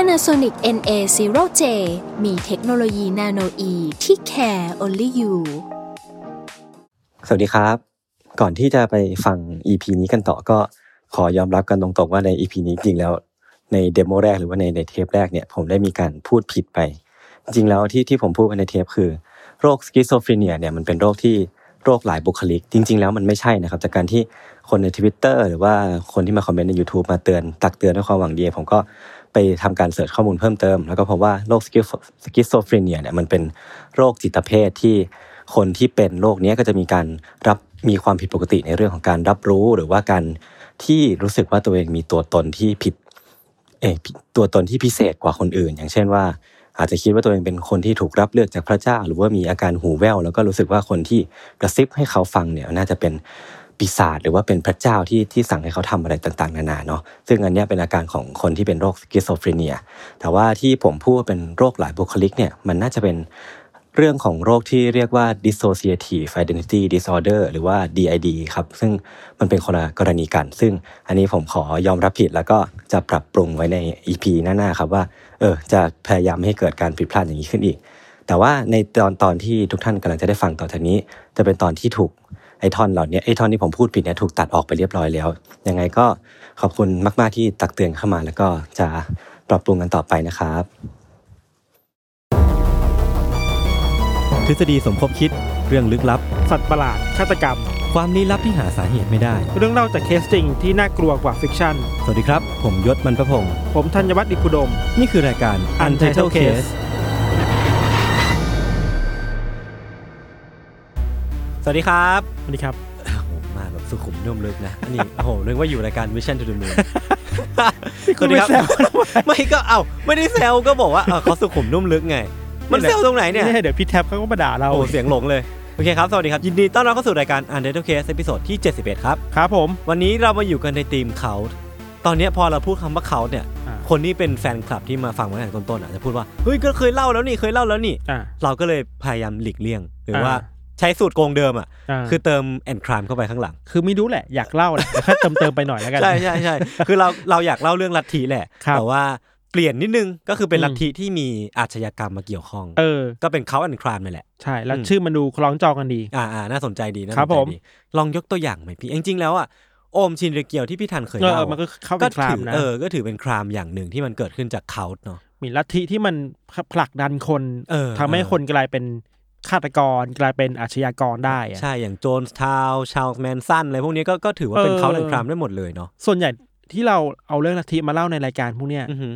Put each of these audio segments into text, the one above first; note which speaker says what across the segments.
Speaker 1: Panasonic NA0J มีเทคโนโลยีนาโนอีที่ care only you
Speaker 2: สวัสดีครับ ก่อนที่จะไปฟัง EP นี้กันต่อก็ขอยอมรับกันตรงๆว่าใน EP นี้จริงแล้วในเดโมแรกหรือว่าในในเทปแรกเนี่ยผมได้มีการพูดผิดไป จริงแล้วที่ที่ผมพูดไปในเทปคือ โรคสกิสโซฟรีเนียเนี่ยมันเป็นโรคที่โรคหลายบุคลิก จริง ๆ แล้วมันไม่ใช่นะครับ จากการที่คนใน Twitter หรือว่าคนที่มาคอมเมนต์ใน YouTube มาเตือนตักเตือนด้วยความหวังดี ผมก็ไปทำการเสิร์ชข้อมูลเพิ่มเติม แล้วก็พบว่าโรคสกิสโซฟรีเนียเนี่ยมันเป็นโรคจิตเภทที่ คนที่เป็นโรคเนี้ยก็จะมีการรับมีความผิดปกติในเรื่องของการรับรู้หรือว่าการที่รู้สึกว่าตัวเองมีตัวตนที่ผิด เออตัวตนที่พิเศษกว่าคนอื่น อย่างเช่นว่า อาจจะคิดว่าตัวเองเป็นคนที่ถูกรับเลือกจากพระเจ้า หรือว่ามีอาการหูแว่วแล้วก็รู้สึกว่าคนที่กระซิบให้เขาฟังเนี่ยน่าจะเป็นปีศาจหรือว่าเป็นพระเจ้าที่ที่สั่งให้เขาทำอะไรต่างๆ นานาเนาะซึ่งอันเนี้ยเป็นอาการของคนที่เป็นโรคสกิสโซฟรีเนีย แต่ว่าที่ผมพูดว่าเป็นโรคหลายบุคลิกเนี่ยมันน่าจะเป็นเรื่องของโรคที่เรียกว่า dissociative identity disorder หรือว่า DID ครับ ซึ่งมันเป็นคนละกรณีกัน ซึ่งอันนี้ผมขอยอมรับผิดแล้วก็จะปรับปรุงไว้ใน EP หน้าๆครับว่าเออจะพยายามไม่ให้เกิดการผิดพลาดอย่างนี้ขึ้นอีก แต่ว่าในตอนตอนที่ทุกท่านกำลังจะได้ฟังต่อจากนี้ จะเป็นตอนที่ถูกไอท่อนเหล่านี้ไอท่อนที่ผมพูดผิดเนี่ยถูกตัดออกไปเรียบร้อยแล้ว ยังไงก็ขอบคุณมาก ๆ ที่ตักเตือนเข้ามา แล้วก็จะปรับปรุงกันต่อไปนะครับ ทฤษฎีสมคบคิดเรื่องลึกลับ
Speaker 3: สัตว์ประหลาด ฆาตกรรม
Speaker 2: ความลี้ลับที่หาสาเหตุไม่ได้
Speaker 3: เรื่องเล่าจากเคสจริงที่น่ากลัวกว่าฟิกชั่น
Speaker 2: สวัสดีครับ ผมยศมันประพงศ์
Speaker 3: ผมธัญวัฒน์อิพุดม
Speaker 2: นี่คือรายการ Untitled Case สวัสดีครับ
Speaker 3: สวัสดีครับ
Speaker 2: โอ้โหมาแบบสุขุมนุ่มลึกนะอันนี้ โอ้โหนึกว่าอยู่รายการ Mission to the Moon
Speaker 3: นี่คุณ
Speaker 2: สวัสดี
Speaker 3: ไม่แซวทำไม
Speaker 2: ไม่ก็เอ้าไม่ได้แซวก็บอกว่าเออเขาสุขุมนุ่มลึกไง มันแซวตรงไหนเนี่ย
Speaker 3: นี่เดี๋ยวพี่แท็บเขาก็มาด่าเรา
Speaker 2: โอ้โหเสียงหลงเลย โอเคครับ สวัสดีครับ ยินดีต้อนรับเข้าสู่รายการ Untitled Case ตอนที่ 71 ครับ
Speaker 3: ครับผม
Speaker 2: วันนี้เรามาอยู่กันในทีมเขา ตอนเนี้ยพอเราพูดคำว่าเขาเนี่ย
Speaker 3: อ่า
Speaker 2: คนที่เป็นแฟนคลับที่มาฟังมาตั้งแต่ต้นๆอาจจะพูดว่า เฮ้ยก็เคยเล่าแล้วนี่เคยเล่าแล้วนี่
Speaker 3: อ่า
Speaker 2: เราก็เลยพยายามหลีกเลี่ยง หรือ
Speaker 3: อ่า
Speaker 2: ว่าใช้สูตรโกงเดิมอ่ะ
Speaker 3: คื
Speaker 2: คือ อเติมแอนครามเข้าไปข้างหลัง
Speaker 3: คือไม่รู้แหละ อยากเล่าแหละแต่แค่เติมเติมๆไปหน่อยแล้วกัน
Speaker 2: ใช่ใช่ใช่ คือเราเราอยากเล่าเรื่องลัทธิแหละ
Speaker 3: ครับ
Speaker 2: แต่ว่าเปลี่ยนนิดนึง ก็คือเป็น
Speaker 3: อืม
Speaker 2: ลัทธิที่มีอาชญากรรมมาเกี่ยวข้อง
Speaker 3: เออ
Speaker 2: ก็เป็นเขาแอนครามนี่นแหละ
Speaker 3: ใช่แล้ว
Speaker 2: อืม
Speaker 3: ชื่อมันดูคล้องจองกันดี
Speaker 2: อ่าอ่าน่าสนใจดีนะ
Speaker 3: ครับผม
Speaker 2: ลองยกตัวอย่างไหมพี่ จริงๆแล้วอ่ะ โอมชินเรเกียวที่พี่ทันเคย
Speaker 3: เอ
Speaker 2: เล่า
Speaker 3: อ
Speaker 2: อะ
Speaker 3: มันก็เข้าเป็นคลามนะ
Speaker 2: เออ ก็ถือเป็นครามอย่างหนึ่งที่มันเกิดขึ้นจากเขาเนาะ
Speaker 3: มีลัทธิที่มันผลักดันคน
Speaker 2: เออ
Speaker 3: ทำให้
Speaker 2: เออ
Speaker 3: คนกลายเป็นฆาตกรกลายเป็นอาชญากรได้อะ
Speaker 2: ใช่ อย่างโจนส์ทาวชาลส์แมนสันอะไรพวกนี้ก็ก็ถือว่าเป็น
Speaker 3: เออ
Speaker 2: เขาแห่งครามได้หมดเลยเนาะ
Speaker 3: ส่วนใหญ่ที่เราเอาเรื่องลัทธิมาเล่าในรายการพวกเนี้ย
Speaker 2: อือหือ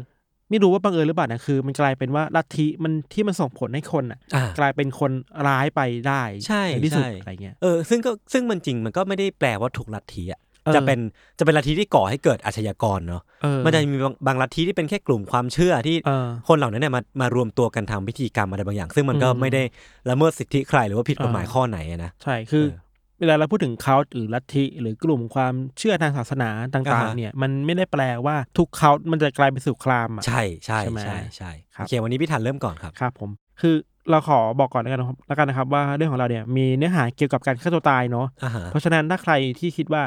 Speaker 3: ไม่รู้ว่าบังเอิญหรือเปล่านะคือ มันกลายเป็นว่าลัทธิมันที่มันส่งผลให้คนอ่ะ
Speaker 2: อ่า
Speaker 3: กลายเป็นคนร้ายไปได้
Speaker 2: ใช่
Speaker 3: นที่สุด
Speaker 2: ใช่
Speaker 3: อะไรเงี้ย
Speaker 2: เออ ซึ่งก็ซึ่งมันจริงมันก็ไม่ได้แปลว่าถูกลัทธิอ่ะ
Speaker 3: ออ
Speaker 2: จะเป็นจะเป็นลัทธิที่ก่อให้เกิดอาชญากรเนาะ
Speaker 3: เออ
Speaker 2: มันจะมีบางบางลัทธิที่เป็นแค่กลุ่มความเชื่อที่
Speaker 3: เออ
Speaker 2: คนเหล่านั้นเนี่ยมามารวมตัวกันทำพิธีกรรมอะไรบางอย่าง ซึ่งมันก็
Speaker 3: อืม
Speaker 2: ไม่ได้ละเมิดสิทธิใครหรือว่าผิดกฎหมาย
Speaker 3: เออ
Speaker 2: ข้อไหนอะนะ
Speaker 3: ใช่คือ
Speaker 2: เออ
Speaker 3: เวลาเราพูดถึงเขาหรือลัทธิหรือกลุ่มความเชื่อทางศาสนา
Speaker 2: อ่า
Speaker 3: ต่าง
Speaker 2: ฮะ
Speaker 3: ๆ เนี่ย มันไม่ได้แปลว่าทุกเขามันจะกลายเป็นสุครามอ่ะ
Speaker 2: ใช่ใช่
Speaker 3: ใช่ไหม
Speaker 2: ใช่ใช่
Speaker 3: ครับ
Speaker 2: โอเควันนี้พี่ทันเริ่มก่อนครับ
Speaker 3: ครับผมคือเราขอบอกก่อนแล้วกันนะครับแล้วกันนะครับว่าเรื่องของเราเนี่ยมีเนื้อหาเกี่ยวกับการฆ่าตัวตายเนาะ
Speaker 2: อ่าฮะ
Speaker 3: เพราะฉะนั้นถ้าใครที่คิดว่า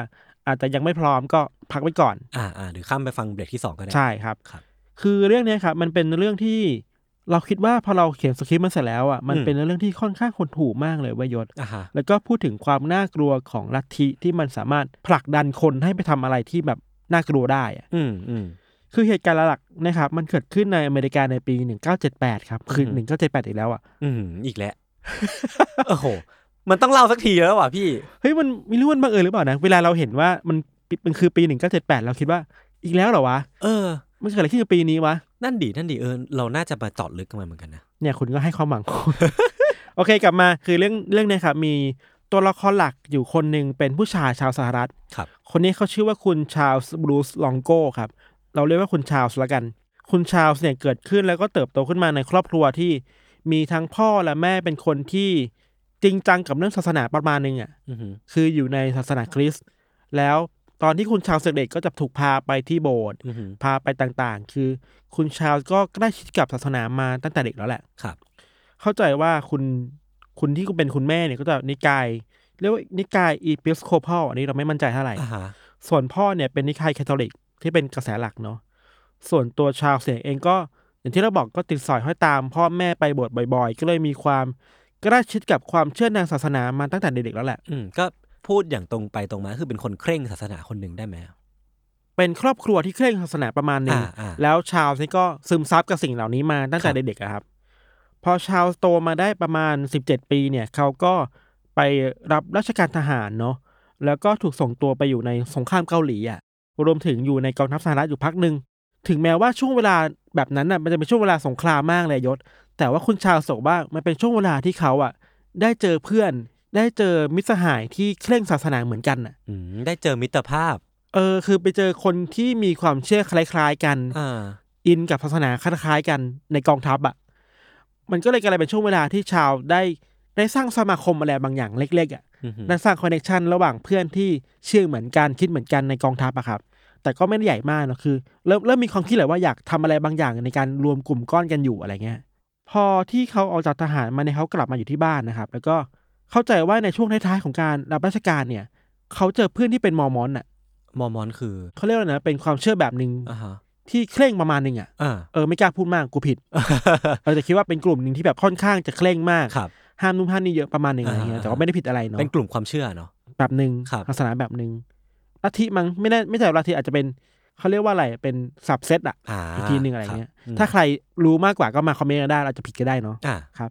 Speaker 3: อาจจะยังไม่พร้อมก็พักไว้ก่อน
Speaker 2: อ่าอ่าหรือข้ามไปฟังเบรกที่สองก็ได้
Speaker 3: ใช่ครับ
Speaker 2: ครับ
Speaker 3: คือเรื่องเนี้ยครับมันเป็นเรื่องที่เราคิดว่าพอเราเขียนสคริปต์มันเสร็จแล้วอ่ะมัน
Speaker 2: อืม
Speaker 3: เป็นเรื่องที่ค่อนข้างคนถูกมากเลยเวยยศ
Speaker 2: อ่าฮะ
Speaker 3: แล้วก็พูดถึงความน่ากลัวของลัทธิที่มันสามารถผลักดันคนให้ไปทำอะไรที่แบบน่ากลัวได้อะ
Speaker 2: อืมอืม
Speaker 3: คือเหตุการณ์หลักๆนะครับมันเกิดขึ้นในอเมริกาในปี 1978 ครับ คือ
Speaker 2: อืม
Speaker 3: 1978 อีกแล้วอ่ะ
Speaker 2: อืมอีกแล้ว โอ้โห มันต้องเล่าสักทีแล้วว่ะพี่
Speaker 3: เฮ้ยมันไม่รู้มันบังเอิญหรือเปล่านะเวลาเราเห็นว่ามันปิดมันคือปี 1978 เราคิดว่าอีกแล้วเหรอวะ
Speaker 2: เออ
Speaker 3: มันเกิดอะไรขึ้นกับปีนี้วะ
Speaker 2: นั่นดีนั่นดีเออ เราน่าจะมาเจอดลึกกันมาเหมือนกันนะ
Speaker 3: เนี่ยคุณก็ให้ความหวังคุณ โอเคกลับมาคือเรื่องเรื่องเนี้ครับมีตัวละครหลักอยู่คนหนึ่งเป็นผู้ชายชาวสหรัฐ
Speaker 2: ครับ
Speaker 3: คนนี้เขาชื่อว่าคุณชาลส์บรูซลองโก้ครับ เราเรียกว่าคุณชาลส์ละกัน คุณชาวส์เนี่ยเกิดขึ้นแล้วก็เติบโตขึ้นมาในครอบครัวที่มีทั้งพ่อและแม่เป็นคนที่จริงจังกับเรื่องศาสนาประมาณหนึงอ่ะ
Speaker 4: อือหือ
Speaker 3: คืออยู่ในศาสนาคริสต์แล้วตอนที่คุณชาวเสด็จก็จะถูกพาไปที่โบสถ์
Speaker 4: อือหือ
Speaker 3: พาไปต่างๆ คือคุณชาวก็ใกล้ชิดกับศาสนามาตั้งแต่เด็กแล้วแหละ
Speaker 4: ครับ
Speaker 3: เข้าใจว่าคุณคุณที่เป็นคุณแม่เนี่ยก็จะนิกาย เรียกว่านิกายอีพิสโคพออันนี้เราไม่มั่นใจเท่าไหร่
Speaker 4: อ่าฮะ
Speaker 3: ส่วนพ่อเนี่ยเป็นนิกายแคทอลิกที่เป็นกระแสหลักเนาะส่วนตัวชาวเสียงเองก็ อย่างที่เราบอกก็ติดสอยห้อยตาม พ่อแม่ไปโบสถ์บ่อย ๆ ก็เลยมีความใกล้ชิดกับความเชื่อในศาสนามาตั้งแต่เด็กๆแล้วแหละ
Speaker 4: อืมก็พูดอย่างตรงไปตรงมาคือเป็นคนเคร่งศาสนาคนหนึ่งได้ไหม
Speaker 3: เป็นครอบครัวที่เคร่งศาสนาประมาณหนึ่ง
Speaker 4: อ่าอ่า
Speaker 3: แล้วชาวนี่ก็ซึมซับกับสิ่งเหล่านี้มาตั้งแต่
Speaker 4: ครับ
Speaker 3: เด็กๆอะครับ พอชาวโตมาได้ประมาณ 17 ปีเนี่ยเขาก็ไปรับราชการทหารเนาะแล้วก็ถูกส่งตัวไปอยู่ในสงครามเกาหลีอะรวมถึงอยู่ในกองทัพสหรัฐอยู่พักหนึ่งถึงแม้ว่าช่วงเวลาแบบนั้นน่ะมันจะเป็นช่วงเวลาสงครามมากเลยยศ แต่ว่าคุณชาวสกว่ามันเป็นช่วงเวลาที่เขาอะได้เจอเพื่อน ได้เจอมิตรสหายที่เคร่งศาสนาเหมือนกันน่ะ
Speaker 4: อืมได้เจอมิตรภาพ
Speaker 3: เออคือไปเจอคนที่มีความเชื่อคล้ายๆกัน
Speaker 4: อ่า
Speaker 3: อินกับศาสนาคล้ายๆกันในกองทัพอ่ะมันก็เลยกลายเป็นช่วงเวลาที่ชาวได้ได้สร้างสมาคมอะไรบางอย่างเล็กๆอ่ะ
Speaker 4: อือหือ
Speaker 3: ได้สร้างคอนเนคชันระหว่างเพื่อนที่เชื่อเหมือนกันคิดเหมือนกันในกองทัพอะครับ แต่ก็ไม่ได้ใหญ่มากเนอะคือเริ่มเริ่มมีความคิดแหละว่าอยากทำอะไรบางอย่างในการรวมกลุ่มก้อนกันอยู่อะไรเงี้ย พอที่เขาออกจากทหารมาเนี่ยเขากลับมาอยู่ที่บ้านนะครับ แล้วก็เข้าใจว่าในช่วงท้ายๆของการรับราชการเนี่ย เขาเจอเพื่อนที่เป็นมอร์มอนอ่ะ
Speaker 4: มอร์มอนคือ
Speaker 3: เขาเรียกว่าอะไรนะเป็นความเชื่อแบบหนึ่ง
Speaker 4: อ่าฮะ
Speaker 3: ที่เคร่งประมาณหนึ่งอ่ะ
Speaker 4: อ่า
Speaker 3: เออไม่กล้าพูดมากกูผิดเออแต่คิดว่าเป็นกลุ่มหนึ่งที่แบบค่อนข้างจะเคร่งมาก
Speaker 4: ครับ
Speaker 3: ห้ามนู่นห้ามนี่เยอะประมาณหนึ่งอะไรเงี้ย
Speaker 4: อ่า
Speaker 3: แต่ว่าไม่ได้ผิดอะไรเนาะ
Speaker 4: เป็นกลุ่มความเชื่อเนาะ
Speaker 3: แบบหนึ่ง
Speaker 4: ครับ
Speaker 3: ศาสนาแบบหนึ่งลัทธิมั้งไม่แน่ไม่ใช่ลัทธิอาจจะเป็นเขาเรียกว่าอะไรเป็นสับเซตอ่ะ
Speaker 4: อ่า
Speaker 3: อีกทีหนึ่งอะไรเงี้ย
Speaker 4: คบ
Speaker 3: ถ้าใครรู้มากกว่าก็มาคอมเมนต์กันได้เราจะผิดก็ได้เนาะ
Speaker 4: อ่า
Speaker 3: ครับ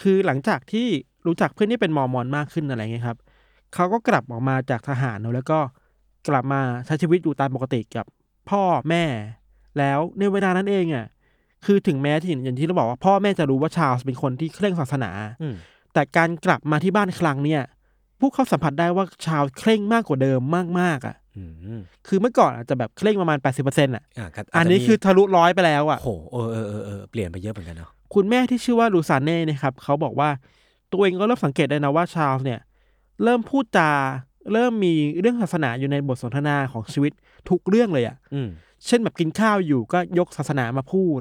Speaker 3: คือหลังจากที่รู้จักเพื่อนที่เป็นมอร์มอนมากขึ้นอะไรเงี้ยครับเขาก็กลับออกมาจากทหารเนอะแล้วก็กลับมาใช้ชีวิตอยู่ตามปกติกับพ่อแม่ แล้วในเวลานั้นเองอ่ะคือถึงแม้ที่อย่างที่เราบอกว่าพ่อแม่จะรู้ว่าชาวเป็นคนที่เคร่งศาสนา
Speaker 4: อืม
Speaker 3: แต่การกลับมาที่บ้านครั้งเนี่ยพวกเขาสัมผัสได้ว่าชาวเคร่งมากกว่าเดิมมากๆอ่ะ
Speaker 4: อืม
Speaker 3: คือเมื่อก่อนอาจจะแบบเคร่งประมาณ 80%อ่ะ
Speaker 4: อ่าก็าจจะ
Speaker 3: อันนี้
Speaker 4: มี
Speaker 3: คือทะลุร้อยไปแล้วอ่ะ
Speaker 4: โอ้โหเออเออเออเออเปลี่ยนไปเยอะเหมือนกันเนาะ
Speaker 3: คุณแม่ที่ชื่อว่าลูซานเน่เนะครับเขาบอกว่าตัวเองก็เริ่มสังเกตได้นะว่าชาร์ลส์เนี่ย เริ่มพูดจา เริ่มมีเรื่องศาสนาอยู่ในบทสนทนาของชีวิตทุกเรื่องเลยอะ่ะ
Speaker 4: อืม
Speaker 3: เช่นแบบกินข้าวอยู่ก็ยกศาสนามาพูด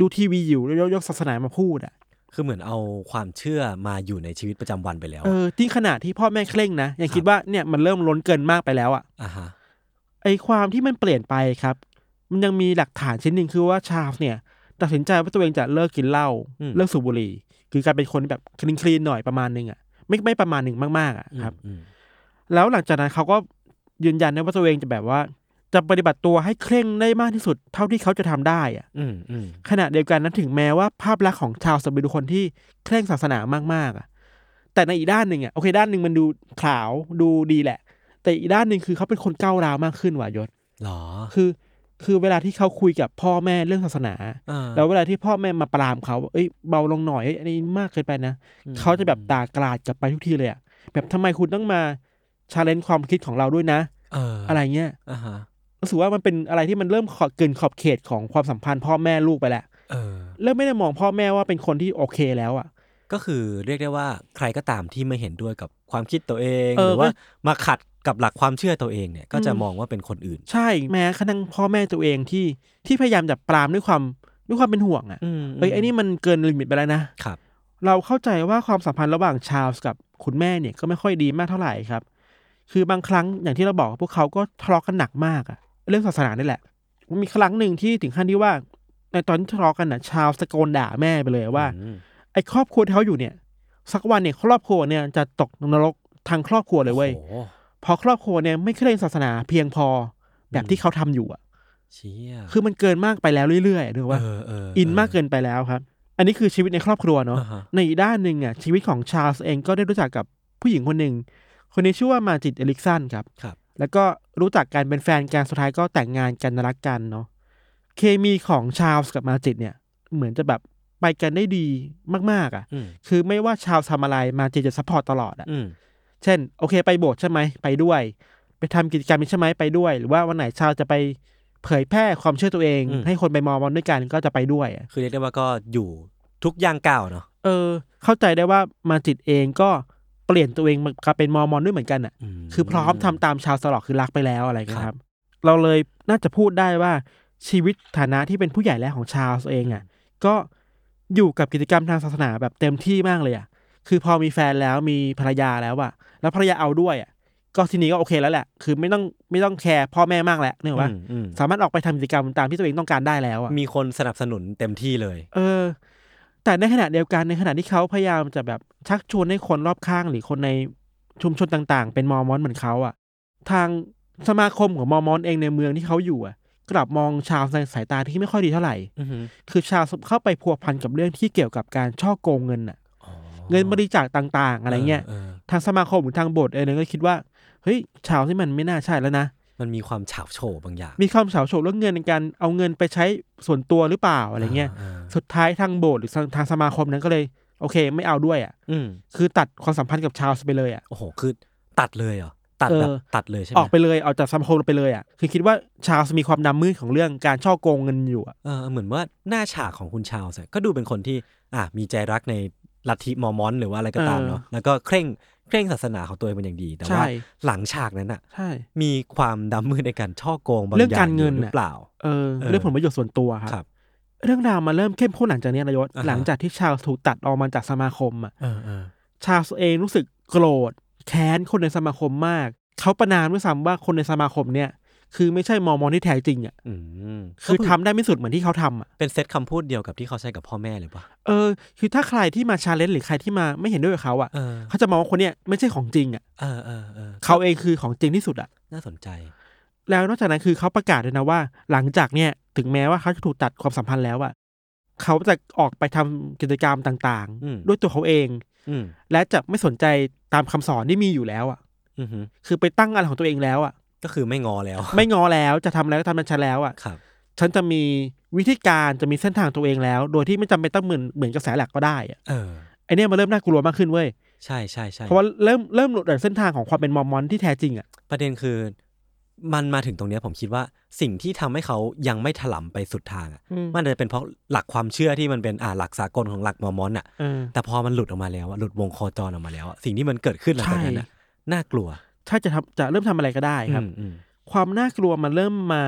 Speaker 3: ดูทีวีอยู่แล้วยกยกศาสนามาพูดอะ่ะ
Speaker 4: คือเหมือนเอาความเชื่อมาอยู่ในชีวิตประจำวันไปแล้ว
Speaker 3: เอ
Speaker 4: อะ
Speaker 3: อทิ้งขนาดที่พ่อแม่เคร่งนะยังคิดว่าเนี่ยมันเริ่มล้นเกินมากไปแล้วอ่ะ
Speaker 4: ่าฮะ
Speaker 3: ไอความที่มันเปลี่ยนไปครับ มันยังมีหลักฐานชิ้นหนึ่งคือว่าชาร์ลส์เนี่ย ตัดสินใจว่าตัวเองจะเลิกกินเหล้า เลิกสูบบุหรี่คือการเป็นคนแบบคลีนคลีนๆหน่อยประมาณหนึงอ่ะไม่ไม่ประมาณหนึ่งมากๆอ่ะ
Speaker 4: อืม
Speaker 3: ครับ
Speaker 4: อืม
Speaker 3: แล้วหลังจากนั้นเขาก็ยืนยันนะว่าตัวเองจะแบบว่า จะปฏิบัติตัวให้เคร่งได้มากที่สุดเท่าที่เขาจะทำได้อ่ะ
Speaker 4: อืมอืม
Speaker 3: ขณะเดียวกันนั้นถึงแม้ว่าภาพลักษณ์ของชาวสเปนเป็นคนที่เคร่งศาสนามากๆอ่ะแต่ในอีกด้านหนึ่งอ่ะโอเคด้านหนึ่งมันดูขาวดูดีแหละ แต่อีกด้านหนึ่งคือเขาเป็นคนก้าวร้าวมากขึ้นว่ะยศ
Speaker 4: หรอ
Speaker 3: คือ คือเวลาที่เขาคุยกับพ่อแม่เรื่องศาสนา
Speaker 4: อ่า
Speaker 3: แล้วเวลาที่พ่อแม่มาปรามเขาเอ้ยเบาลงหน่อยเอ้ยอันนี้มากเกินไปนะ
Speaker 4: อืม
Speaker 3: เขาจะแบบด่ากราดกลับไปทุกทีเลยอะแบบทำไมคุณต้องมาชาเลนจ์ความคิดของเราด้วยนะ
Speaker 4: เออ
Speaker 3: อะไรเงี้ย
Speaker 4: อ่าฮะ
Speaker 3: รู้สึกว่ามันเป็นอะไรที่มันเริ่มขอเกินขอบเขตของความสัมพันธ์พ่อแม่ลูกไปแหละ
Speaker 4: เออ
Speaker 3: เริ่มไม่ได้มองพ่อแม่ว่าเป็นคนที่โอเคแล้วอะ
Speaker 4: ก็คือเรียกได้ว่าใครก็ตามที่ไม่เห็นด้วยกับความคิดตัวเอง
Speaker 3: เออ
Speaker 4: หรือว่า
Speaker 3: ก็
Speaker 4: มาขัดกับหลักความเชื่อตัวเองเนี่ย ก็จะ
Speaker 3: อืม
Speaker 4: มองว่าเป็นคนอื่น
Speaker 3: ใช่แม้กระทั่งพ่อแม่ตัวเองที่ที่พยายามจะปรามด้วยความด้วยความเป็นห่วงอะ
Speaker 4: อืม
Speaker 3: เอ้ยไอ้นี่มันเกินลิมิตไปแล้วนะ
Speaker 4: ครับ
Speaker 3: เราเข้าใจว่าความสัมพันธ์ระหว่างชาร์ลส์กับคุณแม่เนี่ยก็ไม่ค่อยดีมากเท่าไหร่ครับ คือบางครั้งอย่างที่เราบอกพวกเขาก็ทะเลาะกันหนักมากอะเรื่องศาสนานี่แหละ มีครั้งหนึ่งที่ถึงขั้นที่ว่า ในตอนที่ทะเลาะกันน่ะชาร์ลส์ตะโกนด่าแม่ไปเลยว่า
Speaker 4: อืม
Speaker 3: ไอ้ครอบครัวที่เขาอยู่เนี่ย สักวันเนี่ยครอบครัวเนี่ยจะตกนรกทางครอบครัวเลยเว้ย
Speaker 4: โอ้โห
Speaker 3: เพราะครอบครัวเนี่ยไม่เคร่งศาสนาเพียงพอแบบที่เขาทำอยู่อะ
Speaker 4: เชี่ย
Speaker 3: คือมันเกินมากไปแล้วเรื่อยๆนึกว่า
Speaker 4: เออเออ
Speaker 3: อินมากเกินไปแล้วครับ อันนี้คือชีวิตในครอบครัวเนาะ
Speaker 4: อ่าฮะ
Speaker 3: ในอีกด้านหนึ่งอ่ะชีวิตของชาร์ลส์เองก็ได้รู้จักกับผู้หญิงคนหนึ่ง คนนี้ชื่อว่ามาจิตเอลิกสันครับ
Speaker 4: ครับ
Speaker 3: แล้วก็รู้จักกันเป็นแฟนกันสุดท้ายก็แต่งงานกันรักกันเนาะเคมีของชาร์ลส์กับมาจิตเนี่ย เหมือนจะแบบไปกันได้ดีมากๆอ่ะ
Speaker 4: อืม
Speaker 3: คือไม่ว่าชาร์ลส์ทำอะไรมาจิตจะซัพพอร์ตตลอดอ่ะ
Speaker 4: อืม
Speaker 3: เช่น โอเคไปโบสถ์ใช่ไหมไปด้วย ไปทำกิจกรรมนี้ใช่ไหมไปด้วย หรือว่าวันไหนชาวจะไป เผยแพร่ความเชื่อตัวเอง
Speaker 2: อืม
Speaker 3: ให้คนไปมอมอนด้วยกันก็จะไปด้วยอะ
Speaker 2: คือเรียกได้ว่าก็อยู่ทุกย่างก้าวเนาะ
Speaker 3: เออ เข้าใจได้ว่ามาจิตเองก็เปลี่ยนตัวเองมากลายเป็นมอมอนด้วยเหมือนกันอ่ะ
Speaker 2: ม
Speaker 3: คือพร้อมทำตามชาวสลอกคือรักไปแล้วอะไรกัน
Speaker 2: ค
Speaker 3: ค
Speaker 2: รั
Speaker 3: รับ บ เราเลยน่าจะพูดได้ว่าชีวิตฐานะที่เป็นผู้ใหญ่แล้วของชาวเองอ่ะ ก็อยู่กับกิจกรรมทางศาสนาแบบเต็มที่มากเลยอ่ะ คือพอมีแฟนแล้วมีภรรยาแล้วอ่ะ แล้วภรรยาเอาด้วยอ่ะ ก็ทีนี้ก็โอเคแล้วแหละ คือไม่ต้องไม่ต้องแคร์พ่อแม่มากแล้วเนี่ยว่า
Speaker 2: อืมอืม
Speaker 3: สามารถออกไปทำกิจกรรมตามที่ตัวเองต้องการได้แล้วอ่ะ
Speaker 2: มีคนสนับสนุนเต็มที่เลย
Speaker 3: เออ แต่ในขณะเดียวกันในขณะที่เขาพยายามจะแบบชักชวนให้คนรอบข้างหรือคนในชุมชนต่างๆ เป็นมอร์มอนเหมือนเขาอะ่ะ ทางสมาคมของมอร์มอนเองในเมืองที่เขาอยู่อะ่ะ กลับมองชาวในสายตาที่ไม่ค่อยดีเท่าไหร่
Speaker 2: อือหือ
Speaker 3: คือชาวเข้าไปพัวพันกับเรื่องที่เกี่ยวกับการช่อโกงเงินอ่ะ
Speaker 2: อ๋อ
Speaker 3: เงินบริจาคต่างๆ อะไรเงี้ย
Speaker 2: ออ
Speaker 3: ทางสมาคมหรือทางโบสถ์เองเนี่ยก็คิดว่าเฮ้ยชาวที่มันไม่น่าใช่แล้วนะ
Speaker 2: มันมีความฉาบโฉบบางอย่าง
Speaker 3: มีความเฉาโฉบเรื่องเงินในการเอาเงินไปใช้ส่วนตัวหรือเปล่าอะไรเงี้ย
Speaker 2: าา
Speaker 3: สุดท้ายทางโบสถ์หรือทางทางสมาคมนั้นก็เลย โอเค ไม่เอาด้วยอ่ะ
Speaker 2: อืม
Speaker 3: คือตัดความสัมพันธ์กับชาวไปเลยอ่ะ
Speaker 2: โอ้โหคือตัดเลยเหรอตัดแบบ
Speaker 3: เออ
Speaker 2: ตัดเลยใช่ไหม
Speaker 3: ออกไปเลยเอาจากสมาคมไปเลยอ่ะคือคิดว่าชาวมีความดำมืดของเรื่องการช่อโกงเงินอยู่อ่ะ
Speaker 2: เออเหมือนว่าหน้าฉากของคุณชาวส์ก็ดูเป็นคนที่ อ่ะมีใจรักในลัทธิมอร์มอน หรือว่าอะไรก็ตามเนาะแล้วก็เคร่งเคร่งศาสนาของตัวเองเป็นอย่างดี แต่
Speaker 3: ใช่
Speaker 2: ว่าหลังฉากนั้นอ่ะ
Speaker 3: ใช่
Speaker 2: มีความดำมืดในการช่อโกงบางอ
Speaker 3: เรื่อง
Speaker 2: ย่าง
Speaker 3: การ
Speaker 2: อยู่
Speaker 3: เงิน
Speaker 2: หรื
Speaker 3: น่ะ
Speaker 2: อเปล่า
Speaker 3: เออ
Speaker 2: เออ
Speaker 3: เรื่องผลประโยชน์ส่วนตัวค
Speaker 2: ครั
Speaker 3: รับ เรื่องราวมาเริ่มเข้มข้นหลังจากเนี้ยนายศ
Speaker 2: อ่าฮะ
Speaker 3: หลังจากที่ชาวถูกตัดออกมาจากสมาคมอ่ะ
Speaker 2: เออเออ
Speaker 3: ชาวเองรู้สึกโกรธแค้นคนในสมาคมมาก เขาประนามด้วยซ้ำว่าคนในสมาคมเนี่ย คือไม่ใช่มอมอนที่แท้จริงอ่ะ
Speaker 2: อืม
Speaker 3: คือ
Speaker 2: ก็
Speaker 3: ทำได้ไม่สุดเหมือนที่เขาทำอ่ะ
Speaker 2: เป็นเซตคำพูดเดียวกับที่เขาใช้กับพ่อแม่เลยปะ
Speaker 3: เออคือถ้าใครที่มาชาเลนจ์หรือใครที่มาไม่เห็นด้วยกับเขาอ่ะ
Speaker 2: เออ
Speaker 3: เขาจะมองว่าคนเนี้ยไม่ใช่ของจริงอ่ะ
Speaker 2: เออเออเออ
Speaker 3: เขาเองคือของจริงที่สุดอ่ะ
Speaker 2: น่าสนใจ
Speaker 3: แล้วนอกจากนั้นคือเขาประกาศเลยนะว่า หลังจากเนี่ยถึงแม้ว่าเขาจะถูกตัดความสัมพันธ์แล้วอ่ะเขาจะออกไปทำกิจกรรมต่าง
Speaker 2: อืม
Speaker 3: ด้วยตัวเขาเอง
Speaker 2: อืม
Speaker 3: และจะไม่สนใจตามคำสอนที่มีอยู่แล้วอ่ะ
Speaker 2: อือหือ
Speaker 3: คือไปตั้งอะไรของตัวเองแล้วอ่ะ
Speaker 2: ก็คือไม่งอแล้ว
Speaker 3: ไม่งอแล้วจะทำอะไรก็ทำมันฉันแล้วอ่ะ
Speaker 2: ครับ
Speaker 3: ฉันจะมีวิธีการจะมีเส้นทางตัวเองแล้ว โดยที่ไม่จำเป็นต้องเหมือนเหมือนกระแสหลักก็ได้อ่ะ
Speaker 2: เออ
Speaker 3: ไอเนี้ยมันเริ่มน่ากลัวมากขึ้นเว้ย
Speaker 2: ใช่ใช่ใช่
Speaker 3: เพราะว่าเริ่มเริ่มหลุดจากเส้นทางของความเป็นมอมมอนที่แท้จริงอ่ะ
Speaker 2: ประเด็นคือ มันมาถึงตรงเนี้ยผมคิดว่าสิ่งที่ทำให้เขายังไม่ถลำไปสุดทางอะ
Speaker 3: อืม
Speaker 2: มันอาจจะเป็นเพราะหลักความเชื่อที่มันเป็นอ่าหลักสากลของหลักมอร์มอนอ่ะ
Speaker 3: เออ
Speaker 2: แต่พอมันหลุดออกมาแล้วอะหลุดวงโคจรออกมาแล้วอะสิ่งที่มันเกิดขึ้นหลังจากนั้นอะ
Speaker 3: ใช่
Speaker 2: น่ากลัว
Speaker 3: ถ้าจะทำจะเริ่มทำอะไรก็ได้ครับ
Speaker 2: อืมอืม
Speaker 3: ความน่ากลัวมันเริ่มมา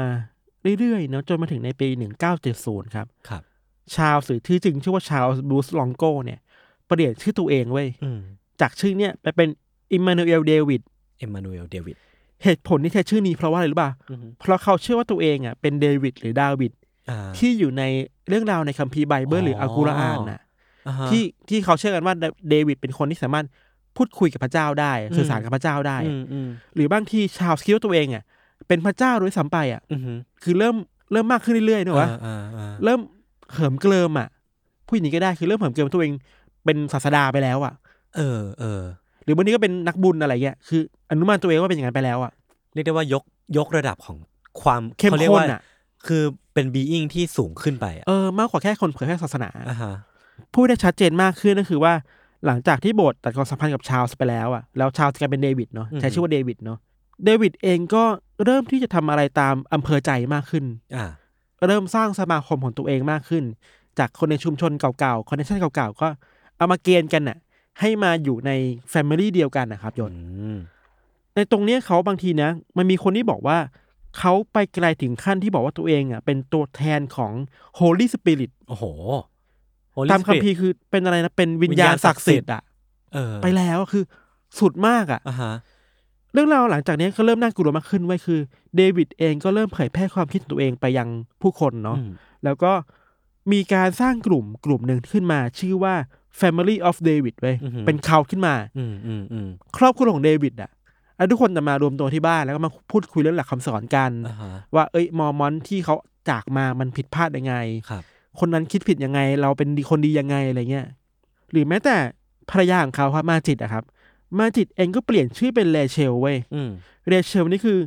Speaker 3: เรื่อยๆเนาะจนมาถึงในปี 1970 ครับ
Speaker 2: ครับ
Speaker 3: ชาวสื่อที่จึงชื่อว่าชาวบรูซลองโกเนี่ยเปลี่ยนชื่อตัวเองเว้ย
Speaker 2: อืม
Speaker 3: จากชื่อเนี่ยไปเป็นอิมมานูเอลเดวิด
Speaker 2: เอ็มมานูเอลเดวิด
Speaker 3: เหตุผลที่แท้ชื่อนี้เพราะว่าอะไรรู้ป่ะ
Speaker 2: อือหือ
Speaker 3: เพราะเขาเชื่อว่าตัวเองอ่ะเป็นเดวิดหรือดาวิด
Speaker 2: อ่า
Speaker 3: ที่อยู่ในเรื่องราวในคัมภีร์ไบเบิลหรืออัลกุรอานน่ะ
Speaker 2: อ่าฮะ
Speaker 3: ที่ที่เขาเชื่อกันว่าเดเดวิดเป็นคนที่สามารถพูดคุยกับพระเจ้าได้ สื่อสารกับพระเจ้าได้
Speaker 2: อืมอืม
Speaker 3: หรือบางทีชาวคิดว่าตัวเองอ่ะเป็นพระเจ้าด้วยซ้ำไปอ่ะ
Speaker 2: อือหือ
Speaker 3: คือเริ่มเริ่มมากขึ้นเรื่อยๆเนกอะวะ
Speaker 2: อ่าอ่าอ่า
Speaker 3: เริ่มเหิมเกลิมอ่ะผู้หญิงก็ได้คือเริ่มเหิมเกลิมตัวเองเป็นศาสดาไปแล้วอ่ะ
Speaker 2: เออเออ
Speaker 3: หรือบางทีก็เป็นนักบุญอะไรเงี้ยคืออนุมานตัวเองว่าเป็นอย่างนั้นไปแล้วอ่ะ
Speaker 2: เรียกได้ว่ายกยกระดับของความ
Speaker 3: เข้ม
Speaker 2: ขารียก
Speaker 3: ข้น
Speaker 2: ว่า
Speaker 3: อ่ะ
Speaker 2: คือเป็นบีอิงที่สูงขึ้นไปอ่ะ
Speaker 3: เออมากกว่าแค่คนเผยแพร่ศาสนา
Speaker 2: อ่าฮะ
Speaker 3: พูดได้ชัดเจนมากขึ้นก็คือว่าหลังจากที่โบสถ์ตัดความสัมพันธ์กับชาร์ลส์ไปแล้วอ่ะแล้วชาร์ลส์กลายเป็นเดวิดเนาะใช้ชื่อว่าเดวิดเนาะเดวิดเองก็เริ่มที่จะทำอะไรตามอำเภอใจมากขึ้น
Speaker 2: อ่า
Speaker 3: เริ่มสร้างสมาคมของตัวเองมากขึ้น จากคนในชุมชนเก่าๆคอนเนคชั่นเก่าๆ ก็เอามาเกณฑ์กันน่ะให้มาอยู่ในแฟมิลี่เดียวกันนะครับยศ
Speaker 2: อืม
Speaker 3: ในตรงเนี้ยเขาบางทีนะ มันมีคนที่บอกว่า เขาไปไกลถึงขั้นที่บอกว่าตัวเองอ่ะเป็นตัวแทนของ Holy Spirit
Speaker 2: โอ้โห Holy
Speaker 3: ตามคัม
Speaker 2: Spirit
Speaker 3: ภีร์คือเป็นอะไรนะ เป็นวิญญาณศักดิ์สิทธิ์อ่ะ
Speaker 2: เออ
Speaker 3: ไปแล้วอะคือสุดมากอะ่ะ
Speaker 2: อ่าฮะ
Speaker 3: เรื่องราวหลังจากนี้ก็เริ่มน่ากลัวมากขึ้นไว้ยคือเดวิดเองก็เริ่มเผยแพร่ความคิดของตัวเองไปยังผู้คนเนาะ
Speaker 2: อืม
Speaker 3: แล้วก็มีการสร้างกลุ่มกลุ่มหนึ่งขึ้นมา ชื่อว่า Family of David เว้ยเป็นเขาขึ้นมา
Speaker 2: อืมอืมอืม
Speaker 3: ครอบครัวของเดวิดอ่ะแล้วทุกคนจะมารวมตัวที่บ้านแล้วก็มาพูดคุยเรื่องหลักคำสอนกัน
Speaker 2: อ่าฮะ
Speaker 3: ว่าเอ้ยมอร์มอนที่เขาจากมามันผิดพลาดยังไง
Speaker 2: ครับ
Speaker 3: คนนั้นคิดผิดยังไง เราเป็นดีคนดียังไงอะไรเงี้ยหรือแม้แต่ภรรยาของเขาครับมาจิตอะครับ มาจิตเองก็เปลี่ยนชื่อเป็นเรเชลเว้ย
Speaker 2: อืม
Speaker 3: เรเชลนี่คือ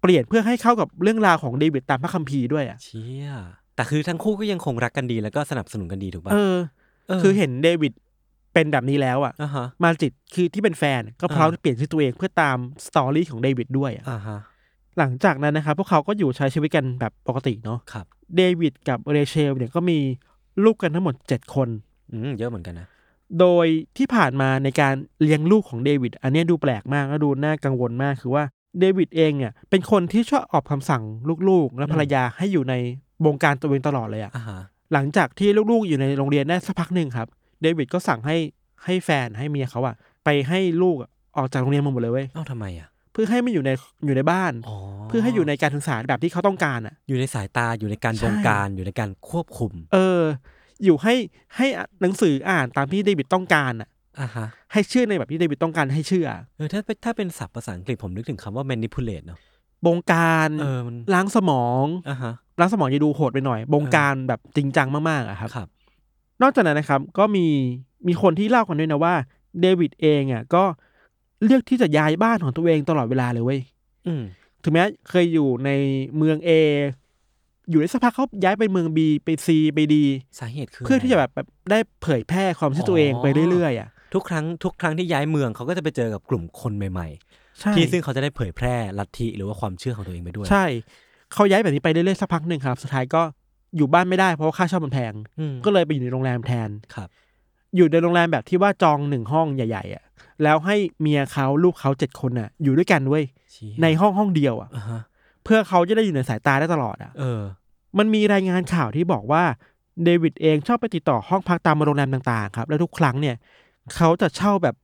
Speaker 3: เปลี่ยนเพื่อให้เข้ากับเรื่องราวของเดวิดตามพระคัมภีร์ด้วยอะ
Speaker 2: เชี่ยแต่คือทั้งคู่ก็ยังคงรักกันดีแล้วก็สนับสนุนกันดีถูกป่ะ
Speaker 3: เออ คือเห็นเดวิดเป็นแบบนี้แล้วอะ
Speaker 2: อ่าฮะ
Speaker 3: มาจิตคือที่เป็นแฟนก็พร้อม
Speaker 2: อ่า
Speaker 3: จะเปลี่ยนชื่อตัวเองเพื่อตามสตอรี่ของเดวิดด้วยอะ
Speaker 2: อ่าฮะ
Speaker 3: หลังจากนั้นนะครับพวกเขาก็อยู่ใช้ชีวิตกันแบบปกติเนาะ
Speaker 2: ครับ
Speaker 3: เดวิดกับเรเชลเนี่ยก็มีลูกกันทั้งหมดเจ็ดคน
Speaker 2: อืมเยอะเหมือนกันนะ
Speaker 3: โดยที่ผ่านมาในการเลี้ยงลูกของเดวิดอันเนี้ยดูแปลกมากและดูน่ากังวลมากคือว่าเดวิดเองเนี่ยเป็นคนที่ชอบออกคำสั่งลูกๆ และภรรยาให้อยู่ในวงการตัวเองตลอดเลยอะ
Speaker 2: อ่าฮะ
Speaker 3: หลังจากที่ลูกๆ อยู่ในโรงเรียนได้สักพักหนึ่งครับ เดวิดก็สั่งให้ให้แฟนให้เมียเขาอะไปให้ลูกอะออกจากโรงเรียนมาหมดเลยเว้ย
Speaker 2: เอ้าทำไมอ่ะ
Speaker 3: เพื่อให้ไม่อยู่ในอยู่ในบ้าน
Speaker 2: อ๋อ
Speaker 3: เพื่อให้อยู่ในการศึกษาแบบที่เขาต้องการอะ
Speaker 2: อยู่ในสายตาอยู่ในการ
Speaker 3: ใช่
Speaker 2: บงการอยู่ในการควบคุม
Speaker 3: เออ อยู่ให้ให้หนังสืออ่านตามที่เดวิดต้องการอะ
Speaker 2: อ่าฮะ
Speaker 3: ให้เชื่อในแบบที่เดวิดต้องการให้เชื่อ
Speaker 2: เออถ้าเป็นถ้าเป็นศัพท์ภาษาอังกฤษผมนึกถึงคำว่า manipulate เนอะ
Speaker 3: บงการ
Speaker 2: เออมัน
Speaker 3: ล้างสมอง
Speaker 2: อ่าฮะ
Speaker 3: ล้างสมองจะดูโหดไปหน่อย บงการแบบจริงจังมากๆอะครับ
Speaker 2: ครับ
Speaker 3: นอกจากนั้นนะครับ ก็มีมีคนที่เล่ากันด้วยนะว่าเดวิดเองอ่ะก็เลือกที่จะย้ายบ้านของตัวเองตลอดเวลาเลยเว้ย
Speaker 2: อืม
Speaker 3: ถึงแม้เคยอยู่ในเมือง A อยู่ได้สักพักเขาย้ายไปเมือง B ไป C ไป D
Speaker 2: สาเหตุคือ
Speaker 3: เพื่อที่จะ
Speaker 2: ไร
Speaker 3: แบบแบบได้เผยแพร่ความเชื่อตัวเองไปเรื่อยๆอ่ะ
Speaker 2: ทุกครั้งทุกครั้งที่ย้ายเมืองเขาก็จะไปเจอกับกลุ่มคนใหม่
Speaker 3: ใช่
Speaker 2: ๆ ที่ซึ่งเขาจะได้เผยแพร่ลัทธิหรือว่าความเชื่อของตัวเองไปด้วย
Speaker 3: ใช่ เขาย้ายแบบนี้ไปเรื่อยๆสักพักหนึ่งครับ สุดท้ายก็อยู่บ้านไม่ได้เพราะว่าค่าเช่ามันแพง
Speaker 2: อืม
Speaker 3: ก็เลยไปอยู่ในโรงแรมแทน
Speaker 2: ครับ
Speaker 3: อยู่ในโรงแรมแบบที่ว่าจองหนึ่งห้องใหญ่ๆอ่ะ แล้วให้เมียเขาลูกเขาเจ็ดคนอ่ะ อยู่ด้วยกันเว้ย ในห้องห้องเดียวอ่ะ
Speaker 2: อ่าฮะ
Speaker 3: เพื่อเขาจะได้อยู่ในสายตาได้ตลอดอ่ะ
Speaker 2: เออ
Speaker 3: มันมีรายงานข่าวที่บอกว่าเดวิดเองชอบไปติดต่อห้องพักตามโรงแรมต่างๆ ครับ แล้วทุกครั้งเนี่ยเขาจะเช่าแบบ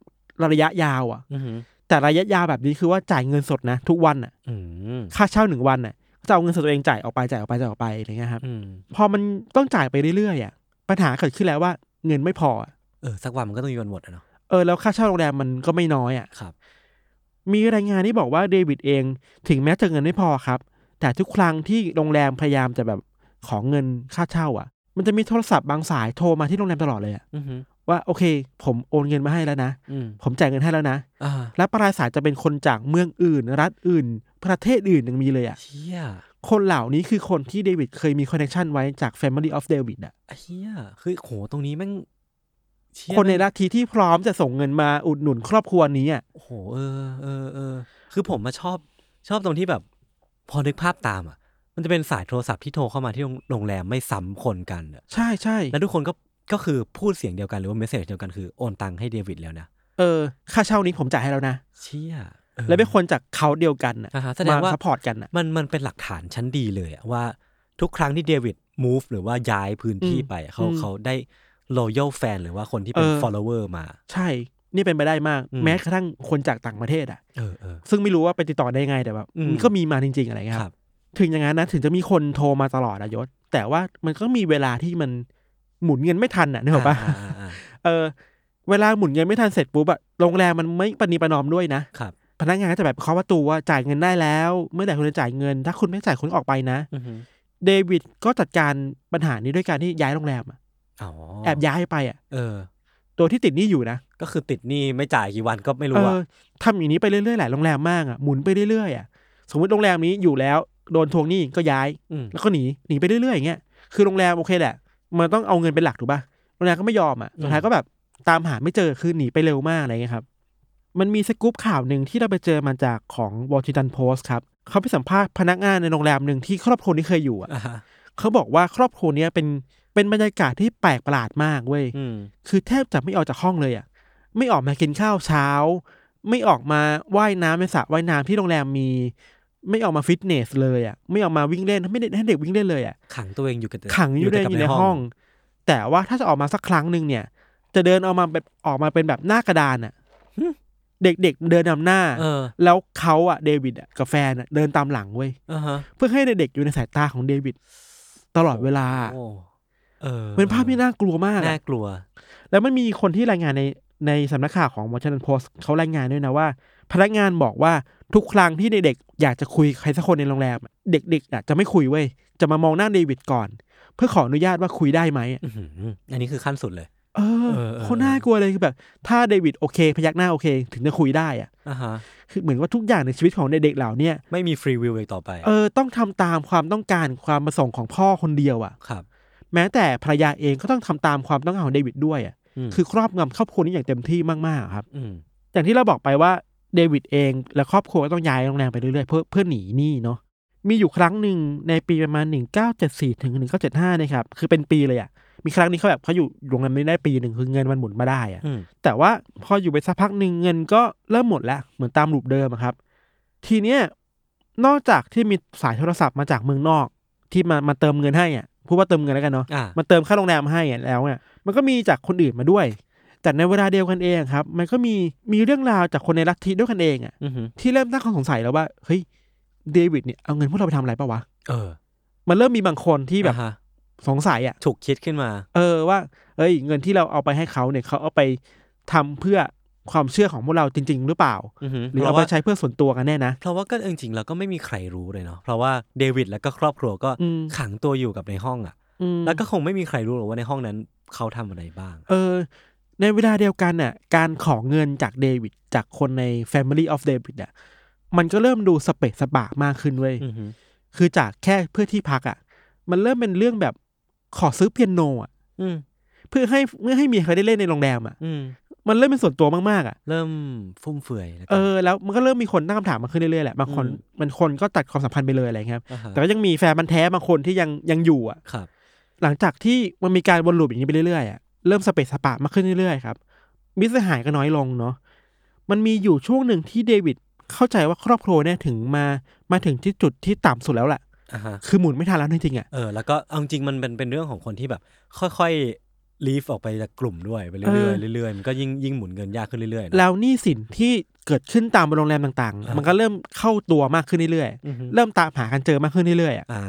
Speaker 3: ระยะยาวอ่ะ
Speaker 2: อือหือ
Speaker 3: แต่ระยะยาวแบบนี้คือว่าจ่ายเงินสดนะ ทุกวันอ่ะ
Speaker 2: อืม
Speaker 3: ค่าเช่าหนึ่งวันน่ะจะเอาเงินส่วนตัวเองจ่ายออกไปจ่ายออกไปจ่ายออกไปอะไรเงี้ยครับ
Speaker 2: อืม
Speaker 3: พอมันต้องจ่ายไปเรื่อยๆอ่ะปัญหาเกิดขึ้นแล้วว่าเงินไม่พออ่ะ
Speaker 2: เออ สักวันมันก็ต้องมีวันหมดอะเนาะ
Speaker 3: เออแล้วค่าเช่าโรงแรมมันก็ไม่น้อยอ่ะ
Speaker 2: ครับ
Speaker 3: มีรายงานที่บอกว่าเดวิดเองถึงแม้จะเงินไม่พอครับ แต่ทุกครั้งที่โรงแรมพยายามจะแบบของเงินค่าเช่าอ่ะ มันจะมีโทรศัพท์บางสายโทรมาที่โรงแรมตลอดเลยอ่ะ
Speaker 2: อือหือ
Speaker 3: ว่าโอเค ผมโอนเงินมาให้แล้วนะ
Speaker 2: อืม
Speaker 3: ผมจ่ายเงินให้แล้วนะ
Speaker 2: อ่า
Speaker 3: และปลายสายจะเป็นคนจากเมืองอื่น รัฐอื่น ประเทศอื่นยังมีเลยอ่ะ
Speaker 2: เชี่ย
Speaker 3: คนเหล่านี้คือคนที่เดวิดเคยมีคอนเนคชันไว้จาก Family of David อะ
Speaker 2: เชี่ยคือโหตรงนี้แม่งเชี่ย
Speaker 3: คนใน
Speaker 2: แม่ง
Speaker 3: ลัทธิที่พร้อมจะส่งเงินมาอุดหนุนครอบครัวนี้อะ
Speaker 2: โหเออเออเออคือผมมาชอบชอบตรงที่แบบ พอนึกภาพตามอ่ะ มันจะเป็นสายโทรศัพท์ที่โทรเข้ามาที่โรงโรงแรมไม่ซ้ำคนกันอะ
Speaker 3: ใช่ใช่
Speaker 2: แล้วทุกคนก็ก็คือพูดเสียงเดียวกันหรือว่าเมสเซจเดียวกันคือโอนตังค์ให้เดวิดแล้วนะ
Speaker 3: เออ ค่าเช่านี้ผมจ่ายให้แล้วนะ
Speaker 2: เชี่ยออ
Speaker 3: และเป็นคนจากเขาเดียวกันอะ
Speaker 2: อ่าฮะแสดง
Speaker 3: มา
Speaker 2: ว่า
Speaker 3: ซัพพอร์ตกันอะ
Speaker 2: มันมันเป็นหลักฐานชั้นดีเลยอะว่าทุกครั้งที่เดวิด move หรือว่าย้ายพื้นที่
Speaker 3: อืม
Speaker 2: ไปอะเขา
Speaker 3: อืม
Speaker 2: เขาได้ loyal fan หรือว่าคนที่เป็น
Speaker 3: เออ
Speaker 2: follower มา
Speaker 3: ใช่ นี่เป็นไปได้มาก
Speaker 2: อืม
Speaker 3: แม้กระทั่งคนจากต่างประเทศอะ
Speaker 2: เออเออ
Speaker 3: ซึ่งไม่รู้ว่าไปติดต่อได้ยังไงแต่แบบ
Speaker 2: อืม
Speaker 3: มันก็มีมาจริง ๆ อะไรเงี้ย
Speaker 2: ค
Speaker 3: ค
Speaker 2: รั
Speaker 3: รั
Speaker 2: บบ
Speaker 3: ถึงอย่างนั้นนะถึงจะมีคนโทรมาตลอดอะยศ แต่ว่ามันก็มีเวลาที่มันหมุนเงินไม่ทันอะนึกออกปะ
Speaker 2: อ่าอ่าอ่า
Speaker 3: เออเวลาหมุนเงินไม่ทันเสร็จปุ๊บอะโรงแรมมันไม่ปณีประนอมด้วยนะ
Speaker 2: ครับ
Speaker 3: พนักงานก็จะแบบเคาะประตูว่าจ่ายเงินได้แล้ว เมื่อไหร่คุณจะจ่ายเงิน ถ้าคุณไม่จ่ายคุณออกไปนะ
Speaker 2: อือหือ
Speaker 3: เดวิดก็จัดการปัญหานี้ด้วยการที่ย้ายโรงแรมอะ
Speaker 2: อ๋อ
Speaker 3: แอบย้ายไปอะ
Speaker 2: เออ
Speaker 3: ตัวที่ติดหนี้อยู่นะ
Speaker 2: ก็คือติดหนี้ไม่จ่ายกี่วันก็ไม่
Speaker 3: เอ
Speaker 2: รู้อะ
Speaker 3: อทำอย่างนี้ไปเรื่อยๆหลายโรงแรมมากอะหมุนไปเรื่อยๆอะสมมติโรงแรมนี้อยู่แล้วโดนทวงหนี้ก็ย้าย
Speaker 2: อืม
Speaker 3: แล้วก็หนีหนีไปเรื่อยๆอย่างเงี้ยคือโรงแรมโอเคแหละ มันต้องเอาเงินเป็นหลักถูกป่ะโรงแรมก็ไม่ยอมอ่ะ
Speaker 2: อืม
Speaker 3: สุดท้ายก็แบบตามหาไม่เจอคือหนีไปเร็วมากอะไรเงี้ยครับ มันมีสกู๊ปข่าวหนึ่งที่เราไปเจอมาจากของวอชิงตันโพสต์ครับเขาไปสัมภาษณ์พนักงานในโรงแรมหนึ่งที่ครอบครัวนี้เคยอยู่อ่ะ
Speaker 2: อ่าฮะ
Speaker 3: เขาบอกว่าครอบครัวเนี้ยเป็นเป็นบรรยากาศที่แปลกประหลาดมากเว้ย
Speaker 2: อืม
Speaker 3: คือแทบจะไม่ออกจากห้องเลยอ่ะไม่ออกมากินข้าวเช้า ไม่ออกมาว่ายน้ำในสระว่ายน้ำที่โรงแรมมี ไม่ออกมาฟิตเนสเลยอ่ะไม่ออกมาวิ่งเล่นไม่ได้ให้เด็กวิ่งเล่นเลยอ่ะ
Speaker 2: ขังตัวเองอยู่กับแต่
Speaker 3: ขังอยู่ใน
Speaker 2: แต่กับ
Speaker 3: อยู่ในห้อง แต่ว่าถ้าจะออกมาสักครั้งหนึ่งเนี่ย จะเดินออกมาแบบออกมาเป็นแบบหน้ากระดานอะเด็กๆเดินนำหน้า
Speaker 2: เออ
Speaker 3: แล้วเขาอะเดวิดอะกับแฟนอะเดินตามหลังเว้ย
Speaker 2: อ่าฮะ
Speaker 3: เพื่อให้เด็กๆอยู่ในสายตาของเดวิดตลอดเวลา
Speaker 2: โอ้เออ
Speaker 3: เป็นภาพที่น่ากลัวมากอะ
Speaker 2: น่ากลัว
Speaker 3: แล้วมันมีคนที่รายงานในในสำนักข่าวของวอชิงตันโพสต์เขารายงานด้วยนะว่า พนักงานบอกว่าทุกครั้งที่เด็กๆอยากจะคุยใครสักคนในโรงแรมอะเด็กๆอะจะไม่คุยเว้ยจะมามองหน้าเดวิดก่อน เพื่อขออนุญาตว่าคุยได้ไหมอะ
Speaker 2: อื้อหืออันนี้คือขั้นสุดเลย
Speaker 3: เออ
Speaker 2: เออเออ
Speaker 3: โคนน่ากลัวเลยคือแบบ ถ้าเดวิดโอเค พยักหน้าโอเค ถึงจะคุยได้อะ
Speaker 2: อ่าฮะ
Speaker 3: คือเหมือนว่าทุกอย่างในชีวิตของเด็กๆเหล่าเนี้ย
Speaker 2: ไม่มีฟรีวิวอีกต่อไป
Speaker 3: เออต้องทำตามความต้องการความประสงค์ของพ่อคนเดียวอะ
Speaker 2: ครับ
Speaker 3: แม้แต่ภรรยาเองก็ต้องทำตามความต้องการของเดวิดด้วยอะ
Speaker 2: ม
Speaker 3: คือครอบงำครอบครัวนี้อย่างเต็มที่มากๆอะครับ
Speaker 2: อืม
Speaker 3: อย่างที่เราบอกไปว่า เดวิดเองและครอบครัวก็ต้องย้ายโรงแรมไปเรื่อยๆเพื่อเพื่อหนีหนี้เนาะมีอยู่ครั้งหนึ่งในปีประมาณ 1974ถึง1975นะครับคือเป็นปีเลยอะ่ะมีครั้งนี้เขาแบบเขาอยู่โรงแรมไม่ได้ปีหนึ่งคือเงินมันหมุนมาได้อะ
Speaker 2: อืม
Speaker 3: แต่ว่าพออยู่ไปสักพักหนึ่งเงินก็เริ่มหมดแล้ว เหมือนตามรูปเดิมอะครับ ทีเนี้ยนอกจากที่มีสายโทรศัพท์มาจากเมืองนอก ที่มามาเติมเงินให้อ่ะพูดว่าเติมเงินแล้วกันเนาะ
Speaker 2: อ่า
Speaker 3: มาเติมค่าโรงแรมให้อะแล้วเนี่ยมันก็มีจากคนอื่นมาด้วย แต่ในเวลาเดียวกันเองครับ มันก็มีมีเรื่องราวจากคนในลัทธิด้วยกันเองอ่ะ
Speaker 2: อือหือ
Speaker 3: ที่เริ่มตั้งข้อสงสัยแล้วว่าเฮ้ยเดวิดเนี่ยเอาเงินพวกเราไปทำอะไรปะวะ
Speaker 2: เออ
Speaker 3: มันเริ่มมีบางคนที่แบบ
Speaker 2: อ่าฮะ
Speaker 3: สงสัยอ่ะ
Speaker 2: ฉุกคิดขึ้นมา
Speaker 3: เออว่า เอ้ย เงินที่เราเอาไปให้เขาเนี่ยเขาเอาไปทำเพื่อความเชื่อของพวกเราจริง ๆ หรือเปล่า
Speaker 2: อือหือ
Speaker 3: หรือ
Speaker 2: เพ
Speaker 3: เอา
Speaker 2: ราะ
Speaker 3: ไป
Speaker 2: ว่า
Speaker 3: ใช้เพื่อส่วนตัวกันแน่นะ
Speaker 2: เพราะว่าก็จริงๆเราก็ไม่มีใครรู้เลยเนาะเพราะว่าเดวิดแล้วก็ครอบครัวก็
Speaker 3: อืม
Speaker 2: ขังตัวอยู่กับในห้องอ่ะ
Speaker 3: อืม
Speaker 2: แล้วก็คงไม่มีใครรู้หรอกว่าในห้องนั้นเขาทำอะไรบ้าง
Speaker 3: เออ ในเวลาเดียวกันน่ะ การขอเงินจากเดวิดจากคนใน Family of David อ่ะมันก็เริ่มดูสเปะสปะมากขึ้นเว้ย
Speaker 2: อือหือ
Speaker 3: คือจากแค่เพื่อที่พักอ่ะ มันเริ่มเป็นเรื่องแบบขอซื้อเปียโนอ่ะ
Speaker 2: อืม
Speaker 3: เพื่อให้เพื่อให้เมียเขาได้เล่นในโรงแรมอ่ะ
Speaker 2: อืม
Speaker 3: มันเริ่มเป็นส่วนตัวมากๆอ่ะ
Speaker 2: เริ่มฟุ่มเฟือยแล้วกัน
Speaker 3: เออแล้วมันก็เริ่มมีคนตั้งคำถามมาขึ้นเรื่อยๆแหละบางคน
Speaker 2: อืม
Speaker 3: มันคนก็ตัดความสัมพันธ์ไปเลยอะไรเงี้ยครับ
Speaker 2: อ่าฮะ
Speaker 3: แต่ก็ยังมีแฟนมันธุ์แท้บางคนที่ยังยังอยู่อ่ะ
Speaker 2: ครับ
Speaker 3: หลังจากที่มันมีการวนลูปอย่างนี้ไปเรื่อยๆอ่ะเริ่มสเปซสปะมากขึ้นเรื่อยๆครับมิตรสหายก็น้อยลงเนาะมันมีอยู่ช่วงหนึ่งที่เดวิดเข้าใจว่าครอบครัวเนี่ยถึงมามาถึงที่จุดที่ต่ำสุดแล้วแหละ
Speaker 2: อ่าฮะ
Speaker 3: คือหมุนไม่ทันแล้วจริงๆอ่ะ
Speaker 2: เออ แล้วก็เอาจริงๆมันเป็นเป็นเรื่องของคนที่แบบ ค่อยๆ ลีฟออกไปจากกลุ่มด้วยไปเรื่อยๆเรื่อยๆมันก็ยิ่งยิ่งหมุนเงินยากขึ้นเรื่อยๆนะ
Speaker 3: แล้วหนี้สินที่เกิดขึ้นตามโรงแรมต่างๆ มันก็เริ่มเข้าตัวมากขึ้นเรื่อย
Speaker 2: อือฮึ
Speaker 3: ๆเริ่มตามหากันเจอมากขึ้นเรื่อยๆอ่ะ
Speaker 2: อ่า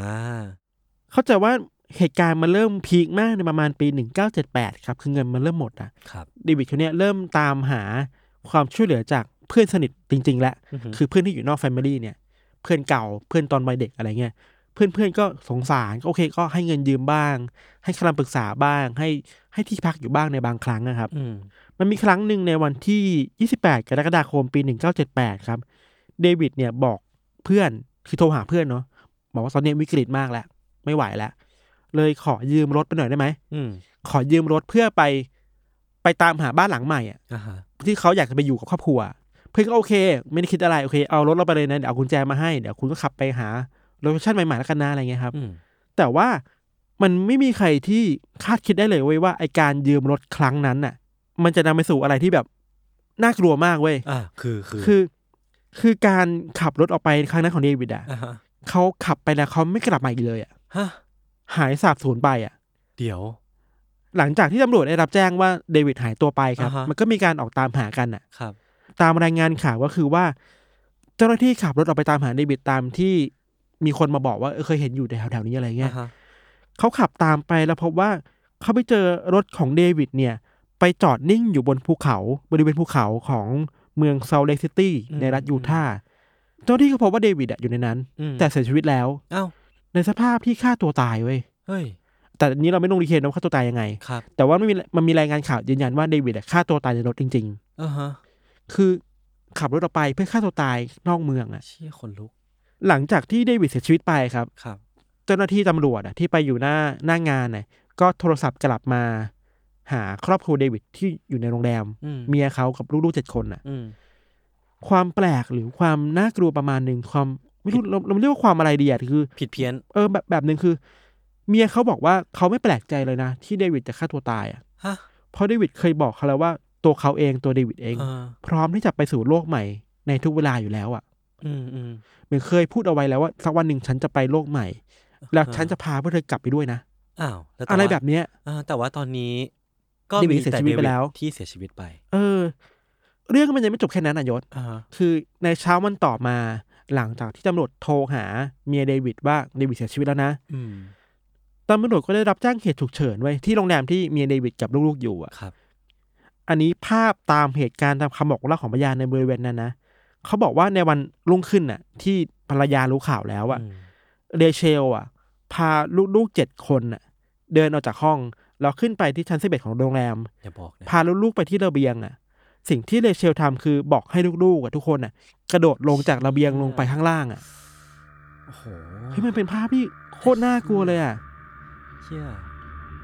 Speaker 3: เข้าใจว่าเหตุการณ์มันเริ่มพีคมากในประมาณปี 1978ครับคือเงินมันเริ่มหมดอ่ะ
Speaker 2: ครับ
Speaker 3: เดวิดเขาเนี่ยเริ่มตามหาความช่วยเหลือจากเพื่อนสนิทจริง ๆ แล้ว
Speaker 2: อือหือ
Speaker 3: คือเพื่อนที่อยู่นอกแฟมิลี่เนี่ย เพื่อนเก่าเพื่อนตอนวัยเด็กอะไรเงี้ย เพื่อนๆก็สงสารก็โอเคก็ให้เงินยืมบ้าง ให้คำปรึกษาบ้าง ให้ให้ที่พักอยู่บ้างในบางครั้งนะครับ
Speaker 2: อืม
Speaker 3: มันมีครั้งหนึ่งในวันที่ 28 กรกฎาคมปี 1978 ครับเดวิดเนี่ยบอกเพื่อนคือโทรหาเพื่อนเนาะบอกว่าตอนเนี้ยวิกฤตมากแล้วไม่ไหวแล้วเลยขอยืมรถไปหน่อยได้ไหม
Speaker 2: อืม
Speaker 3: ขอยืมรถเพื่อไปไปตามหาบ้านหลังใหม่อะ
Speaker 2: อ่าฮะ
Speaker 3: ที่เขาอยากจะไปอยู่กับครอบครัว เพื่อนก็โอเค ไม่ได้คิดอะไรโอเคเอารถเราไปเลยนะเดี๋ยวเอากุญแจมาให้เดี๋ยวคุณก็ขับไปหาโลเคชั่นใหม่ๆแล้วกันนะอะไรเงี้ยครับ
Speaker 2: อืม
Speaker 3: แต่ว่ามันไม่มีใครที่คาดคิดได้เลยเว้ยว่าไอการยืมรถครั้งนั้นน่ะ มันจะนำไปสู่อะไรที่แบบน่ากลัวมากเว้ย
Speaker 2: อ่าคือคือ
Speaker 3: คือ คือการขับรถออกไปครั้งนั้นของเดวิดอ่ะ
Speaker 2: อ่าฮะ
Speaker 3: เขาขับไปแล้วเขาไม่กลับมาอีกเลยอ่ะ
Speaker 2: ฮะ
Speaker 3: หายสาบสูญไปอ่ะ
Speaker 2: เดี๋ยว
Speaker 3: หลังจากที่ตำรวจได้รับแจ้งว่าเดวิดหายตัวไปครับ
Speaker 2: อ่าฮะ
Speaker 3: มันก็มีการออกตามหากันอ่ะ
Speaker 2: ครับ
Speaker 3: ตามรายงานข่าวก็คือว่า เจ้าหน้าที่ขับรถออกไปตามหาเดวิดตามที่มีคนมาบอกว่าเออเคยเห็นอยู่แถวๆนี้อะไรเงี้
Speaker 2: อ่าย ฮะ
Speaker 3: เขาขับตามไปแล้วพบว่าเขาไปเจอรถของเดวิดเนี่ย ไปจอดนิ่งอยู่บนภูเขาบริเวณภูเขาของเมืองเซาเล k ซิตี้ในรัฐยูทาห์เจ้าหน้าที่ก็พบว่าเดวิดอะอยู่ในนั้น
Speaker 2: อืม
Speaker 3: แต่เสียชีวิตแล้ว
Speaker 2: เอ้า
Speaker 3: ในสภาพที่ฆ่าตัวตายเว้ย
Speaker 2: เฮ้ย
Speaker 3: แต่อันนี้เราไม่ลงดีเทลนะว่าฆ่าตัวตายยังไง
Speaker 2: ครับ
Speaker 3: แต่ว่ามันมีมันมีรายงานข่าวยืนยันว่าเดวิดอะฆ่าตัวตายในรถจริง ๆ
Speaker 2: อ่าฮะ
Speaker 3: คือขับรถออกไปเพื่อฆ่าตัวตายนอกเมืองอะ
Speaker 2: เชี่ยคนลุก
Speaker 3: หลังจากที่เดวิดเสียชีวิตไปครับ
Speaker 2: ครับ
Speaker 3: เจ้าหน้าที่ตำรวจอะที่ไปอยู่หน้าหน้างานน่ะก็โทรศัพท์กลับมาหาครอบครัวเดวิดที่อยู่ในโรงแรม
Speaker 2: อืม
Speaker 3: เมียเขากับลูกๆเจ็ดคนน่ะ
Speaker 2: อืม
Speaker 3: ความแปลกหรือความน่ากลัวประมาณหนึ่งความไม่รู้เราเราเรียกว่าความอะไรดีอะคือ
Speaker 2: ผิดเพี้ยน
Speaker 3: เออแบบแบบหนึ่งคือ เมียเขาบอกว่าเขาไม่แปลกใจเลยนะ ที่เดวิดจะฆ่าตัวตายอะ
Speaker 2: ฮะ
Speaker 3: เพราะเดวิดเคยบอกเขาแล้วว่าตัวเขาเองตัวเดวิดเอง
Speaker 2: อ่า
Speaker 3: พร้อมที่จะไปสู่โลกใหม่ในทุกเวลาอยู่แล้วอะ
Speaker 2: อืมอืม
Speaker 3: เหมือนเคยพูดเอาไว้แล้วว่าสักวันหนึ่งฉันจะไปโลกใหม่ แล้วฉันจะพาพวกเธอกลับไปด้วยนะ
Speaker 2: อ้าวล้วต่
Speaker 3: อะไร
Speaker 2: ว่า
Speaker 3: แบบเนี้ย
Speaker 2: อ่าแต่ว่าตอนนี้ ก็
Speaker 3: เดวิด
Speaker 2: มี
Speaker 3: เสีย
Speaker 2: แต่
Speaker 3: ชีวิตไป
Speaker 2: เด
Speaker 3: แล้ว
Speaker 2: ที่เสียชีวิตไป
Speaker 3: เออ เรื่องมันยังไม่จบแค่นั้นนายศ
Speaker 2: อ่าฮะ
Speaker 3: คือในเช้าวันต่อมา หลังจากที่ตำรวจโทรหาเมียเดวิดว่าเดวิดเสียชีวิตแล้วนะ
Speaker 2: อืม
Speaker 3: ตำรวจก็ได้รับแจ้งเหตุฉุกเฉินไว้ที่โรงแรมที่เมียเดวิดกับลูกๆอยู่อะ
Speaker 2: ครับ
Speaker 3: อันนี้ภาพตามเหตุการณ์ตามคำบอกเล่าของพยานในบริเวณนั้นนะเขาบอกว่าในวันรุ่งขึ้นน่ะ ที่ภรรยารู้ข่าวแล้วอะ
Speaker 2: อืม
Speaker 3: เรเชลอ่ะ พาลูกๆเจ็ดคนน่ะ เดินออกจากห้องแล้วขึ้นไปที่ชั้นสิบเอ็ดของโรงแรม
Speaker 2: อย่าบอกนะ
Speaker 3: พาลูกๆไปที่ระเบียงอ่ะ สิ่งที่เรเชลทำคือบอกให้ลูกๆอ่ะทุกคนอ่ะ กระโดดลงจากระเบียงลงไปข้างล่างอ่ะ
Speaker 2: โอ้โห
Speaker 3: เฮ้ยมันเป็นภาพที่โคตรน่ากลัวเลยอ่ะ
Speaker 2: เชี่ย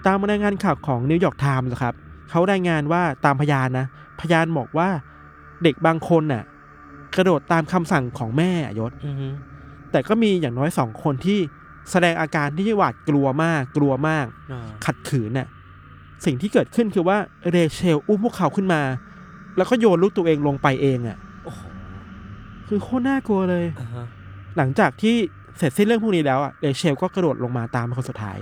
Speaker 3: ตามรายงานข่าวของนิวยอร์กไทม์นะครับเขารายงานว่าตามพยานนะ พยานบอกว่าเด็กบางคนน่ะ กระโดดตามคำสั่งของแม่อะยศ
Speaker 2: อือฮึ
Speaker 3: แต่ก็มีอย่างน้อยสองคนที่แสดงอาการที่หวาดกลัวมากกลัวมาก
Speaker 2: อ่า
Speaker 3: ขัดขืนน่ะสิ่งที่เกิดขึ้นคือว่าเรเชลอุ้มพวกเขาขึ้นมา แล้วก็โยนลูกตัวเองลงไปเองอ่ะ
Speaker 2: โอ้โห
Speaker 3: คือโคตรน่ากลัวเลย
Speaker 2: อ่าฮะ
Speaker 3: หลังจากที่เสร็จสิ้นเรื่องพวกนี้แล้วอ่ะเรเชลก็กระโดดลงมาตามเป็นคนสุดท้าย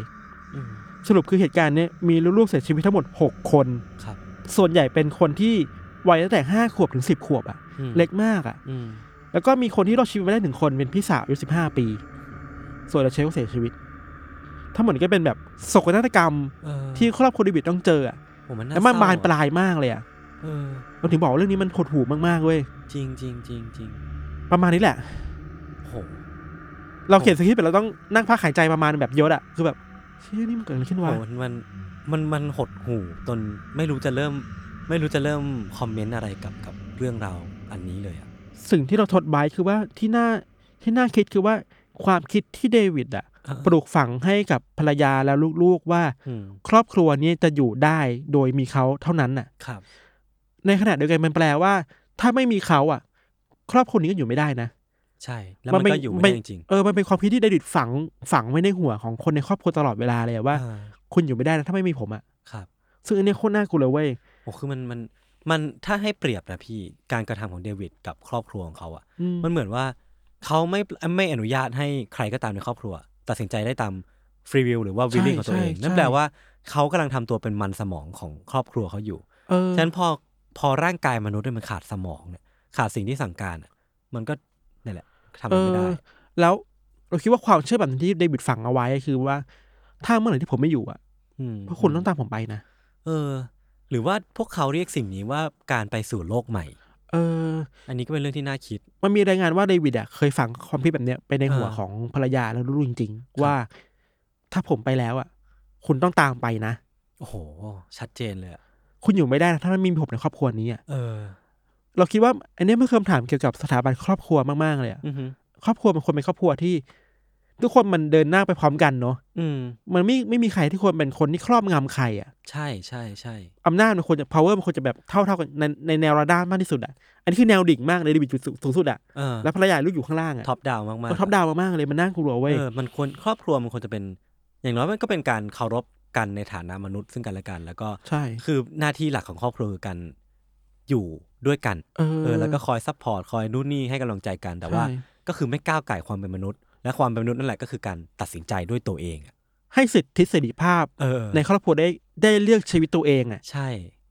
Speaker 2: อืม
Speaker 3: สรุปคือเหตุการณ์เนี้ยมีลูกๆเสียชีวิตทั้งหมด 6 คน
Speaker 2: ครับ
Speaker 3: ส่วนใหญ่เป็นคนที่วัยตั้งแต่ 5 ขวบถึง 10 ขวบอ่ะ
Speaker 2: อืม
Speaker 3: เล็กมากอ่ะ
Speaker 2: อืม
Speaker 3: แล้วก็มีคนที่รอดชีวิตมาได้หนึ่งคนเป็นพี่สาวอายุสิบห้าปี ส่วนเรเชลก็เสียชีวิต ทั้งหมดนี้ก็เป็นแบบโศกนาฏกรรม
Speaker 2: เออ
Speaker 3: ที่ครอบครัวเดิบิดต้องเจออ่ะ
Speaker 2: โอ้มันน่า
Speaker 3: แล้วมัน
Speaker 2: เศร้
Speaker 3: บานป
Speaker 2: อะ
Speaker 3: ลายมากเลยอ่ะ
Speaker 2: เออ
Speaker 3: เราถึงบอกว่าเรื่องนี้มันหดหู่มากๆเว้ย
Speaker 2: จริงจริงจริงจริง
Speaker 3: ประมาณนี้แหละ
Speaker 2: โอ้โห
Speaker 3: เราเขียนสคริปต์ไปเราต้องนั่งพักหายใจประมาณแบบยศอ่ะ คือแบบเชี่ยนี่มันเกิดอะไรขึ้นวะ
Speaker 2: โหมันมันมันมันหดหูจนไม่รู้จะเริ่ม ไม่รู้จะเริ่มคอมเมนต์อะไรกับกับเรื่องราวอันนี้เลยอ่ะ
Speaker 3: สิ่งที่เราทดบายคือว่าที่น่าที่น่าคิดคือว่าความคิดที่เดวิดอ่ะ ปลูกฝังให้กับภรรยาและลูกๆว่า
Speaker 2: อืม
Speaker 3: ครอบครัวนี้จะอยู่ได้โดยมีเขาเท่านั้นน่ะ
Speaker 2: ครับ
Speaker 3: ในขณะเดียวกันมันแปลว่า ถ้าไม่มีเขาอ่ะ ครอบครัวนี้ก็อยู่ไม่ได้นะ
Speaker 2: ใช่ แล้วมัน
Speaker 3: มันเป็
Speaker 2: ก็
Speaker 3: น
Speaker 2: อยู่ไม่
Speaker 3: เป็
Speaker 2: ได้
Speaker 3: น
Speaker 2: จริง
Speaker 3: เออมันเป็นความคิดที่เดวิดฝังฝังไว้ในหัวของคนในครอบครัวตลอดเวลาเลยอะ
Speaker 2: ๆ
Speaker 3: ว่า
Speaker 2: อ่
Speaker 3: คุณอยู่ไม่ได้นะถ้าไม่มีผมอ่ะ
Speaker 2: ครับ
Speaker 3: ซึ่งอันเนี้ยโคตรน่ากลัวเลยเว้ย
Speaker 2: โอ้คือมันมันมันถ้าให้เปรียบนะพี่การกระทำของเดวิดกับครอบครัวของเขาอ่ะ
Speaker 3: อืม
Speaker 2: มันเหมือนว่าเขาไม่ไม่อนุญาตให้ใครก็ตามในครอบครัว ตัดสินใจได้ตามฟรีวิลหรือว่าวิลลิ่ง
Speaker 3: ใช่
Speaker 2: ของตัวเอง
Speaker 3: ใช่
Speaker 2: นั่น
Speaker 3: ใช่
Speaker 2: แปลว่าเขากำลังทำตัวเป็นมันสมองของครอบครัวเขาอยู่
Speaker 3: เออ
Speaker 2: ฉะนั้นพอพอร่างกายมนุษย์เนี่ยมันขาดสมองเนี่ยขาดสิ่งที่สั่งการอะมันก็นี่นแหละทำอะไรไม่ได้
Speaker 3: เออแล้วเราคิดว่าความเชื่อแบบที่เดวิดฝังเอาไว้คือว่า ถ้าเมื่อไหร่ที่ผมไม่อยู่อ่ะ
Speaker 2: อืม
Speaker 3: พวกคุณต้องตามผมไปนะ
Speaker 2: เออ หรือว่าพวกเขาเรียกสิ่งนี้ว่าการไปสู่โลกใหม่
Speaker 3: เออ
Speaker 2: อันนี้ก็เป็นเรื่องที่น่าคิด
Speaker 3: มันมีรายงานว่าเดวิดอ่ะเคยฝังความคิดแบบเนี้ยไปในหัว
Speaker 2: อ่า
Speaker 3: ของภรรยาแล้วลูกจริ
Speaker 2: ครับ
Speaker 3: งๆว่า ถ้าผมไปแล้วอ่ะ คุณต้องตามไปนะ
Speaker 2: โอ้โห ชัดเจนเลยอะ
Speaker 3: คุณอยู่ไม่ได้นะถ้าไม่มีผมในครอบครัวนี้อ่ะ
Speaker 2: เออ
Speaker 3: เราคิดว่าอันเนี้ยเป็นคำถามเกี่ยวกับสถาบันครอบครัวมากๆเลยอะ
Speaker 2: อือหือ
Speaker 3: ครอบครัวมันควรเป็นครอบครัวที่ ทุกคนมันเดินหน้าไปพร้อมกันเนาะ
Speaker 2: อืม
Speaker 3: มันไม่ไม่มีใครที่ควรเป็นคนที่ครอบงำใครอ่ะ
Speaker 2: ใช่ใช่ใช่
Speaker 3: อำนาจมันควรจะ power มันควรจะแบบเท่าเท่ากันในในแนวระด้านมากที่สุดอ่ะ อันนี้คือแนวดิ่งมากเลยดิบิทสูงสุดอ่ะ
Speaker 2: เออ
Speaker 3: แล้วภรรยาลูกอยู่ข้างล่างอ่ะ
Speaker 2: ท็อปดาวมากๆ
Speaker 3: ก็ท็อปดาวมากๆเลยมันน่ากลัวเว้ย
Speaker 2: เออมันควรครอบครัวมันควรจะเป็น อย่างน้อยมันก็เป็นการเคารพกันในฐานะมนุษย์ซึ่งกันและกัน แล้วก็
Speaker 3: ใช่
Speaker 2: คือหน้าที่หลักของครอบครัวคือการอยู่ด้วยกัน
Speaker 3: เออ
Speaker 2: เออแล้วก็คอยซัพพอร์ตคอยนู่นนี่ให้กำลังใจกันแต่ว่า
Speaker 3: ใช่
Speaker 2: ก็คือไม่ก้าวไก่ความเป็นมนุษย์ และความเป็นมนุษย์นั่นแหละก็คือการตัดสินใจด้วยตัวเองอะ
Speaker 3: ให้สิทธิเสรีภาพ
Speaker 2: เออ
Speaker 3: ในครอบครัวได้ได้เลือกชีวิตตัวเองอ่ะ
Speaker 2: ใช่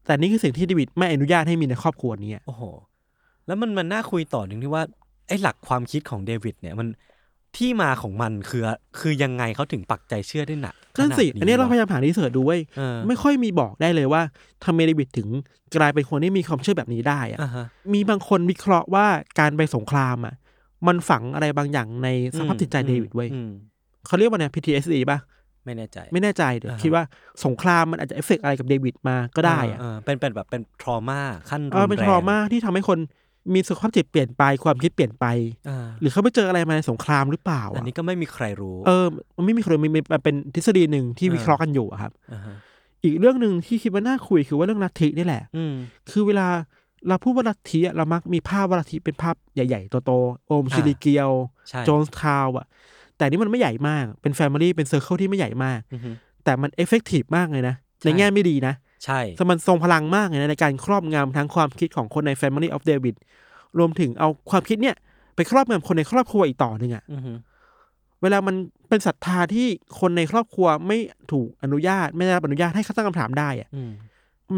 Speaker 3: แต่นี่คือสิ่งที่เดวิดไม่อนุญาตให้มีในครอบครัวนี้อะ
Speaker 2: โอ้โห แล้วมันมันน่าคุยต่อหนึ่งที่ว่าไอ้หลักความคิดของเดวิดเนี่ยมันที่มาของมันคือคือยังไงเขาถึงปักใจเชื่อได้หนัก
Speaker 3: นั่นสิ
Speaker 2: ขด
Speaker 3: อันนี้เราพยายามหารีเสิร์ชดูเว้ย
Speaker 2: เออ
Speaker 3: ไม่ค่อยมีบอกได้เลยว่าทำไมเดวิดถึงกลายเป็นคนที่มีความเชื่อแบบนี้ได้อ่ะ
Speaker 2: อ่าฮะ
Speaker 3: มีบางคนวิเคราะห์ว่าการไปสงครามอ่ะ มันฝังอะไรบางอย่างในสภาพจิตใจ
Speaker 2: อืม
Speaker 3: เดวิดเว้ย
Speaker 2: อืม
Speaker 3: เขาเรียกว่าไง PTSD ป่ะ
Speaker 2: ไม่แน่ใจ
Speaker 3: ไม่แน่ใจเดี๋ยว
Speaker 2: อ่าฮะ
Speaker 3: คิดว่าสงครามมันอาจจะเอฟเฟกต์อะไรกับเดวิดมาก็ได้อ่ะ
Speaker 2: เเเป็นเป็นแบบเป็นทรมาขั้นรุน
Speaker 3: เอ
Speaker 2: แร
Speaker 3: อง เป็นทรมาที่ทำให้คนมีสุขภาพจิตเปลี่ยนไปความคิดเปลี่ยนไป
Speaker 2: อ่า
Speaker 3: หรือเขาไปเจออะไรมาในสงครามหรือเปล่า
Speaker 2: อั
Speaker 3: อ่ะ
Speaker 2: นนี้ก็ไม่มีใครรู้
Speaker 3: เออมันไม่มีใครมีมีมันเป็นทฤษฎีหนึ่งที่วิเคราะห์กันอยู่อะครับ
Speaker 2: าฮะ
Speaker 3: อีกเรื่องหนึ่งที่คิดว่าน่าคุยคือว่าเรื่องลัทธินี่แหละ
Speaker 2: อืม
Speaker 3: คือเวลาเราพูดว่าลัทธิอะเรามักมีภาพว่าลัทธิเป็นภาพใหญ่ๆโตๆโอมชิลิเกียว
Speaker 2: ใช่
Speaker 3: โจนส์ทาวน์อ่ะ แต่นี่มันไม่ใหญ่มาก เป็นแฟมิลี่ เป็นเซอร์เคิลที่ไม่ใหญ่มาก
Speaker 2: อือฮึ
Speaker 3: แต่มันเอฟเฟกตีฟมากเลยนะ
Speaker 2: ใช่
Speaker 3: ในแง่ไม่ดีนะ
Speaker 2: ใช่
Speaker 3: แต่มันทรงพลังมากเลยนะในการครอบงำทั้งความคิดของคนใน Family of David รวมถึงเอาความคิดเนี่ย ไปครอบงำคนในครอบครัวอีกต่อหนึ่งอะ่ะ
Speaker 2: อือฮึ
Speaker 3: เวลามันเป็นศรัทธาที่คนในครอบครัวไม่ถูกอนุญาต ไม่ได้รับอนุญาตให้เขาตั้งคำถามได้อะ่ะ
Speaker 2: อืม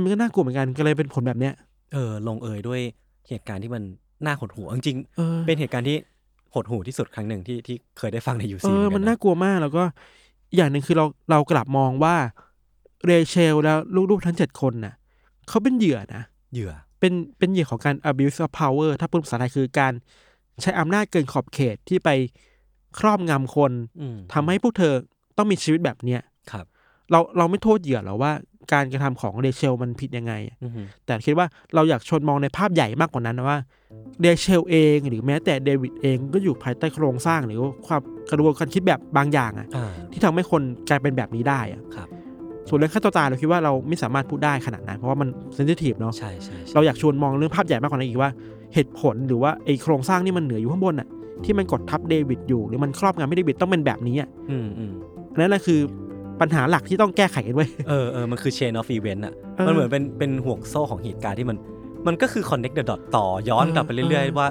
Speaker 3: มันก็น่ากลัวเหมือนกัน ก็เลยเป็นผลแบบเนี้ย
Speaker 2: เออลงเอยด้วยเหตุการณ์ที่มันน่าหดหู่จริง
Speaker 3: เออ
Speaker 2: ๆเป็นเหตุการณ์ที่หดหู่ที่สุดครั้งหนึ่งที่ที่เคยได้ฟังในยู
Speaker 3: เอ
Speaker 2: ซี
Speaker 3: อ มันน่ากลัวมาก แล้วก็อย่างหนึ่งคือเราเรากลับมองว่าเรเชลแล้วลูกๆทั้งเจ็ดคนน่ะเขาเป็นเหยื่อนะ
Speaker 2: เหยื่อ
Speaker 3: เป็นเป็นเหยื่อของการ abuse of power ถ้าพูดภาษาไทยคือการใช้อำนาจเกินขอบเขตที่ไปครอบงำคน
Speaker 2: อืม
Speaker 3: ทำให้พวกเธอต้องมีชีวิตแบบเนี้ย
Speaker 2: ครับ
Speaker 3: เราเราไม่โทษเหยื่อหรอกว่าการกระทำของเรเชลมันผิดยังไง
Speaker 2: อือฮึ
Speaker 3: แต่คิดว่าเราอยากชวนมองในภาพใหญ่มากกว่านั้นนะว่าเรเชลเองหรือแม้แต่เดวิดเองก็อยู่ภายใต้โครงสร้างหรือความกระบวนการคิดแบบบางอย่างอะ
Speaker 2: อ่า
Speaker 3: ที่ทำให้คนกลายเป็นแบบนี้ได้อะ
Speaker 2: ครับ
Speaker 3: ส่วนเรื่องฆ่าตัวตายเราคิดว่าเราไม่สามารถพูดได้ขนาดนั้น เพราะว่ามันเซนซิทีฟเนาะ
Speaker 2: ใช่ใช่ใช่
Speaker 3: เราอยากชวนมองเรื่องภาพใหญ่มากกว่านั้นอีกว่าเหตุผลหรือว่าไอ้โครงสร้างนี่มันเหนืออยู่ข้างบนอะที่มันกดทับเดวิดอยู่หรือมันครอบงำให้เดวิดต้องเป็นแบบนี้อะ
Speaker 2: อืมอืม
Speaker 3: อันนั่นแหละคือปัญหาหลักที่ต้องแก้ไขกันเว้ย
Speaker 2: เออเออมันคือ chain of event อ่ะ
Speaker 3: เออ
Speaker 2: มันเหมือนเป็นเป็นห่วงโซ่ของเหตุการณ์ที่มัน มันก็คือ connect the dot ต่อย้อน
Speaker 3: เออก
Speaker 2: ลับไปเรื่อย
Speaker 3: เออ
Speaker 2: ๆ ว่า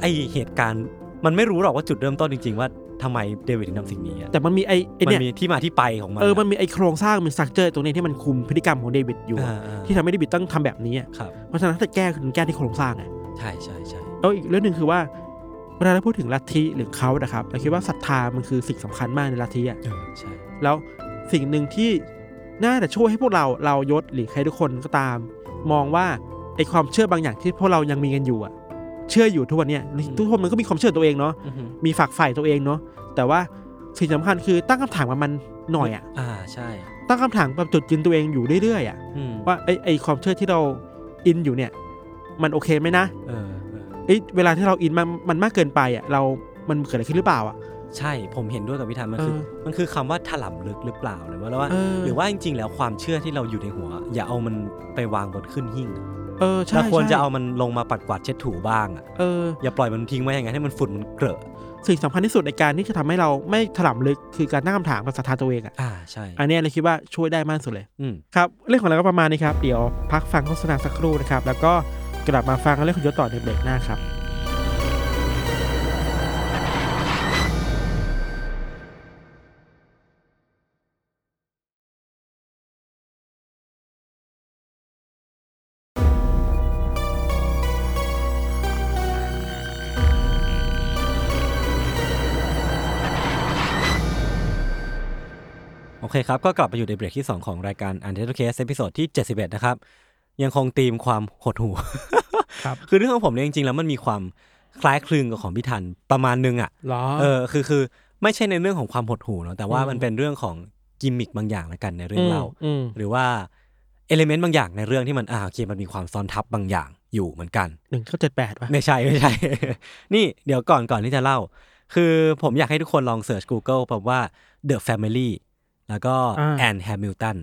Speaker 2: ไอเหตุการณ์มันไม่รู้หรอกว่าจุดเริ่มต้นจริง ๆ ว่าทำไมเดวิดถึงทำสิ่งนี้อะ
Speaker 3: แต่มันมีไอ้ไอ้
Speaker 2: มัน
Speaker 3: เนี่ย
Speaker 2: มีที่มาที่ไปของมัน
Speaker 3: เออมันมีไอ้โครงสร้างมันสักเจอตรงนี้ที่มันคุมพฤติกรรมของเดวิดอยู่อะ
Speaker 2: อ่าอ่า
Speaker 3: ที่ทำให้เดวิดต้องทำแบบนี้อะ
Speaker 2: ครับ
Speaker 3: เพราะฉะนั้นถ้าแก้คือแก้ที่โครงสร้างไง
Speaker 2: ใช่ใช่ใช่
Speaker 3: แล้วอีกเรื่องหนึ่งคือว่าเวลาเราพูดถึงลัทธิหรือเขานะครับเราคิดว่าศรัทธามันคือสิ่งสำคัญมากในลัทธิอ่ะ
Speaker 2: เออใช่
Speaker 3: แล้วสิ่งหนึ่งที่น่าจะช่วยให้พวกเราเรายศหรือใครทุกคนก็ตาม มองว่าไอความเชื่อบางอย่างที่พวกเรายังมีกันอยู่อ่ะ เชื่ออยู่ทุกวันเนี้ยทุกคนมันก็มีความเชื่อตัวเองเนาะ
Speaker 2: อือฮึ
Speaker 3: มีฝักใฝ่ตัวเองเนาะแต่ว่าสิ่งสำคัญคือตั้งคำถามกับมันหน่อยอ่ะ
Speaker 2: อ่าใช่
Speaker 3: ตั้งคำถามกับจุดยืนตัวเองอยู่เรื่อยๆอ่ะ
Speaker 2: อืม
Speaker 3: ว่าไอไอความเชื่อที่เราอินอยู่เนี่ย มันโอเคไหมนะ
Speaker 2: เออเออ
Speaker 3: เอ้ยเวลาที่เราอินมันมันมากเกินไปอ่ะเรา มันเกิดอะไรขึ้นหรือเปล่าอ่ะ
Speaker 2: ใช่ผมเห็นด้วยกับพิธานมัน
Speaker 3: เออ
Speaker 2: คือมันคือคำว่าถล่มลึกหรือเปล่าหรือว่าแล้วว่า
Speaker 3: เออ
Speaker 2: หรือว่าจริง ๆ แล้วความเชื่อที่เราอยู่ในหัว อย่าเอามันไปวางบนขึ้นหิ้งอะ
Speaker 3: เออใช่
Speaker 2: เราควรจะเอา
Speaker 3: ใช่
Speaker 2: มันลงมาปัดกวาดเช็ดถูบ้างอ่ะ
Speaker 3: เออ
Speaker 2: อย่าปล่อยมันทิ้งไว้อย่างนั้นให้มันฝุ่นมันเกลอะ
Speaker 3: สิ่งสำคัญที่สุดในการที่จะทำให้เราไม่ถลำลึกคือการตั้งคำถามกับศรัทธาตัวเองอ่ะ
Speaker 2: อ่าใช่
Speaker 3: อันเนี้ยเราคิดว่าช่วยได้มากสุดเลย
Speaker 2: อืม
Speaker 3: ครับเรื่องของเราก็ประมาณนี้ครับเดี๋ยวพักฟังโฆษณาสักครู่นะครับแล้วก็กลับมาฟังเรื่องของยศต่อในเบรกหน้าครับ
Speaker 2: โอเคครับ ก็กลับมาอยู่ในเบรกที่ 2 ของรายการ u n t e r Case เอพิโซดที่ 71 นะครับ ยังคงธีมความหดหู่
Speaker 3: ครับ
Speaker 2: คือเรื่องของผมเนี่ยจริง ๆ แล้วมันมีความคล้ายคลึงกับของพิธันประมาณนึงอ่ะ
Speaker 3: หรอ
Speaker 2: เออคือคือไม่ใช่ในเรื่องของความหดหู่เนาะแต่ว่า
Speaker 3: อืม
Speaker 2: มันเป็นเรื่องของกิมมิคบางอย่างละกันในเรื่องเล่า
Speaker 3: อืม
Speaker 2: หรือว่าเอลเมนต์บางอย่างในเรื่องที่มันอ่าโอเคมันมีความซ้อนทับบางอย่างอยู่เหมือนกัน
Speaker 3: หนึ่งเก้าเจ็ดแปดป่ะ
Speaker 2: ไม่ใช่ไม่ใช่ นี่เดี๋ยวก่อนก่อนที่จะเล่า คือผมอยากให้ทุกคนลองเสิร์ช Google แบบว่า The Family แล้วก็แอนแฮมิลตัน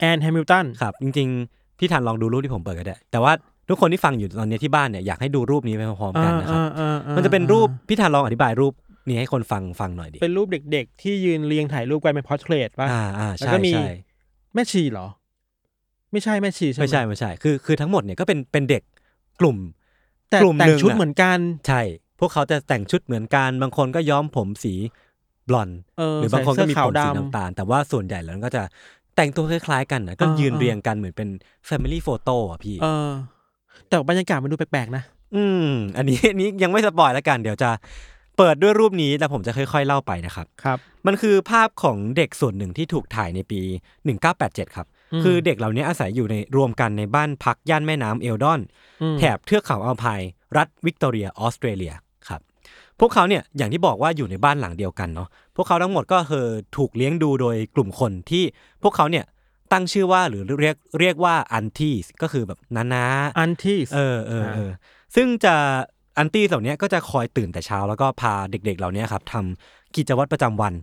Speaker 3: แอนแฮมิลตัน
Speaker 2: ครับ จริงๆ พี่ทันลองดูรูปที่ผมเปิดก็ได้ แต่ว่าทุกคนที่ฟังอยู่ตอนนี้ที่บ้านเนี่ยอยากให้ดูรูปนี้ไปพร้อมๆกันนะครับ มันจะเป็นรูปพี่ทันลองอธิบายรูปนี้ให้คนฟังฟังหน่อยดิ
Speaker 3: เป็นรูปเด็กๆ ที่ยืนเรียงถ่ายรูปกันเป็นพอร์เทรตป่ะ
Speaker 2: อ่าอ่า
Speaker 3: แล้ว
Speaker 2: ใช่
Speaker 3: ก็มี
Speaker 2: ใช่
Speaker 3: แม่ชีเหรอ ไม่ใช่แม่ชีใช่ห
Speaker 2: ไม่ใช่ไม่ใช่คือคือทั้งหมดเนี่ยก็เป็นเป็นเด็กกลุ่ม
Speaker 3: แต่
Speaker 2: กลุ่ม
Speaker 3: แต่
Speaker 2: ห
Speaker 3: ง
Speaker 2: นึ่ง
Speaker 3: ชุด
Speaker 2: อะ
Speaker 3: เหมือนกัน
Speaker 2: ใช่ พวกเขาจะแต่งชุดเหมือนกัน บางคนก็ย้อมผมสีบลอนด์
Speaker 3: เออ
Speaker 2: หรือบางคนก็มีผมสี
Speaker 3: ใส่เสื้อขาวดำ
Speaker 2: น้ำตาล แต่ว่าส่วนใหญ่แล้วก็จะแต่งตัวคล้ายๆกันนะก็
Speaker 3: อ่า
Speaker 2: ยืน
Speaker 3: อ่า
Speaker 2: เรียงกันเหมือนเป็น Family Photo อ่ะพี่
Speaker 3: เออ แต่บรรยากาศมันดูแปลกๆนะ
Speaker 2: อืม อันนี้ อันนี้ยังไม่สปอยแล้วกัน เดี๋ยวจะเปิดด้วยรูปนี้แล้วผมจะค่อย ๆ เล่าไปนะครับ
Speaker 3: ครับ
Speaker 2: มันคือภาพของเด็กส่วนหนึ่งที่ถูกถ่ายในปี 1987 ครับ
Speaker 3: อืม
Speaker 2: คือเด็กเหล่านี้อาศัยอยู่ในรวมกันในบ้านพักย่านแม่น้ำเอลดอน
Speaker 3: อืม
Speaker 2: แถบเทือกเขาอัลไพน์รัฐวิกตอเรียออสเตรเลียครับ พวกเขาเนี่ยอย่างที่บอกว่าอยู่ในบ้านหลังเดียวกันเนาะพวกเขาทั้งหมดก็คือถูกเลี้ยงดูโดยกลุ่มคนที่พวกเขาเนี่ยตั้งชื่อว่าหรือเรียกเรียกว่าอันทีก็คือแบบนานา
Speaker 3: อันที่
Speaker 2: เออเออเออ
Speaker 3: อ่า
Speaker 2: ซึ่งจะอันตี้เหล่าเนี้ยก็จะคอยตื่นแต่เช้าแล้วก็พาเด็กๆ เหล่าเนี้ยครับทำกิจวัตรประจำวัน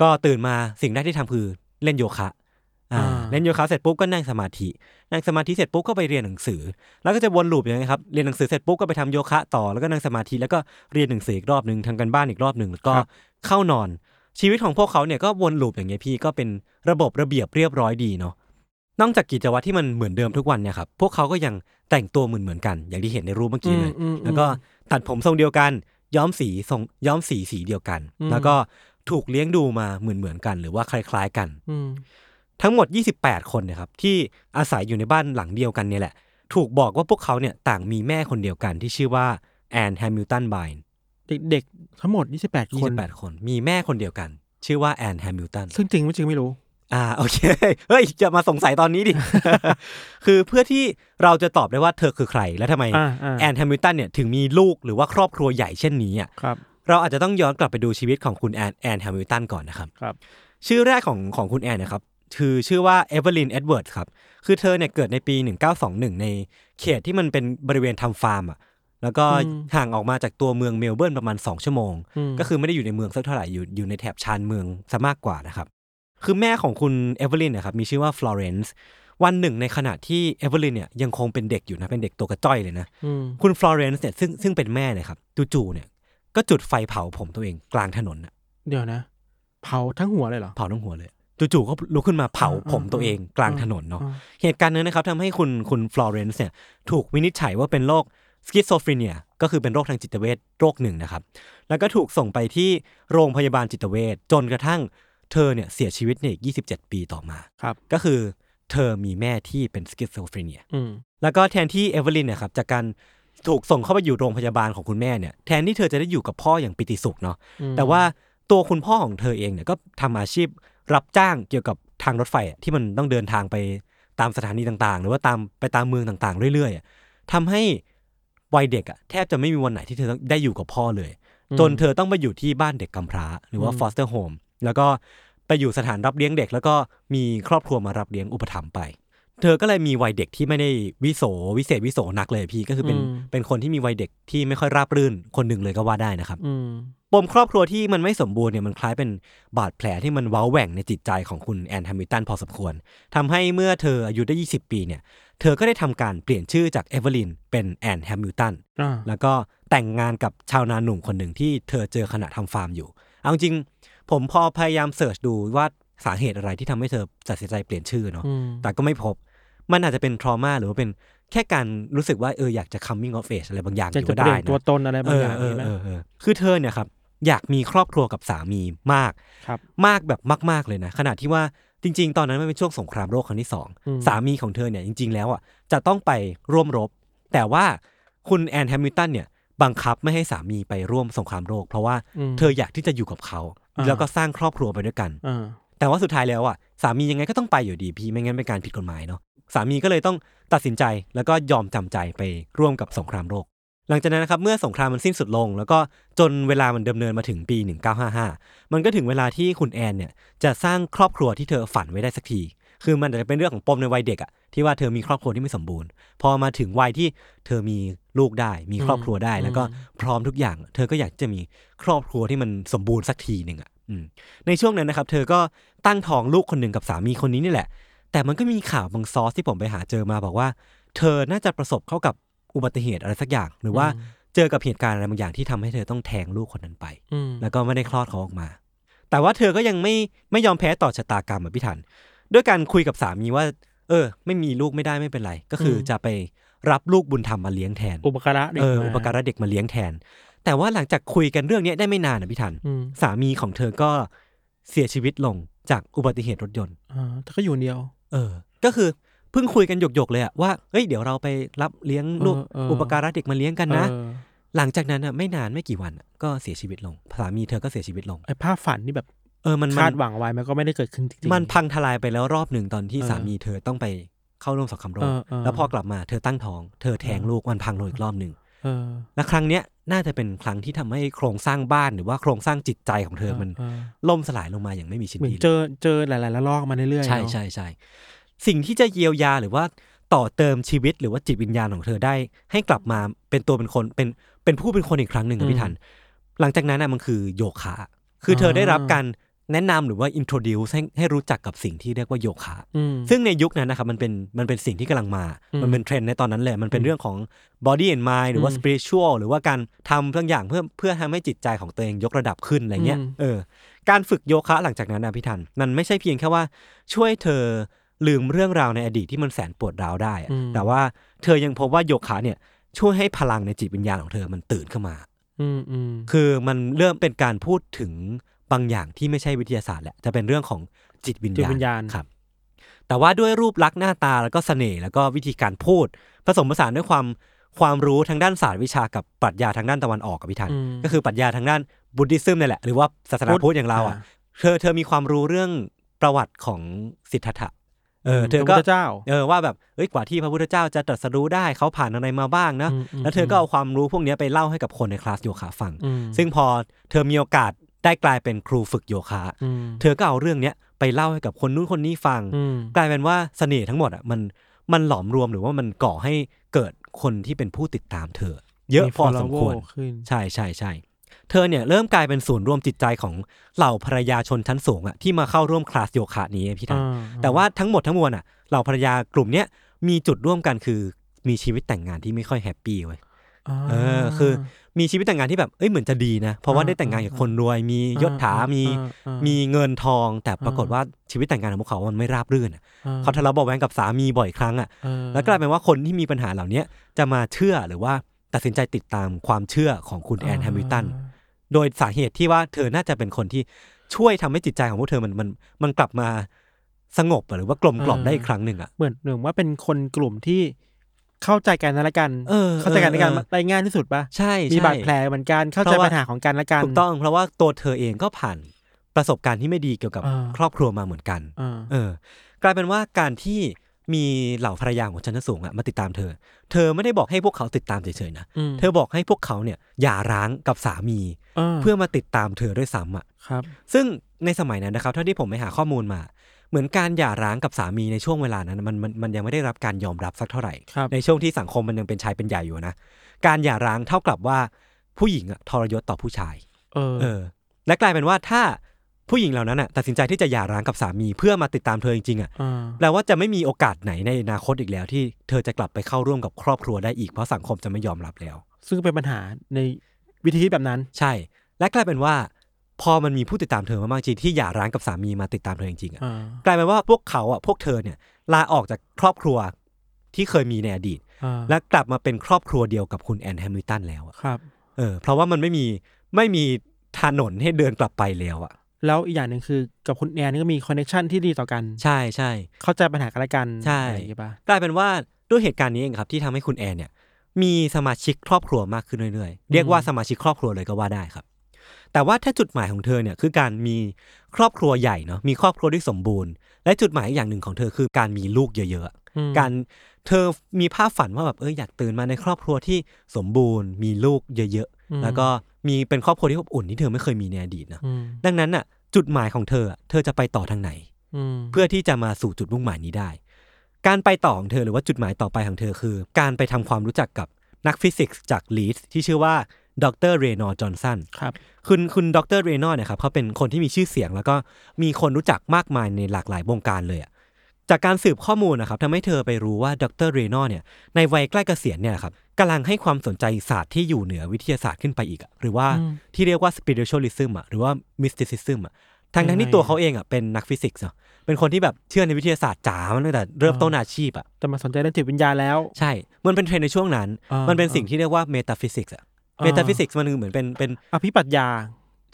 Speaker 2: ก็ตื่นมาสิ่งแรกที่ทำคือเล่นโยคะอ่า
Speaker 3: อ่า
Speaker 2: เล่นโยคะเสร็จปุ๊บก็นั่งสมาธิ นั่งสมาธิเสร็จปุ๊บก็ไปเรียนหนังสือ แล้วก็จะวนลูปอย่างนี้ยครับ เรียนหนังสือเสร็จปุ๊บก็ไปทำโยคะต่อ แล้วก็นั่งสมาธิ แล้วก็เรียนหนังสืออีกรอบหนึ่งทำกันบ้านอีกรอบหนึ่งแล้วก็
Speaker 3: ครับ
Speaker 2: เข้านอน ชีวิตของพวกเขาเนี่ยก็วนลูปอย่างเงี้ยพี่ก็เป็นระบบระเบียบเรียบร้อยดีเนาะ นอกจากกิจวัตรที่มันเหมือนเดิมทุกวันเนี่ยครับ พวกเขาก็ยังแต่งตัวเหมือนเหมือนๆกัน อย่างที่เห็นในรูปเมื่อกี้เลย
Speaker 3: อืมอืมอืม
Speaker 2: แล้วก็ตัดผมทรงเดียวกัน ย้อมสีทรงย้อมสีสีเดียวกัน
Speaker 3: อืม
Speaker 2: แล้วก็ถูกเลี้ยงดูมาเหมือนเหมือนๆกัน หรือว่าคล้าย ๆ กัน
Speaker 3: อืม
Speaker 2: ทั้งหมด 28 คนเนะครับที่อาศัยอยู่ในบ้านหลังเดียวกันเนี่ยแหละ ถูกบอกว่าพวกเขาเนี่ยต่างมีแม่คนเดียวกันที่ชื่อว่าแอนแฮมิลตันไบน์
Speaker 3: เด็กๆ ทั้งหมด 28 คน
Speaker 2: 28 คน มีแม่คนเดียวกัน ชื่อว่าแอนแฮมิลตัน
Speaker 3: ซึ่งจริงไม่จริงไม่รู้
Speaker 2: อ่าโอเค เฮ้ย จะมาสงสัยตอนนี้ดิ คือเพื่อที่เราจะตอบได้ว่าเธอคือใคร และทำไม
Speaker 3: อ่าอ่า
Speaker 2: แอนแฮมิลตันเนี่ยถึงมีลูกหรือว่าครอบครัวใหญ่เช่นนี้อ่ะ
Speaker 3: ครับ
Speaker 2: เราอาจจะต้องย้อนกลับไปดูชีวิตของคุณแอนแอนแฮมิลตันก่อนนะครับ
Speaker 3: ครับ
Speaker 2: ชื่อแรกของของคุณแอนนะครับคือชื่อว่าเอเวอร์ลินเอ็ดเวิร์ดครับ คือเธอเนี่ยเกิดในปี 1921 ในเขตที่มันเป็นบริเวณทำฟาร์มอ่ะแล้วก็
Speaker 3: อืม
Speaker 2: ห่างออกมาจากตัวเมืองเมลเบิร์นประมาณ 2 ชั่วโมง
Speaker 3: อืม
Speaker 2: ก็คือไม่ได้อยู่ในเมืองสักเท่าไหร่อยู่อยู่ในแถบชานเมืองซะมากกว่านะครับ คือแม่ของคุณเอเวอร์ลินนะครับมีชื่อว่าฟลอเรนซ์วันหนึ่งในขณะที่เอเวอร์ลินเนี่ยยังคงเป็นเด็กอยู่นะเป็นเด็กตัวกระจ้อยเลยนะ
Speaker 3: อืม
Speaker 2: คุณฟลอเรนซ์เนี่ยซึ่งซึ่งเป็นแม่เนะครับจู่ๆเนี่ยก็จุดไฟเผาผมตัวเองกลางถนนน่ะ
Speaker 3: เดี๋ยวนะ เผาทั้งหัวเลยเหรอ
Speaker 2: เผาทั้งหัวเลยจู่ๆก็ลุกขึ้นมาเผา
Speaker 3: อ่า
Speaker 2: ผมตัวเองกลาง
Speaker 3: อ่า
Speaker 2: ถนนเนาะ
Speaker 3: อ๋อ
Speaker 2: เหตุการณ์นั้นนะครับทำให้คุณคุณฟลอเรนซ์เนี่ยถูกวินิจฉัยว่าเป็นโรคสกิสโซฟรีเนียก็คือเป็นโรคทางจิตเวชโรคหนึ่งนะครับ แล้วก็ถูกส่งไปที่โรงพยาบาลจิตเวชจนกระทั่งเธอเนี่ยเสียชีวิตในอีก 27 ปีต่อมา
Speaker 3: ครับ
Speaker 2: ก็คือเธอมีแม่ที่เป็นสกิสโซฟรีเนีย
Speaker 3: อืม
Speaker 2: แล้วก็แทนที่เอเวอร์ลินเนยครับจากการถูกส่งเข้าไปอยู่โรงพยาบาลของคุณแม่เนี่ยแทนที่เธอจะได้อยู่กับพ่ออย่างปิติสุขเนาะ
Speaker 3: อืม
Speaker 2: แต่ว่าตัวคุณพ่อของเธอเองเนี่ยก็ทำอาชีพรับจ้างเกี่ยวกับทางรถไฟอะที่มันต้องเดินทางไปตามสถานีต่างๆ หรือว่าตามไปตามเมืองต่างๆ เรื่อยๆอะทำให้วัยเด็กอะแทบจะไม่มีวันไหนที่เธอต้องได้อยู่กับพ่อเลย จนเธอต้องไปอยู่ที่บ้านเด็กกำพร้า หรือว่า foster home แล้วก็ไปอยู่สถานรับเลี้ยงเด็ก แล้วก็มีครอบครัวมารับเลี้ยงอุปถัมภ์ไป เธอก็เลยมีวัยเด็กที่ไม่ได้วิโสวิเศษวิโสนักเลยพี่ก็คือเป็นเป็นคนที่มีวัยเด็กที่ไม่ค่อยราบรื่นคนหนึ่งเลยก็ว่าได้นะครับ
Speaker 3: อืม
Speaker 2: ปมครอบครัวที่มันไม่สมบูรณ์เนี่ยมันคล้ายเป็นบาดแผลที่มันเว้าแหว่งในจิตใจของคุณแอนแฮมิลตันพอสมควรทำให้เมื่อเธออายุได้ 20 ปีเนี่ยเธอก็ได้ทำการเปลี่ยนชื่อจากเอเวอร์ลินเป็นแอนแฮมิลตัน
Speaker 3: อ่า
Speaker 2: แล้วก็แต่งงานกับชาวนาหนุ่มคนหนึ่งที่เธอเจอขณะทำฟาร์มอยู่ เอาจริงๆผมพอพยายามเสิร์ชดูว่าสาเหตุอะไรที่ทำให้เธอตัดสินใจเปลี่ยนชื่อเนาะ
Speaker 3: อืม
Speaker 2: แต่ก็ไม่พบ มันอาจจะเป็นทรมาหรือว่าเป็นแค่การรู้สึกว่าเอออยากจะ coming of age อะไรบางอย่างอ
Speaker 3: จะ
Speaker 2: ยู่
Speaker 3: จะ
Speaker 2: ก็
Speaker 3: เป
Speaker 2: ได้
Speaker 3: ลี่ยน
Speaker 2: นะ
Speaker 3: ตัวตนอะ
Speaker 2: เอบ
Speaker 3: ไรางอ
Speaker 2: อย่าง เออ
Speaker 3: นี้นะ
Speaker 2: เออเออคือเธอเนี่ยครับอยากมีครอบครัวกับสามีมาก
Speaker 3: ครับ
Speaker 2: มากแบบมากๆเลยนะขณะที่ว่าจริง ๆ ตอนนั้นมันเป็นช่วงสงครามโลกครั้งที่สอง
Speaker 3: อืม
Speaker 2: สามีของเธอเนี่ยจริง ๆ แล้วอ่ะจะต้องไปร่วมรบ แต่ว่าคุณแอนแฮมิลตันเนี่ยบังคับไม่ให้สามีไปร่วมสงครามโลก เพราะว่า
Speaker 3: อืม
Speaker 2: เธออยากที่จะอยู่กับเขา
Speaker 3: อ่า
Speaker 2: แล้วก็สร้างครอบครัวไปด้วยกัน
Speaker 3: อ่า
Speaker 2: แต่ว่าสุดท้ายแล้วอ่ะสามียังไงก็ต้องไปอยู่ดีพี่ไม่งั้นเป็นการผิดกฎหมายเนาะสามีก็เลยต้องตัดสินใจแล้วก็ยอมจำใจไปร่วมกับสงครามโลก หลังจากนั้นนะครับเมื่อสงครามมันสิ้นสุดลง แล้วก็จนเวลามันดำเนินมาถึงปี 1955 มันก็ถึงเวลาที่คุณแอนเนี่ยจะสร้างครอบครัวที่เธอฝันไว้ได้สักที คือมันอาจจะเป็นเรื่องของปมในวัยเด็กอะที่ว่าเธอมีครอบครัวที่ไม่สมบูรณ์ พอมาถึงวัยที่เธอมีลูกได้ มีครอบครัวได้ แล้วก็พร้อมทุกอย่าง เธอก็อยากจะมีครอบครัวที่มันสมบูรณ์สักทีหนึ่งอะอืม ในช่วงนั้นนะครับ เธอก็ตั้งท้องลูกคนหนึ่งกับสามีคนนี้นี่แหละ แต่มันก็มีข่าวบางซอสที่ผมไปหาเจอมาบอกว่า เธอน่าจะประสบเข้ากับอุบัติเหตุอะไรสักอย่าง หรือว่าเจอกับเหตุการณ์อะไรบางอย่างที่ทำให้เธอต้องแทงลูกคนนั้นไป
Speaker 3: อืม
Speaker 2: แล้วก็ไม่ได้คลอดเขาออกมา แต่ว่าเธอก็ยังไม่ไม่ยอมแพ้ต่อชะตากรรมอะพี่ทัน ด้วยการคุยกับสามีว่า เออ ไม่มีลูกไม่ได้ไม่เป็นไร ก็คือจะไปรับลูกบุญธรรมมาเลี้ยงแทน
Speaker 3: อุปการะเด็ก
Speaker 2: เออ
Speaker 3: ม
Speaker 2: อุปการะเด็กมาเลี้ยงแทน แต่ว่าหลังจากคุยกันเรื่องเนี้ยได้ไม่นานนะพี่ทัน
Speaker 3: อืม
Speaker 2: สามีของเธอก็เสียชีวิตลงจากอุบัติเหตุรถยนต์
Speaker 3: อ่าแต่ก็อยู่คนเดียว
Speaker 2: เออ ก็คือเพิ่งคุยกันหยกๆเลยอะว่า เอ้ย เดี๋ยวเราไปรับเลี้ยงลูก
Speaker 3: เออเอออุ
Speaker 2: อุปการะเด็กมาเลี้ยงกันนะ
Speaker 3: เออ
Speaker 2: หลังจากนั้นอะไม่นานไม่กี่วันอะก็เสียชีวิตลง สามีเธอก็เสียชีวิตลง
Speaker 3: ไอ้ภาพฝันนี่แบบ
Speaker 2: เออ มันมั
Speaker 3: คาด
Speaker 2: น
Speaker 3: หวังไว้มันก็ไม่ได้เกิดขึ้นจริงๆ
Speaker 2: มันพังทลายไปแล้วรอบหนึ่งตอนที่
Speaker 3: เออ
Speaker 2: สามีเธอต้องไปเข้าร่วมสงครามโล
Speaker 3: เอก อเออ
Speaker 2: แล้วพอกลับมาเธอตั้งท้อง เธอแทงลูกมันพังลงอีกรอบหนึ่ง
Speaker 3: เออ
Speaker 2: และครั้งเนี้ยน่าจะเป็นครั้งที่ทำให้โครงสร้างบ้านหรือว่าโครงสร้างจิตใจของเธอมัน
Speaker 3: เออ
Speaker 2: ล่มสลายลงมาอย่างไม่มีชิ้น
Speaker 3: เหมือน
Speaker 2: ดี
Speaker 3: เจ
Speaker 2: เลย
Speaker 3: อเจอหลายๆระลอกมาเรื่อยๆ
Speaker 2: ใช่
Speaker 3: เนอะ
Speaker 2: ใช่ใช่สิ่งที่จะเยียวยาหรือว่าต่อเติมชีวิตหรือว่าจิตวิญญาณของเธอได้ ให้กลับมาเป็นตัวเป็นคนเป็นเป็นผู้เป็นคนอีกครั้งหนึ่งอะพี่ทัน หลังจากนั้นน่ะมันคือโยคะ คือเธอได้รับการแนะนำหรือว่า introduce ให้ให้รู้จักกับสิ่งที่เรียกว่าโยคะ
Speaker 3: อืม
Speaker 2: ซึ่งในยุคนั้นนะครับมันเป็นมันเป็นสิ่งที่กำลังมา
Speaker 3: อืม
Speaker 2: มันเป็นเทรนด์ในตอนนั้นเลย มันเป็นเรื่องของ body and mind หรือว่า
Speaker 3: อืม
Speaker 2: spiritual หรือว่าการทำเพื่ออย่างเพื่อเพื่อทำให้จิตใจของตัวเองยกระดับขึ้นอะไรเงี้ย
Speaker 3: อืม
Speaker 2: เออการฝึกโยคะหลังจากนั้นนะพี่ทัน มันไม่ใช่เพียงแค่ว่าช่วยเธอลืมเรื่องราวในอดีตที่มันแสนปวดร้าวได้อะแต่ว่าเธอยังพบว่าโยคะเนี่ยช่วยให้พลังในจิตวิญญาณของเธอมันตื่นขึ้นมา
Speaker 3: อืมอืม
Speaker 2: คือมันเริ่มเป็นการพูดถึงบางอย่างที่ไม่ใช่วิทยาศาสตร์แหละจะเป็นเรื่องของจิตวิญ
Speaker 3: จิ
Speaker 2: ญาณ
Speaker 3: ตวิญญาณ
Speaker 2: ครับ แต่ว่าด้วยรูปลักษณ์หน้าตาแล้วก็เสน่ห์แล้วก็วิธีการพูด ผสมผสานด้วยความความรู้ทางด้านศาสตร์วิชากับปรัชญาทางด้านตะวันออกกับพิธัน
Speaker 3: ม
Speaker 2: ก็คือปรัชญาทางด้านบุติซึมนี่แหละ หรือว่าศาสนา
Speaker 3: พุทธ
Speaker 2: พุทธอย่างเราอ่ะ
Speaker 3: อ่า
Speaker 2: เธอเธอมีความรู้เรื่องประวัติของสิทธัตถะเออเธอ
Speaker 3: พ
Speaker 2: ก็
Speaker 3: ระพุทธเจ้า
Speaker 2: เออว่าแบบเอ้ยกว่าที่พระพุทธเจ้าจะตรัสรู้ได้เขาผ่านอะไรมาบ้างนะ
Speaker 3: อืมม
Speaker 2: แล้วเธอก็เอาความรู้พวกเนี้ยไปเล่าให้กับคนในคลาสโยคะฟัง
Speaker 3: อืม
Speaker 2: ซึ่งพอเธอมีโอกาสได้กลายเป็นครูฝึกโยคะ
Speaker 3: อืม
Speaker 2: เธอก็เอาเรื่องเนี้ยไปเล่าให้กับคนนู้นคนนี้ฟัง
Speaker 3: อืม
Speaker 2: กลายเป็นว่าเสน่ห์ทั้งหมดอ่ะมันมันหลอมรวมหรือว่ามันก่อให้เกิดคนที่เป็นผู้ติดตามเธอ เยอะ
Speaker 3: มี
Speaker 2: พอสมควร
Speaker 3: follower ขึ้น
Speaker 2: ใช่ใช่ใช่ เธอเนี่ยเริ่มกลายเป็นศูนย์รวมจิตใจของเหล่าภรรยาชนชั้นสูงอะที่มาเข้าร่วมคลาสโยคะนี้พี่ทัน
Speaker 3: อ่
Speaker 2: แต่ว่าทั้งหมดทั้งมวลอ่ะเหล่าภรรยากลุ่มเนี้ยมีจุดร่วมกันคือมีชีวิตแต่งงานที่ไม่ค่อยแฮปปี้เว้ย
Speaker 3: า
Speaker 2: เออคือ มีชีวิตแต่งงานที่แบบเอ้ยเหมือนจะดีนะ เพราะว่า
Speaker 3: อ่า
Speaker 2: ได้แต่งงานกับ
Speaker 3: อ่า
Speaker 2: คนรวย มียศถามี
Speaker 3: อ่าอ่า
Speaker 2: มีเงินทอง แต่ปรากฏว่าชีวิตแต่งงานของพวกเขา มันไม่ราบรื่นอะ
Speaker 3: อ่
Speaker 2: เขาทะเลาะเบาะแว้งกับสามีบ่อยครั้งอ่ะ
Speaker 3: เออ
Speaker 2: แล้วกลายเป็นว่าคนที่มีปัญหาเหล่าเนี้ยจะมาเชื่อหรือว่าตัดสินใจติดตามความเชื่อของคุณแอนแฮมิลตัน โดยสาเหตุที่ว่าเธอน่าจะเป็นคนที่ช่วยทำให้จิตใจของพวกเธอมันมันมันกลับมาสงบอะหรือว่ากลมกล่อมได้อีกครั้งหนึ่งอ่ะ
Speaker 3: เหมือนเหมือนว่าเป็นคนกลุ่มที่เข้าใจกันและกัน
Speaker 2: เออ
Speaker 3: ใจกันและกัน
Speaker 2: เออ
Speaker 3: ได้ง่ายที่สุดปะ
Speaker 2: ใช่ใช่
Speaker 3: มีบาดแผลเหมือนกันเข้า
Speaker 2: เพ
Speaker 3: ใจ
Speaker 2: ราะว่า
Speaker 3: ปัญหาของกันและกัน
Speaker 2: ถูกต้องเพราะว่าตัวเธอเองก็ผ่านประสบการณ์ที่ไม่ดีเกี่ยวกับ
Speaker 3: อ่า
Speaker 2: ครอบครัวมาเหมือนกัน
Speaker 3: อ่า
Speaker 2: เออ กลายเป็นว่าการที่มีเหล่าภรรยาของชั้นสูงอะมาติดตามเธอ เธอไม่ได้บอกให้พวกเขาติดตามเฉยๆนะ
Speaker 3: ม
Speaker 2: เธอบอกให้พวกเขาเนี่ยหย่าร้างกับสามี
Speaker 3: า
Speaker 2: เพื่อมาติดตามเธอด้วยซ้ำอะ
Speaker 3: ครับ
Speaker 2: ซึ่งในสมัยนั้นนะครับเท่าที่ผมไปหาข้อมูลมา เหมือนการหย่าร้างกับสามีในช่วงเวลานั้นมันมันมันยังไม่ได้รับการยอมรับสักเท่าไหร่
Speaker 3: ครับ
Speaker 2: ในช่วงที่สังคมมันยังเป็นชายเป็นใหญ่อยู่นะการหย่าร้างเท่ากับว่าผู้หญิงอะทรยศต่อผู้ชาย
Speaker 3: เออ
Speaker 2: เออและกลายเป็นว่าถ้าผู้หญิงเหล่านั้นน่ะตัดสินใจที่จะหย่าร้างกับสามีเพื่อมาติดตามเธอจริงๆอ่ะ
Speaker 3: อ่า
Speaker 2: แปลว่าจะไม่มีโอกาสไหนในอนาคตอีกแล้วที่เธอจะกลับไปเข้าร่วมกับครอบครัวได้อีกเพราะสังคมจะไม่ยอมรับแล้ว
Speaker 3: ซึ่งเป็นปัญหาในวิธีคิดแบบนั้น
Speaker 2: ใช่ และกลายเป็นว่า พอมันมีผู้ติดตามเธอมากๆจริงที่หย่าร้างกับสามีมาติดตามเธอจริงๆอ่ะ
Speaker 3: อ่าก
Speaker 2: ลายเป็นว่าพวกเขาอ่ะพวกเธอเนี่ยลาออกจากครอบครัวที่เคยมีในอดีต
Speaker 3: อ่า
Speaker 2: และกลับมาเป็นครอบครัวเดียวกับคุณแอนแฮมิลตันแล้วอะ
Speaker 3: ครับ
Speaker 2: เออเพราะว่ามันไม่มีไม่มีถนนให้เดินกลับไปแล้วอ่ะ
Speaker 3: แล้วอีกอย่างหนึ่งคือกับคุณแอนนี่ก็มีคอนเนคชันที่ดีต่อกัน
Speaker 2: ใช่ใช่
Speaker 3: เข้าใจปัญหากันและกัน
Speaker 2: ใช่
Speaker 3: อะไรอย่างงี้ปะ
Speaker 2: กลายเป็นว่าด้วยเหตุการณ์นี้เองครับที่ทำให้คุณแอนเนี่ยมีสมาชิกครอบครัวมากขึ้นเรื่อยๆ เรียกว่าสมาชิกครอบครัวเลยก็ว่าได้ครับ แต่ว่าถ้าจุดหมายของเธอเนี่ยคือการมีครอบครัวใหญ่เนาะมีครอบครัวที่สมบูรณ์ และจุดหมายอย่างหนึ่งของเธอคือการมีลูกเยอะ
Speaker 3: อืม
Speaker 2: ๆ การเธอมีภาพฝันว่าแบบเอออยากตื่นมาในครอบครัวที่สมบูรณ์ มีลูกเยอะ
Speaker 3: อื
Speaker 2: ๆ
Speaker 3: ม
Speaker 2: แล้วก็มีเป็นครอบครัวที่อบอุ่นที่เธอไม่เคยมีในอดีตนะ
Speaker 3: อืม
Speaker 2: ดังนั้นน่ะจุดหมายของเธออะเธอจะไปต่อทางไหน
Speaker 3: อืม
Speaker 2: เพื่อที่จะมาสู่จุดมุ่งหมายนี้ได้ การไปต่อของเธอหรือว่าจุดหมายต่อไปของเธอคือ การไปทำความรู้จักกับนักฟิสิกส์จากลีดส์ที่ชื่อว่าดรเรนอร์จอห์นสัน
Speaker 3: ครับ
Speaker 2: คุณคุณดรเรนอร์เนี่ยครับเขาเป็นคนที่มีชื่อเสียง แล้วก็มีคนรู้จักมากมายในหลากหลายวงการเลยอะจากการสืบข้อมูลนะครับทำให้เธอไปรู้ว่าดรเรนอร์เนี่ยในวัยใกล้เกษียณเนี่ยครับกำลังให้ความสนใจศาสตร์ที่อยู่เหนือวิทยาศาสตร์ขึ้นไปอีกอะหรือว่า
Speaker 3: อืม
Speaker 2: ที่เรียกว่า spiritualism อะหรือว่า mysticism อะทั้ง
Speaker 3: ยั
Speaker 2: ทั้ง
Speaker 3: งไง
Speaker 2: ที่ตัวเขาเองอะเป็นนักฟิสิกส์เนาะเป็นคนที่แบบเชื่อในวิทยาศาสตร์จ๋ามาตั้งแต่เริ่ม
Speaker 3: อ่า
Speaker 2: ต้นอาชีพอะ
Speaker 3: แต่มาสนใจเรื่องจิตวิญญาณแล้ว
Speaker 2: ใช่ มันเป็นเทรนด์ในช่วงนั้น
Speaker 3: อ่ามั
Speaker 2: มันเป็นสิ่งที่เรียกว่าเมตาฟิสิกส์อะ
Speaker 3: อ่า
Speaker 2: เมตาฟิสิกส์มันคือเหมือนเป็นเป็น
Speaker 3: อภิปรัชญา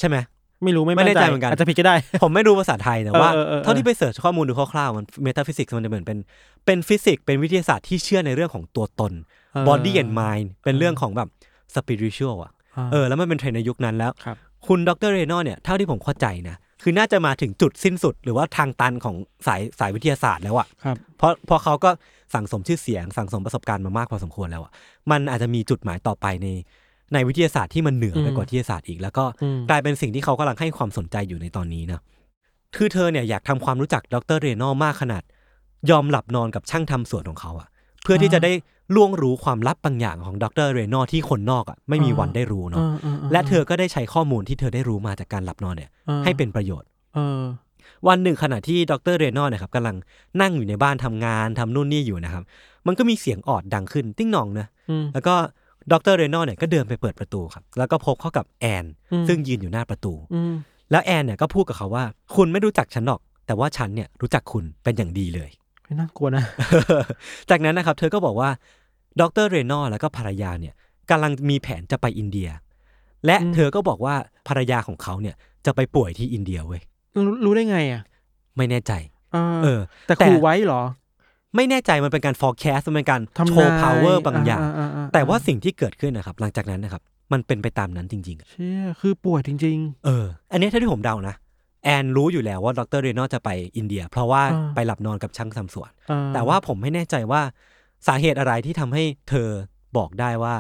Speaker 2: ใช่ไหม
Speaker 3: ไม่รู้ไม่
Speaker 2: ไม่แน่ใจเหมือนกัน
Speaker 3: อาจจะผิดก็ได้
Speaker 2: ผมไม่รู้ภาษาไทยแต่ว่า
Speaker 3: เออเออเออ
Speaker 2: เท่าที่ไปเสิร์ชข้อมูลดูคร่าวๆมันเมตาฟิสิกส์มันจะเหมือนเป็นเป็นฟิสิกส์เป็นวิทยาศาสตร์ที่เชื่อในเรื่องของตัวตน body and mind เป็นเรื่องของแบบ spiritual อ่ะเออแล้วมันเป็นเทรนด์ในยุคนั้นแล้ว
Speaker 3: ครับ
Speaker 2: คุณดรเรโนเนี่ยเท่าที่ผมเข้าใจนะ คือน่าจะมาถึงจุดสิ้นสุด หรือว่าทางตันของสายสายวิทยาศาสตร์แล้วอ่ะ
Speaker 3: ครับ
Speaker 2: เพราะเพราะเขาก็สั่งสมชื่อเสียง สั่งสมประสบการณ์มามากพอสมควรแล้วอ่ะมันอาจจะมีจุดหมายต่อไปในในวิทยาศาสตร์ที่มันเหนือไปกว่าวิทยาศาสตร์อีกแล้วก็
Speaker 3: อืม
Speaker 2: กลายเป็นสิ่งที่เขากำลังให้ความสนใจอยู่ในตอนนี้นะ คือเธอเนี่ยอยากทำความรู้จักดรเรโนอมากขนาด ยอมหลับนอนกับช่างทำสวนของเขาอะเพื่อที่จะได้ล่วงรู้ความลับบางอย่างของดรเรโนอที่คนนอกอะไม่มีวันได้รู้เนาะ
Speaker 3: อ่าๆๆ
Speaker 2: และเธอก็ได้ใช้ข้อมูลที่เธอได้รู้มาจากการหลับนอนเนี่ย
Speaker 3: อ่า
Speaker 2: ให้เป็นประโยชน์
Speaker 3: เออ
Speaker 2: วันหนึ่งขณะที่ดรเรโนอเนี่ยครับกำลังนั่งอยู่ในบ้านทำงานทำนู่นนี่อยู่นะครับ มันก็มีเสียงออดดังขึ้นติ้งหนองนะ
Speaker 3: อืม
Speaker 2: แล้วก็ดรเรโนอเนี่ยก็เดินไปเปิดประตูครับ แล้วก็พบเข้ากับแอน
Speaker 3: อืม
Speaker 2: ซึ่งยืนอยู่หน้าประตู
Speaker 3: อืม
Speaker 2: แล้วแอนเนี่ยก็พูดกับเขาว่า คุณไม่รู้จักฉันหรอก แต่ว่าฉันเนี่ยรู้จักคุณเป็นอย่างดีเลย
Speaker 3: ไม่น่ากลัวนะ
Speaker 2: จากนั้นนะครับ เธอก็บอกว่าดรเรโนแล้วก็ภรรยาเนี่ยกำลังมีแผนจะไปอินเดีย และ
Speaker 3: อืม
Speaker 2: เธอก็บอกว่าภรรยาของเขาเนี่ยจะไปป่วยที่อินเดียเว้ย
Speaker 3: รู้รู้ได้ไงอ่ะ
Speaker 2: ไม่แน่ใจ
Speaker 3: อ่า
Speaker 2: เออ
Speaker 3: แต่
Speaker 2: แต่
Speaker 3: ขู่ไว้เหรอ
Speaker 2: ไม่แน่ใจมันเป็นการ forecast มันเป็นการ
Speaker 3: ทำ
Speaker 2: โช
Speaker 3: นาย
Speaker 2: ว์ power บางอย่าง
Speaker 3: ๆๆๆ
Speaker 2: แต่ว่าสิ่งที่เกิดขึ้นนะครับ หลังจากนั้นนะครับ มันเป็นไปตามนั้นจริงๆอะ
Speaker 3: เชี่ยคือป่วยจริง
Speaker 2: เออ อันนี้ถ้าที่ผมเดานะแอนรู้อยู่แล้วว่าดรเรโนจะไปอินเดีย เพราะว่า
Speaker 3: อ่า
Speaker 2: ไปหลับนอนกับช่างทำสวน
Speaker 3: ๆอ่
Speaker 2: แต่ว่าผมไม่แน่ใจว่าสาเหตุอะไรที่ทำให้เธอบอกได้ว่า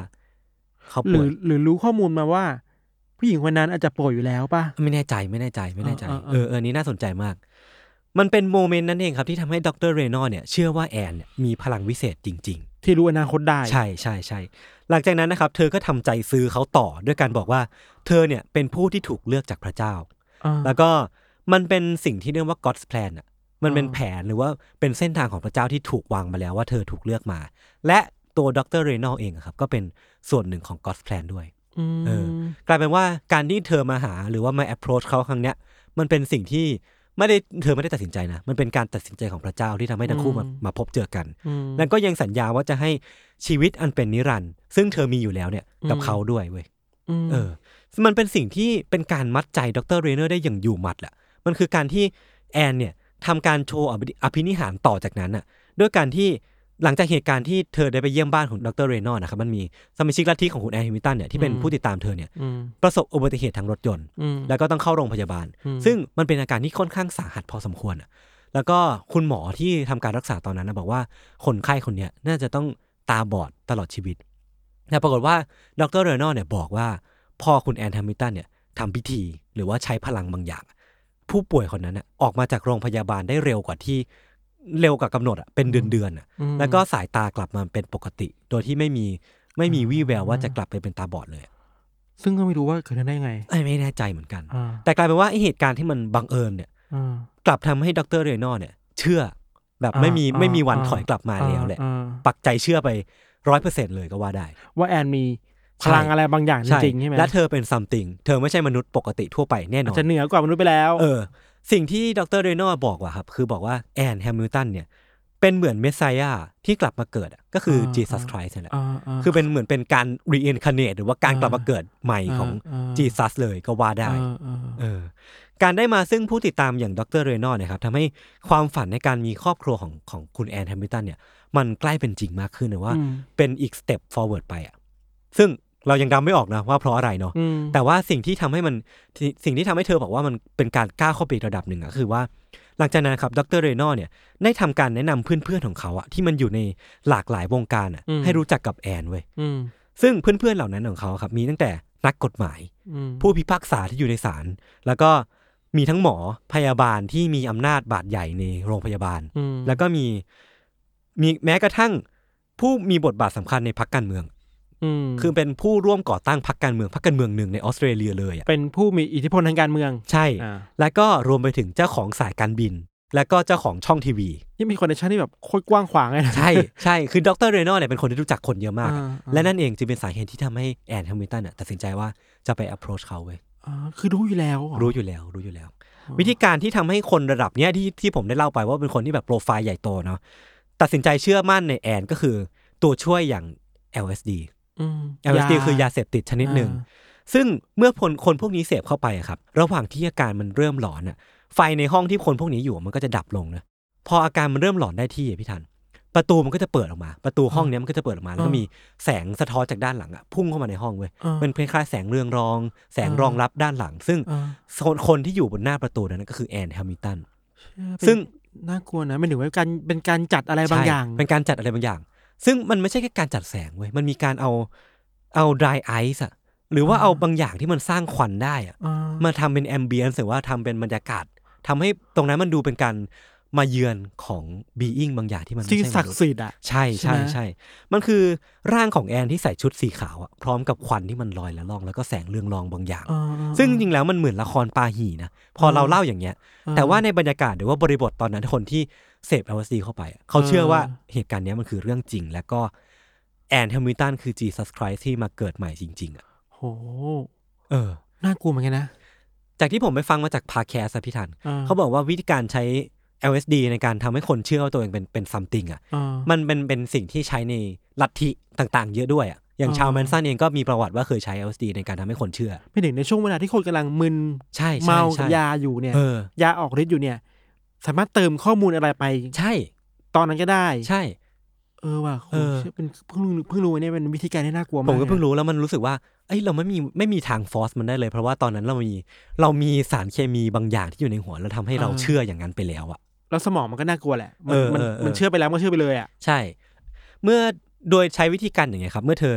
Speaker 2: เขา
Speaker 3: หรื
Speaker 2: ป่ว
Speaker 3: อย หรือรู้ข้อมูลมาว่า ผู้หญิงคนนั้นอาจจะป่วยอยู่แล้วป่ะ
Speaker 2: ไม่แน่ใจไม่แน่ใจไม่แน่ใจ
Speaker 3: อ่าอ่า
Speaker 2: เออเออนี่น่าสนใจมาก มันเป็นโมเมนต์นั้นเองครับที่ทำให้ดรเรโนเนี่ยเชื่อว่าแอนเนี่ยมีพลังวิเศษจริง
Speaker 3: จ ที่รู้อนาคตได้
Speaker 2: ใช่ใช่ใช่ หลังจากนั้นนะครับ เธอก็ทำใจซื้อเขาต่อด้วยการบอกว่า เธอเนี่ยเป็นผู้ที่ถูกเลือกจากพระเจ้า
Speaker 3: อ่า
Speaker 2: แล้วก็มันเป็นสิ่งที่เรียกว่า God's plan อ่ะ มันเป็น
Speaker 3: อ๋อ
Speaker 2: แผนหรือว่าเป็นเส้นทางของพระเจ้าที่ถูกวางมาแล้วว่าเธอถูกเลือกมา และตัวดรเรนอลเองอะครับก็เป็นส่วนหนึ่งของ God's plan ด้วย
Speaker 3: อืม
Speaker 2: เออ กลายเป็นว่าการที่เธอมาหาหรือว่ามา approach เขาครั้งเนี้ยมันเป็นสิ่งที่ไม่ได้เธอไม่ได้ตัดสินใจนะ มันเป็นการตัดสินใจของพระเจ้าที่ทำให้ทั้งคู่มามาพบเจอกัน
Speaker 3: ม
Speaker 2: แล้วก็ยังสัญญาว่าจะให้ชีวิตอันเป็นนิรันดร์ซึ่งเธอมีอยู่แล้วเนี่ยกับ
Speaker 3: อืม
Speaker 2: เขาด้วยเว้ย
Speaker 3: ม
Speaker 2: เออ มันเป็นสิ่งที่เป็นการมัดใจดรเรเนอร์ได้อย่างอยู่หมัดแหละ มันคือการที่แอนเนี่ยทำการโชว์อภิอภินิหารต่อจากนั้นน่ะ ด้วยการที่หลังจากเหตุการณ์ที่เธอได้ไปเยี่ยมบ้านของดรเรนอร์นะครับ มันมีสมาชิกลัทธิของคุณแอนฮิมิลตันเนี่ยที่เป็นผู้ติดตามเธอเนี่ย
Speaker 3: อืม
Speaker 2: ประสบอุบัติเหตุทางรถยนต์
Speaker 3: อืม
Speaker 2: แล้วก็ต้องเข้าโรงพยาบาล
Speaker 3: อืม
Speaker 2: ซึ่งมันเป็นอาการที่ค่อนข้างสาหัสพอสมควรอะแล้วก็คุณหมอที่ทำการรักษาตอนนั้นนะบอกว่าคนไข้คนเนี้ยน่าจะต้องตาบอดตลอดชีวิต แต่ปรากฏว่าดรเรโนอเนี่ยบอกว่าพอคุณแอนแฮมิลตันเนี่ยทำพิธีหรือว่าใช้พลังบางอย่าง ผู้ป่วยคนนั้นน่ะออกมาจากโรงพยาบาลได้เร็วกว่าที่เร็วกว่ากำหนดอะเป็นเดือนเดือนๆอะ
Speaker 3: อืม
Speaker 2: แล้วก็สายตากลับมาเป็นปกติ โดยที่ไม่มีไม่มีวี่แววว่าจะกลับไปเป็นตาบอดเลยอะ
Speaker 3: ซึ่งก็ไม่รู้ว่าเกิดขึ้นได้ยังไง
Speaker 2: เอ้ยไม่แน่ใจเหมือนกัน
Speaker 3: อ่า
Speaker 2: แต่กลายเป็นว่าไอ้เหตุการณ์ที่มันบังเอิญเนี่ย
Speaker 3: อ่า
Speaker 2: กลับทำให้ดรเรโนอเนี่ย เชื่อแบบ
Speaker 3: อ่า
Speaker 2: ไม่มี
Speaker 3: อ่า
Speaker 2: ไม่มีวัน
Speaker 3: อ่า
Speaker 2: ถอยกลับมาแล้วแหละ
Speaker 3: อ่า
Speaker 2: ปักใจเชื่อไปร้อยเปอร์เซ็นเลยก็ว่าได้
Speaker 3: ว่าแอนมีพลังอะไรบางอย่างจริงๆใช่ไหม
Speaker 2: และเธอเป็นซัมติงเธอไม่ใช่มนุษย์ปกติทั่วไปแน่น
Speaker 3: อา
Speaker 2: อน
Speaker 3: จจะเหนือกว่ามนุษย์ไปแล้ว
Speaker 2: เออ สิ่งที่ดรเรโนอบอกว่าครับ คือบอกว่าแอนแฮมิลตันเนี่ย เป็นเหมือนเมสไซยาที่กลับมาเกิดอะก็คือ
Speaker 3: อ่า
Speaker 2: จีซัส
Speaker 3: อ่า
Speaker 2: คริสต์นั่นแหละ
Speaker 3: อ่าา
Speaker 2: คือเป็นเหมือนเป็นการรีเอนคาเนตหรือว่าการ
Speaker 3: อ่าก
Speaker 2: ลับมาเกิดใหม่ของ
Speaker 3: อ่าอ่า
Speaker 2: จีซัสเลยก็ว่าได้
Speaker 3: อ่าอ่า
Speaker 2: เออการได้มาซึ่งผู้ติดตามอย่างดรเรโนอนะครับทำให้ความฝันในการมีครอบครัวของของคุณแอนแฮมิลตันเนี่ยมันใกล้เป็นจริงมากขึ้นหรือว่า
Speaker 3: อืม
Speaker 2: เป็นอีกสเต็ป forward ไปอ่ะซึ่งเรายังเดาไม่ออกนะว่าเพราะอะไรเนาะ
Speaker 3: อืม
Speaker 2: แต่ว่าสิ่งที่ทำให้มันสิ่งสิ่งที่ทำให้เธอบอกว่ามันเป็นการก้าวเข้าไปอีกระดับหนึ่งอะคือว่า หลังจากนั้นครับดรเรโนอเนี่ยได้ทำการแนะนำเพื่อนๆของเขาอะที่มันอยู่ในหลากหลายวงการอะ
Speaker 3: อืม
Speaker 2: ให้รู้จักกับแอนเว้ย
Speaker 3: อืม
Speaker 2: ซึ่งเพื่อนๆเหล่านั้นของเขาครับมีตั้งแต่นักกฎหมาย
Speaker 3: อืม
Speaker 2: ผู้พิพากษาที่อยู่ในศาลแล้วก็มีทั้งหมอพยาบาลที่มีอำนาจบาดใหญ่ในโรงพยาบาล
Speaker 3: อืม
Speaker 2: แล้วก็มีมีแม้กระทั่ง ผู้มีบทบาทสำคัญในพักการเมือง
Speaker 3: อืม
Speaker 2: คือเป็นผู้ร่วมก่อตั้งพักการเมืองพักการเมืองหนึ่งในออสเตรเลียเลยอ่ะ
Speaker 3: เป็นผู้มีอิทธิพลทางการเมือง
Speaker 2: ใช่
Speaker 3: อ่า
Speaker 2: แล้วก็รวมไปถึงเจ้าของสายการบิน แล้วก็เจ้าของช่องทีวี
Speaker 3: นี่มีคอนเนคชั่นที่แบบโคตรกว้างขวางเลยนะ
Speaker 2: ใช่ ใช่คือดรเรโนเนี่ยเป็นคนที่รู้จักคนเยอะมากอะ
Speaker 3: อ่าอ่า
Speaker 2: และนั่นเองจึงเป็นสาเหตุที่ทำให้แอนแฮมิลตันอะตัดสินใจว่าจะไป approach เขาเว้ย
Speaker 3: อ่าคือรู้อยู่แล้วเหอ
Speaker 2: รู้อยู่แล้วรู้อยู่แล้ว
Speaker 3: อ๋อ
Speaker 2: วิธีการที่ทำให้คนระดับเนี้ยที่ที่ผมได้เล่าไปว่าเป็นคนที่แบบโปรไฟล์ใหญ่โตเนาะตัดสินใจเชื่อมั่นในแอนก็คือตัวช่วยอย่าง LSD
Speaker 3: อืม
Speaker 2: LSD คือยาเสพติดชนิดหนึ่ง
Speaker 3: อ่า
Speaker 2: ซึ่งเมื่อคนคนพวกนี้เสพเข้าไปอะครับ ระหว่างที่อาการมันเริ่มหลอนอะไฟในห้องที่คนพวกนี้อยู่มันก็จะดับลงนะพออาการมันเริ่มหลอนได้ที่อะพี่ทัน ประตูมันก็จะเปิดออกมา ประตูห้องเนี้ยมันก็จะเปิดออกมาแล้วก็
Speaker 3: อ่า
Speaker 2: มี
Speaker 3: มี
Speaker 2: แสงสะท้อนจากด้านหลังอะพุ่งเข้ามาในห้องเว้ย
Speaker 3: อ่ามั
Speaker 2: มันเป็นคล้ายๆแสงเรืองรอง แสง
Speaker 3: อ่าร ร
Speaker 2: องรับด้านหลัง ซึ่ง
Speaker 3: อ่า
Speaker 2: คนคนที่อยู่บนหน้าประตูนั้นก็คือแอนแฮมิลตัน
Speaker 3: เชื่อเป็น
Speaker 2: ซึ่ง
Speaker 3: น่ากลัวนะมันถึงว่าการเป็นการจัดอะไรบางอย่าง
Speaker 2: ใช่เป็นการจัดอะไรบางอย่าง ซึ่งมันไม่ใช่แค่การจัดแสงเว้ยมันมีการเอาเอา dry ice อะหรือว่าเอาบางอย่างที่มันสร้างควันได้อะ
Speaker 3: อ่
Speaker 2: มาทำเป็นแอมเบียนหรือว่าทำเป็นบรรยากาศทำให้ตรงนั้นมันดูเป็นการมาเยือนของบีอิงบางอย่างที่มันไม่
Speaker 3: สิ่ง
Speaker 2: ใช่มนุษย์
Speaker 3: ศักดิ์สิทธิ์อ่ะ
Speaker 2: ใช่ใช่
Speaker 3: ใช่ไหม
Speaker 2: ใช่มันคือร่างของแอนที่ใส่ชุดสีขาวอะพร้อมกับควันที่มันลอยละล่อง แล้วก็แสงเรืองรองบางอย่าง
Speaker 3: อ่า
Speaker 2: ซึ่งจริงๆแล้วมันเหมือนละครปาหีนะพอเราเล่าอย่างเงี้ย
Speaker 3: อ่
Speaker 2: แต่ว่าในบรรยากาศหรือว่าบริบทตอนนั้นคนที่เสพ LSD เข้าไปอะเขาเชื่อว่าเหตุการณ์เนี้ยมันคือเรื่องจริง แล้วก็แอนแฮมิลตันคือจีซัสคริสที่มาเกิดใหม่จริง ๆอ่ะ
Speaker 3: โห
Speaker 2: เออ
Speaker 3: น่ากลัวเหมือนกันนะ
Speaker 2: จากที่ผมไปฟังมาจากพาแคสอะพี่ทัน
Speaker 3: อ่า
Speaker 2: เขาบอกว่าวิธีการใช้ LSD ในการทำให้คนเชื่อว่าตัวเองเป็นเป็นซัมติงอ่ะ
Speaker 3: อ่า
Speaker 2: มันเป็นเป็นสิ่งที่ใช้ในลัทธิต่างๆ เยอะด้วยอ่ะ อย่าง
Speaker 3: อ่า
Speaker 2: ชาวแมนซันเองก็มีประวัติว่าเคยใช้ LSD ในการทำให้คนเชื่อ
Speaker 3: ไม่ถึงในช่วงเวลาที่คนกำลังมึน
Speaker 2: ใช่ใช่
Speaker 3: เมา
Speaker 2: ใช่
Speaker 3: กับยาอยู่เนี่ย
Speaker 2: เออ
Speaker 3: ยาออกฤทธิ์อยู่เนี่ย สามารถเติมข้อมูลอะไรไป
Speaker 2: ใช่
Speaker 3: ตอนนั้นก็ได้
Speaker 2: ใช่
Speaker 3: เออว่ะโห
Speaker 2: เออ
Speaker 3: เชื่อเป็นเพิ่งรู้เพิ่งรู้เนี่ยเป็นวิธีการที่น่ากลัวมาก
Speaker 2: ผมก็เพิ่ง
Speaker 3: นะ
Speaker 2: รู้แล้วมันรู้สึกว่า เอ้ยเราไม่มีไม่มีทางฟอสมันได้เลย เพราะว่าตอนนั้นเรามีเรามีสารเคมีบางอย่างที่อยู่ในหัวแล้วทำให้เราเชื่ออย่างนั้นไปแล้วอะ
Speaker 3: แล้วสมองมันก็น่ากลัวแหละมั
Speaker 2: เออ
Speaker 3: มั
Speaker 2: เออเออ
Speaker 3: มันเชื่อไปแล้วมันก็เชื่อไปเลยอ่ะ
Speaker 2: ใช่ เมื่อโดยใช้วิธีการอย่างไงยครับ เมื่อเธอ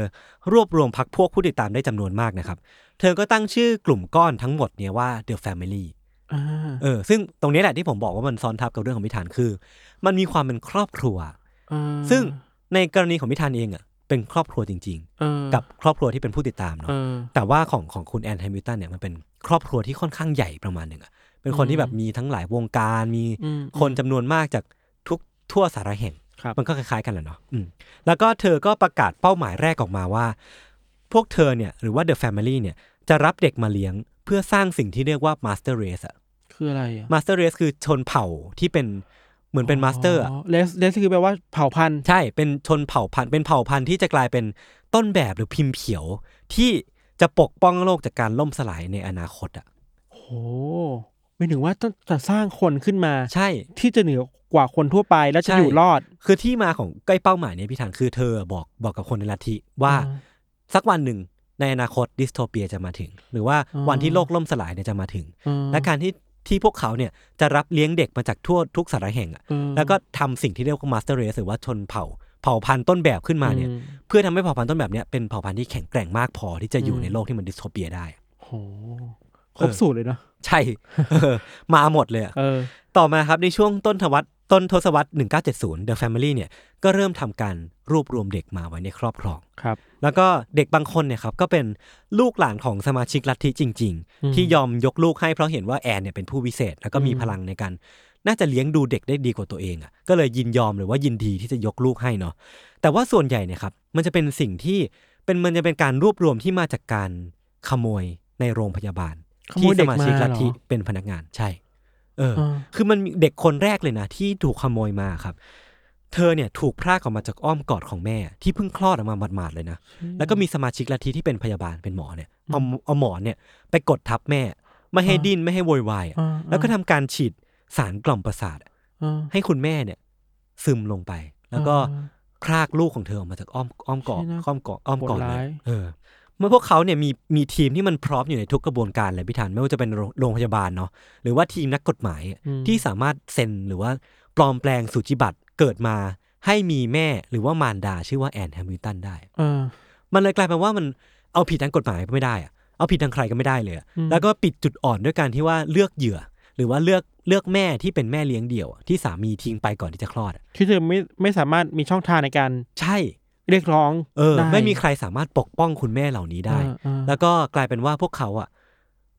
Speaker 2: รวบรวมพักพวกผู้ติดตามได้จำนวนมากนะครับ เธอก็ตั้งชื่อกลุ่มก้อนทั้งหมดเนี่ยว่า The Family
Speaker 3: อ่า
Speaker 2: เออซึ่งตรงนี้แหละที่ผมบอกว่ามันซ้อนทับกับเรื่องของพิธานคือ มันมีความเป็นครอบครัว
Speaker 3: เออ
Speaker 2: ซึ่ง ในกรณีของมิทานเองอ่ะเป็นครอบครัวจริง
Speaker 3: เออ
Speaker 2: ๆ กับครอบครัวที่เป็นผู้ติดตามเนาะ
Speaker 3: เออ
Speaker 2: แต่ว่าของของคุณแอนแฮมิลตันเนี่ยมันเป็นครอบครัวที่ค่อนข้างใหญ่ประมาณหนึ่งอะเป็นคน
Speaker 3: อืม
Speaker 2: ที่แบบมีทั้งหลายวงการมี
Speaker 3: อืม
Speaker 2: คนจำนวนมากจากทุกทั่วสารแห่ง
Speaker 3: ครับ
Speaker 2: มันก็คล้ายๆกันแหละเนาะอืมแล้วก็เธอก็ประกาศเป้าหมายแรกออกมาว่า พวกเธอเนี่ยหรือว่าเดอะแฟมิลี่เนี่ยจะรับเด็กมาเลี้ยงเพื่อสร้างสิ่งที่เรียกว่ามาสเตอร์เรสอะ
Speaker 3: คืออะไรอ่ะ
Speaker 2: มาสเตอร์เรสคือชนเผ่าที่เป็นเหมือนเป็นมาสเตอร์อะ
Speaker 3: เลสเลสคือแปลว่าเผ่าพันธุ์
Speaker 2: ใช่ เป็นชนเผ่าพันธุ์ เป็นเผ่าพันธุ์ที่จะกลายเป็นต้นแบบหรือพิมพ์เขียว ที่จะปกป้องโลกจากการล่มสลายในอนาคตอ่ะ
Speaker 3: โอ้โหไม่ถึงว่าต้องจะสร้างคนขึ้นมา
Speaker 2: ใช่
Speaker 3: ที่จะเหนือกว่าคนทั่วไปแล้วจะ
Speaker 2: ใช่
Speaker 3: อยู่รอด
Speaker 2: คือที่มาของใกล้เป้าหมายเนี่ยพี่ถังคือเธอบอกบอกกับคนในลัทธิว่า
Speaker 3: อ่า
Speaker 2: สักวันหนึ่งในอนาคตดิสโทเปียจะมาถึง หรือว่า
Speaker 3: อ่า
Speaker 2: วันที่โลกล่มสลายเนี่ยจะมาถึง
Speaker 3: เออ
Speaker 2: และการที่ที่พวกเขาเนี่ยจะรับเลี้ยงเด็กมาจากทั่วทุกสารแห่งอ่ะ
Speaker 3: เออ
Speaker 2: แล้วก็ทำสิ่งที่เรียกว่ามาสเตอร์เรสหรือว่าชนเผ่าเผ่าพันธุ์ต้นแบบขึ้นมาเนี่ย
Speaker 3: อื
Speaker 2: เพื่อทำให้เผ่าพันธุ์ต้นแบบเนี้ยเป็นเผ่าพันธุ์ที่แข็งแกร่งมากพอที่จะอยู่
Speaker 3: อืม
Speaker 2: ในโลกที่มันดิสโทเปียได้
Speaker 3: โหครบสูตรเลยเนาะ
Speaker 2: ใช่ เออมาหมดเลยอะ
Speaker 3: เออ
Speaker 2: ต่อมาครับในช่วงต้นทวัตต้นทศวรรษ 1970 The Family เนี่ยก็เริ่มทำการรวบรวมเด็กมาไว้ในครอบครอง
Speaker 3: ครับ
Speaker 2: แล้วก็เด็กบางคนเนี่ยครับก็เป็นลูกหลานของสมาชิกลัทธิจริง
Speaker 3: อืม
Speaker 2: ๆ ที่ยอมยกลูกให้เพราะเห็นว่าแอนเนี่ยเป็นผู้วิเศษ แล้วก็มี
Speaker 3: อืม
Speaker 2: พลังในการน่าจะเลี้ยงดูเด็กได้ดีกว่าตัวเองอ่ะก็เลยยินยอมหรือว่ายินดีที่จะยกลูกให้เนาะแต่ว่าส่วนใหญ่เนี่ยครับมันจะเป็นสิ่งที่เป็นมันจะเป็นการรวบรวมที่มาจากการขโมยในโรงพยาบาล
Speaker 3: ขโม
Speaker 2: ที่
Speaker 3: ย
Speaker 2: ส
Speaker 3: เด็ก
Speaker 2: มา
Speaker 3: มา
Speaker 2: ชิก
Speaker 3: เหร
Speaker 2: ลั
Speaker 3: อ
Speaker 2: ทธิเป็นพนักงานใช่ เออ
Speaker 3: อ่า
Speaker 2: คือมันมีเด็กคนแรกเลยนะ ที่ถูกขโมยมาครับ เธอเนี่ยถูกพรากออกมาจากอ้อมกอดของแม่ ที่เพิ่งคลอดออกมาหมาดๆเลยนะ แล้วก็มีสมาชิกลัทธิที่เป็นพยาบาลเป็นหมอเนี่ยเอาเอาหมอนเนี่ยไปกดทับแม่ ไม่ให้
Speaker 3: อ่า
Speaker 2: ดิ้นไม่ให้โวยวายอะ
Speaker 3: อ่า
Speaker 2: แล้วก็ทำการฉีดสารกล่อมประสาท
Speaker 3: อ่า
Speaker 2: ให้คุณแม่เนี่ย ซึมลงไป แล้วก็
Speaker 3: อ่า
Speaker 2: พรากลูกของเธอออกมาจากอ้อมอ้อมกอด
Speaker 3: ใช่นะ
Speaker 2: อ้อมกอดอ้อมกอด
Speaker 3: โหด
Speaker 2: เล
Speaker 3: ร้าย
Speaker 2: ยเออ เมื่อพวกเขาเนี่ยมีมีทีมที่มันพร้อมอยู่ในทุกกระบวนการเลยพี่ธันไม่ว่าจะเป็นโรงโรงพยาบาลเนาะหรือว่าทีมนักกฎหมาย
Speaker 3: อืม
Speaker 2: ที่สามารถเซ็นหรือว่าปลอมแปลงสูจิบัตรเกิดมาให้มีแม่หรือว่ามารดาชื่อว่าแอนแฮมิลตันได้
Speaker 3: อ่า
Speaker 2: มันเลยกลายเป็นว่ามันเอาผิดทางกฎหมายไม่ได้อะเอาผิดทางใครก็ไม่ได้เลยอะ
Speaker 3: อืม
Speaker 2: แล้วก็ปิดจุดอ่อนด้วยการที่ว่าเลือกเหยื่อ หรือว่าเลือกเลือกแม่ที่เป็นแม่เลี้ยงเดี่ยวอะที่สามีทิ้งไปก่อนที่จะคลอดอะ
Speaker 3: ที่เธอไม่ไม่สามารถมีช่องทางในการ
Speaker 2: ใช่
Speaker 3: เรียกร้อง
Speaker 2: เออ
Speaker 3: ด้
Speaker 2: ไม่มีใครสามารถปกป้องคุณแม่เหล่านี้ได้
Speaker 3: อ่าอ่า
Speaker 2: แล้วก็กลายเป็นว่าพวกเขาอะ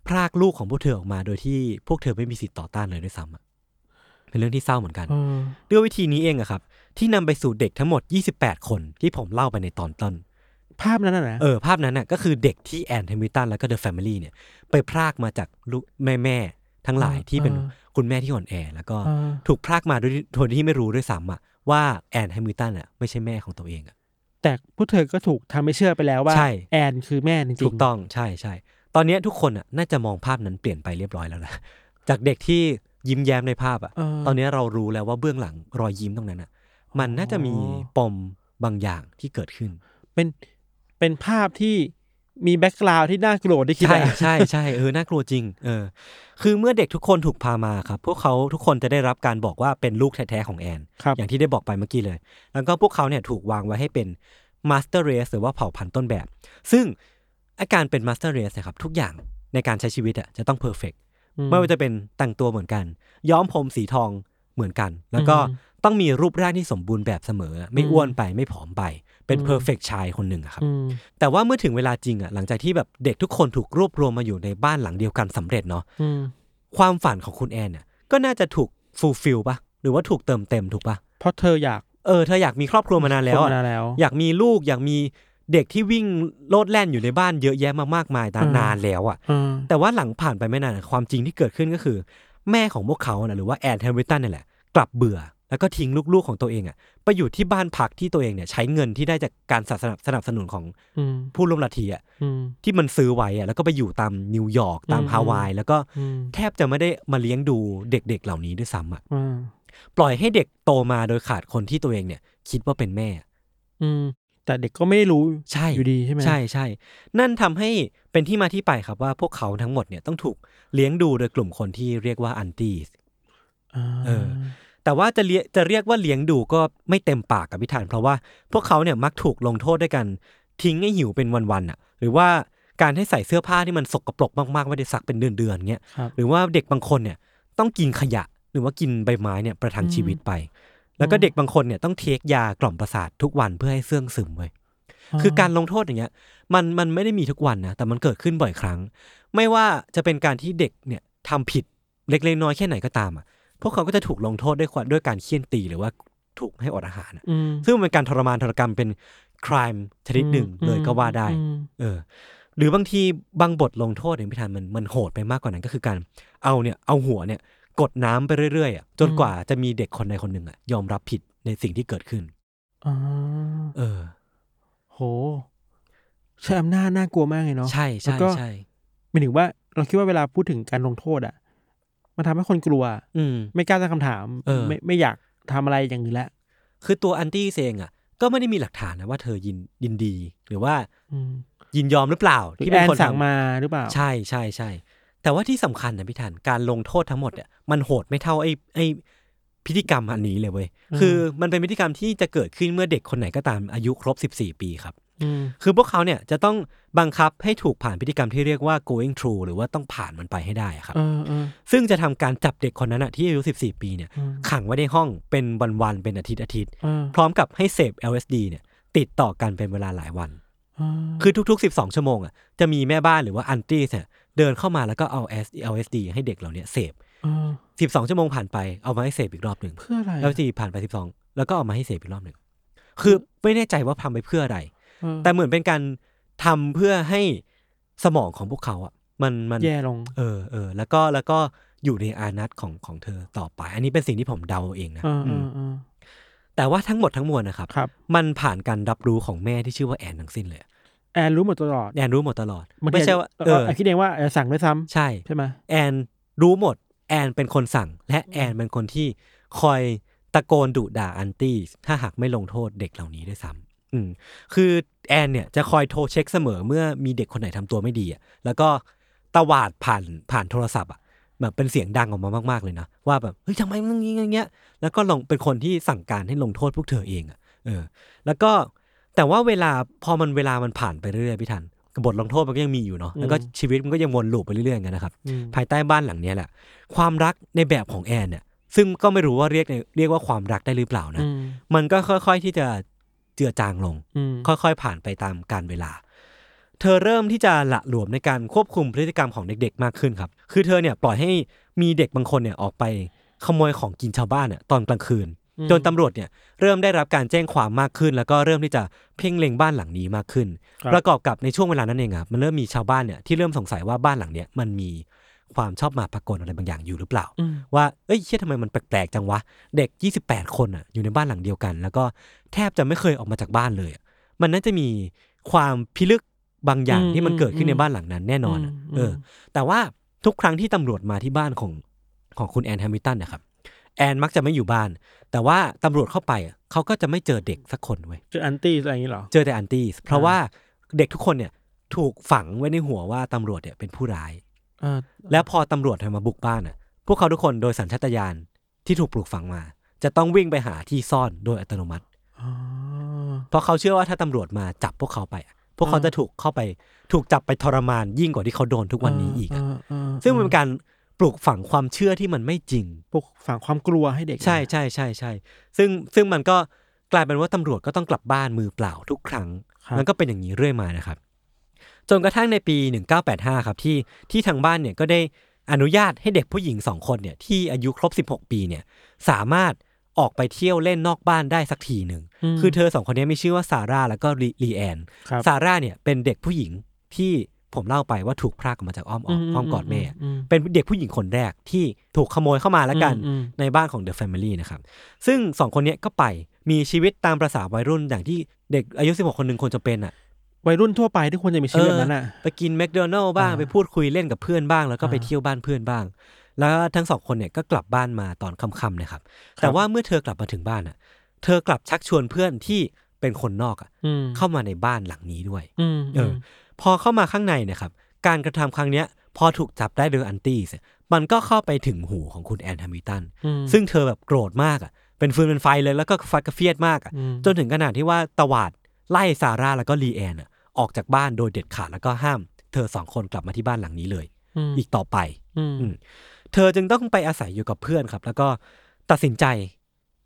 Speaker 2: พรากลูกของพวกเธอออกมา โดยที่พวกเธอไม่มีสิทธิ์ต่อต้านเลยด้วยซ้ำอะเป็นเรื่องที่เศร้าเหมือนกัน
Speaker 3: เออ
Speaker 2: ด้วยวิธีนี้เองอะครับ ที่นำไปสู่เด็กทั้งหมด 28 คนที่ผมเล่าไปในตอนต้น
Speaker 3: ภาพนั้นน่ะนะ
Speaker 2: เออภาพนั้นน่ะก็คือเด็กที่แอนแฮมิลตันแล้วก็เดอะแฟมิลี่เนี่ยไปพรากมาจากลูกแม่แม่ๆทั้งหลายที่เป็นคุณแม่ที่อ่อนแอ แล้วก็
Speaker 3: อ่า
Speaker 2: ถูกพรากมาโดยโดยที่ไม่รู้ด้วยซ้ำอะว่าแอนแฮมิลตันอ่ะไม่ใช่แม่ของตัวเองอะ
Speaker 3: แต่พวกเธอก็ถูกทำให้เชื่อไปแล้วว่า
Speaker 2: ใช่
Speaker 3: แอนคือแม่จริงๆ
Speaker 2: ถูกต้องใช่ใช่ตอนเนี้ยทุกคนอ่ะน่าจะมองภาพนั้นเปลี่ยนไปเรียบร้อยแล้วนะ จากเด็กที่ยิ้มแย้มในภาพอ่ะ
Speaker 3: เออ
Speaker 2: ตอนเนี้ยเรารู้แล้วว่าเบื้องหลังรอยยิ้มตรงนั้นอ่ะ มันน่าจะมีปมบางอย่างที่เกิดขึ้น
Speaker 3: เป็นเป็นภาพที่มีแบ็กกราวด์ที่น่ากลัวที่คิด
Speaker 2: ใช่
Speaker 3: อะ
Speaker 2: ใช่ใช่เออน่ากลัวจริงเออคือเมื่อเด็กทุกคนถูกพามาครับ พวกเขาทุกคนจะได้รับการบอกว่าเป็นลูกแท้ๆของแอน
Speaker 3: ครับ
Speaker 2: อย่างที่ได้บอกไปเมื่อกี้เลย แล้วก็พวกเขาเนี่ยถูกวางไว้ให้เป็นมาสเตอร์เรสหรือว่าเผ่าพันธุ์ต้นแบบ ซึ่งอาการเป็นมาสเตอร์เรสนะครับทุกอย่างในการใช้ชีวิตอ่ะจะต้องเพอร์เฟก
Speaker 3: อืม
Speaker 2: ไม่ว่าจะเป็นแต่งตัวเหมือนกัน ย้อมผมสีทองเหมือนกัน แล้วก็
Speaker 3: อืม
Speaker 2: ต้องมีรูปร่างที่สมบูรณ์แบบเสมอ ไม่
Speaker 3: อืม
Speaker 2: อ้วนไปไม่ผอมไป เป็น
Speaker 3: อืม
Speaker 2: เพอร์เฟกชายคนหนึ่งอะครับ
Speaker 3: อืม
Speaker 2: แต่ว่าเมื่อถึงเวลาจริงอ่ะหลังจากที่แบบเด็กทุกคนถูกรวบรวมมาอยู่ในบ้านหลังเดียวกันสำเร็จเนาะ
Speaker 3: อืม
Speaker 2: ความฝันของคุณแอนเนี่ยก็น่าจะถูกฟูลฟิลปะหรือว่าถูกเติมเต็มถูกปะ
Speaker 3: เพราะเธออยาก
Speaker 2: เออเธออยากมีครอบครัวมานานแล้ว
Speaker 3: ค
Speaker 2: อะ
Speaker 3: นมานานแล้ว
Speaker 2: อยากมีลูกอยากมีเด็กที่วิ่งโลดแล่นอยู่ในบ้านเยอะแยะมามากมายนาน
Speaker 3: อืม
Speaker 2: นานแล้วอ่ะ
Speaker 3: อืม
Speaker 2: แต่ว่าหลังผ่านไปไม่นานอะความจริงที่เกิดขึ้นก็คือ แม่ของพวกเขานะหรือว่าแอนแฮมิลตันนี่แหละ กลับเบื่อ แล้วก็ทิ้งลูกๆของตัวเองอ่ะไปอยู่ที่บ้านพักที่ตัวเองเนี่ยใช้เงินที่ได้จากการสนับสนับสนุนของ
Speaker 3: อืม
Speaker 2: ผู้ร่วมลัทธิอ่ะ
Speaker 3: อืม
Speaker 2: ที่มันซื้อไว้อะแล้วก็ไปอยู่ตามนิวยอร์กตาม
Speaker 3: อืม
Speaker 2: ฮาวายแล้วก็
Speaker 3: อืม
Speaker 2: แทบจะไม่ได้มาเลี้ยงดูเด็กๆเหล่านี้ด้วยซ้ำอะ
Speaker 3: อืม
Speaker 2: ปล่อยให้เด็กโตมาโดยขาดคนที่ตัวเองเนี่ย คิดว่าเป็นแม่
Speaker 3: อืมแต่เด็กก็ไม่ได้รู้
Speaker 2: ใช่
Speaker 3: อยู่ดีใช่ไหม
Speaker 2: ใช่ใช่นั่นทำให้เป็นที่มาที่ไปครับว่าพวกเขาทั้งหมดเนี่ยต้องถูกเลี้ยงดูโดยกลุ่มคนที่เรียกว่าอันตี้
Speaker 3: า
Speaker 2: เออ แต่ว่าจะเรียจะเรียกว่าเลี้ยงดูก็ไม่เต็มปากกับพิธานเพราะว่าพวกเขาเนี่ยมักถูกลงโทษด้วยกันทิ้งให้หิวเป็นวันๆอ่ะ หรือว่าการให้ใส่เสื้อผ้าที่มันสกปรกมากๆไม่ได้ซักเป็นเดือนๆเงี้ย
Speaker 3: ครับ
Speaker 2: หรือว่าเด็กบางคนเนี่ยต้องกินขยะหรือว่ากินใบไม้เนี่ยประทังชีวิตไป แล้วก็เด็กบางคนเนี่ยต้องเทคยากล่อมประสาททุกวันเพื่อให้เสื่องซึมเว้ย คือการลงโทษอย่างเงี้ยมันมันไม่ได้มีทุกวันนะแต่มันเกิดขึ้นบ่อยครั้ง ไม่ว่าจะเป็นการที่เด็กเนี่ยทำผิดเล็กๆน้อยๆแค่ไหนก็ตามอ่ะพวกเขาก็จะถูกลงโทษด้วยความด้วยการเคี่ยนตีหรือว่าถูกให้อดอาหารอะ
Speaker 3: อืม
Speaker 2: ซึ่งมันเป็นการทรมานทรกรรมเป็น crime ชนิดหนึ่งเลยก็ว่าได้
Speaker 3: อืม
Speaker 2: เออ หรือบางทีบางบทลงโทษเนี่ยพี่ธันมันมันโหดไปมากกว่านั้นก็คือการเอาเนี่ยเอาหัวเนี่ยกดน้ำไปเรื่อยๆอะจนกว่าจะมีเด็กคนใดคนหนึ่งอ่ะยอมรับผิดในสิ่งที่เกิดขึ้น
Speaker 3: อ่า
Speaker 2: เออ
Speaker 3: โหใช้อำนาจน่ากลัวมากเลยเนาะ
Speaker 2: ใช่
Speaker 3: แล้
Speaker 2: ใช่
Speaker 3: วก็
Speaker 2: ใช่
Speaker 3: หมายถึงว่าเราคิดว่าเวลาพูดถึงการลงโทษอ่ะ มันทำให้คนกลัว
Speaker 2: อืม
Speaker 3: ไม่กล้าตั้งคำถาม
Speaker 2: เออ
Speaker 3: ไม่ไม่อยากทำอะไรอย่างอื่นละ
Speaker 2: คือตัวแอนตี้เองอ่ะ ก็ไม่ได้มีหลักฐานนะว่าเธอยินยินดี หรือว่า
Speaker 3: อืม
Speaker 2: ยินยอมหรือเปล่า
Speaker 3: หรือ
Speaker 2: ที่
Speaker 3: แอ
Speaker 2: เป็น
Speaker 3: น
Speaker 2: คน
Speaker 3: สั่ง
Speaker 2: ทำ
Speaker 3: มาหรือเปล่า
Speaker 2: ใช่ใช่ใช่แต่ว่าที่สำคัญนะพี่ทันการลงโทษทั้งหมดเนี่ยมันโหดไม่เท่าไอ้ไอ้พิธีกรรมอันนี้เลยเว้ยคือมันเป็นพิธีกรรมที่จะเกิดขึ้นเมื่อเด็กคนไหนก็ตามอายุครบ 14 ปีครับ
Speaker 3: อืม
Speaker 2: คือพวกเขาเนี่ยจะต้องบังคับให้ถูกผ่านพิธีกรรมที่เรียกว่า going through หรือว่าต้องผ่านมันไปให้ได้อะครับ
Speaker 3: เออเออ
Speaker 2: ซึ่งจะทำการจับเด็กคนนั้นอะที่อายุ 14 ปีเนี่ย
Speaker 3: อืม
Speaker 2: ขังไว้ในห้องเป็นวันๆเป็นอาทิตย์อาทิตย์
Speaker 3: เออ
Speaker 2: พร้อมกับให้เสพ LSD เนี่ยติดต่อกันเป็นเวลาหลายวัน
Speaker 3: เออ
Speaker 2: คือทุกๆ 12 ชั่วโมงอ่ะจะมีแม่บ้านหรือว่าอันตี้เนี่ยเดินเข้ามาแล้วก็เอา LSD ให้เด็กเหล่าเนี้ยเสพ
Speaker 3: เออ
Speaker 2: 12 ชั่วโมงผ่านไปเอามาให้เสพอีกรอบหนึ่ง
Speaker 3: เพื่ออะไรอะ
Speaker 2: LSD ผ่านไป 12 แล้วก็เอามาให้เสพอีกรอบหนึ่ง คือไม่แน่ใจว่าทำไปเพื่ออะไร
Speaker 3: เออ
Speaker 2: แต่เหมือนเป็นการทำเพื่อให้สมองของพวกเขาอ่ะมันมัน
Speaker 3: แย่ลง
Speaker 2: เออเออแล้วก็แล้วก็อยู่ในอานัตของของเธอต่อไป อันนี้เป็นสิ่งที่ผมเดาเองนะ
Speaker 3: เออเอ
Speaker 2: อื
Speaker 3: อ
Speaker 2: ม
Speaker 3: เออ
Speaker 2: แต่ว่าทั้งหมดทั้งมวลนะครับ
Speaker 3: ครับ
Speaker 2: มันผ่านการรับรู้ของแม่ที่ชื่อว่าแอนทั้งสิ้นเลยอะ
Speaker 3: แอนรู้หมดตลอด
Speaker 2: แอนรู้หมดตลอด
Speaker 3: บงที
Speaker 2: ไม่ใช่ว่า
Speaker 3: เอ
Speaker 2: เอ
Speaker 3: อ
Speaker 2: อ
Speaker 3: แอนคิดเองว่าแอนสั่งด้วยซ้ำ
Speaker 2: ใช่
Speaker 3: ใช่ไหม
Speaker 2: แอนรู้หมด แอนเป็นคนสั่ง และแอนเป็นคนที่คอยตะโกนดุด่าอันตี้ถ้าหากไม่ลงโทษเด็กเหล่านี้ด้วยซ้ำอืมคือแอนเนี่ยจะคอยโทรเช็คเสมอเมื่อมีเด็กคนไหนทำตัวไม่ดีอะแล้วก็ตวาดผ่านผ่านโทรศัพท์อ่ะแบบเป็นเสียงดังออกมามากๆเลยนะว่าแบบเฮ้ยทำไมมึงอย่างงี้อย่างเงี้ยแล้วก็ลงเป็นคนที่สั่งการให้ลงโทษพวกเธอเองอ่ะเออ แล้วก็แต่ว่าเวลาพอมันเวลามันผ่านไปเรื่อยๆพี่ทันบทลงโทษมันก็ยังมีอยู่เนาะแล้วก็ชีวิตมันก็ยังวนลูปไปเรื่อยๆอย่างนั้นนะครับ
Speaker 3: อืม
Speaker 2: ภายใต้บ้านหลังเนี้ยแหละ ความรักในแบบของแอนเนี่ยซึ่งก็ไม่รู้ว่าเรียกในเรียกว่าความรักได้หรือเปล่านะ
Speaker 3: อืม
Speaker 2: มันก็ค่อยๆที่จะเจือจางลง
Speaker 3: อืม
Speaker 2: ค่อยๆผ่านไปตามการเวลา เธอเริ่มที่จะละหลวมในการควบคุมพฤติกรรมของเด็กๆ มากขึ้นครับ คือเธอเนี่ยปล่อยให้มีเด็กบางคนเนี่ยออกไปขโมยของกินชาวบ้านเนี่ยตอนกลางคืน จนตำรวจเนี่ยเริ่มได้รับการแจ้งความมากขึ้น แล้วก็เริ่มที่จะเพ่งเล็งบ้านหลังนี้มากขึ้น
Speaker 3: ครับ
Speaker 2: ประกอบกับในช่วงเวลานั้นเองอะมันเริ่มมีชาวบ้านเนี่ยที่เริ่มสงสัยว่าบ้านหลังเนี้ยมันมีความชอบมาพากลอะไรบางอย่างอยู่หรือเปล่า
Speaker 3: อืม
Speaker 2: ว่าเอ้ยเชี่ยทำไมมันแปลกๆจังวะ เด็ก 28 คนอะอยู่ในบ้านหลังเดียวกัน แล้วก็แทบจะไม่เคยออกมาจากบ้านเลยอะมันน่าจะมีความพิลึกบางอย่าง
Speaker 3: อืม
Speaker 2: ที่มันเกิดขึ้น
Speaker 3: อืม
Speaker 2: ในบ้านหลังนั้นแน่นอนอะ
Speaker 3: อืม
Speaker 2: เอออ
Speaker 3: ม
Speaker 2: แต่ว่าทุกครั้งที่ตำรวจมาที่บ้านของของคุณแอนแฮมิลตันเนะครับ แอนมักจะไม่อยู่บ้าน แต่ว่าตำรวจเข้าไปอะเขาก็จะไม่เจอเด็กสักคนเว้ย
Speaker 3: เจออันตี้อะไรอย่างนี้เหรอ
Speaker 2: เจอแต่อันตี้เพราะว่าเด็กทุกคนเนี่ยถูกฝังไว้ในหัวว่าตำรวจเนี่ยเป็นผู้ร้าย
Speaker 3: อ่า
Speaker 2: แล้วพอตำรวจมาบุกบ้านอ่ะ พวกเขาทุกคนโดยสัญชาตญาณที่ถูกปลูกฝังมา จะต้องวิ่งไปหาที่ซ่อนโดยอัตโนมัติ
Speaker 3: อ๋อ
Speaker 2: เพราะเขาเชื่อว่าถ้าตำรวจมาจับพวกเขาไปอะพวกเขา
Speaker 3: อ่า
Speaker 2: จะถูกเข้าไปถูกจับไปทรมานยิ่งกว่าที่เขาโดนทุกวันนี้อีกอะ
Speaker 3: เเออ
Speaker 2: ซึ่งมันเป็นการปลูกฝังความเชื่อที่มันไม่จริง
Speaker 3: ปลุกฝังความกลัวให้เด็ก
Speaker 2: ใช่ใช่ใช่ใช่ซึ่งซึ่งมันก็กลายเป็นว่าตำรวจก็ต้องกลับบ้านมือเปล่าทุกครั้ง
Speaker 3: ครับ
Speaker 2: มันก็เป็นอย่างนี้เรื่อยมานะครับ จนกระทั่งในปี 1985 ครับที่ที่ทางบ้านเนี่ยก็ได้อนุญาตให้เด็กผู้หญิงสองคนเนี่ยที่อายุครบ 16 ปีเนี่ยสามารถออกไปเที่ยวเล่นนอกบ้านได้สักทีหนึ่ง
Speaker 3: ม
Speaker 2: คือเธอสองคนเนี้มีชื่อว่าซาร่าแล้วก็ลีลีแอน
Speaker 3: ครับ
Speaker 2: ซาร่าเนี่ยเป็นเด็กผู้หญิงที่ผมเล่าไปว่าถูกพรากออกมาจากอ้อมอกอ้อมกอดแม่ เป็นเด็กผู้หญิงคนแรกที่ถูกขโมยเข้ามาแล้วกัน
Speaker 3: อืม
Speaker 2: ในบ้านของ The Family นะครับ ซึ่งสองคนเนี้ยก็ไปมีชีวิตตามประษาวัยรุ่นอย่างที่เด็กอายุ 16 คนหนึ่งควรจะเป็นอ่ะ
Speaker 3: วัยรุ่นทั่วไปที่ควรจะมีชีวิตแบบนั้นอ่ะ
Speaker 2: ไปกินแม d โดนัล s บ้าง
Speaker 3: อ่า
Speaker 2: ไปพูดคุยเล่นกับเพื่อนบ้าง แล้วก็ไป
Speaker 3: อ่า
Speaker 2: เที่ยวบ้านเพื่อนบ้าง แล้วทั้งสองคนเนี่ยก็กลับบ้านมาตอนค่ำๆนะครับ แต่ว่าเมื่อเธอกลับมาถึงบ้านอ่ะ เธอกลับชักชวนเพื่อนที่เป็นคนนอกอ่ะ
Speaker 3: อืม
Speaker 2: เข้ามาในบ้านหลังนี้ด้วย
Speaker 3: อืม
Speaker 2: เออพอเข้ามาข้างในเนะครับ การกระทำครั้งเนี้ย พอถูกจับได้โดยอันตี้เนี่ยมันก็เข้าไปถึงหูของคุณแอนแฮมิลตัน
Speaker 3: ม
Speaker 2: ซึ่งเธอแบบโกรธมากอ่ะ เป็นฟืนเป็นไฟเลยแล้วก็ฟัดกระเฟียดมากอ่ะ
Speaker 3: อืม
Speaker 2: จนถึงขนาดที่ว่าตวาดไล่ซาร่าแล้วก็ลีแอนอ่ะออกจากบ้านโดยเด็ดขาดแล้วก็ห้าม เธอสองคนกลับมาที่บ้านหลังนี้เลย
Speaker 3: ม
Speaker 2: อีกต่อไป
Speaker 3: อืม
Speaker 2: อืม เธอจึงต้องไปอาศัยอยู่กับเพื่อนครับ แล้วก็ตัดสินใจ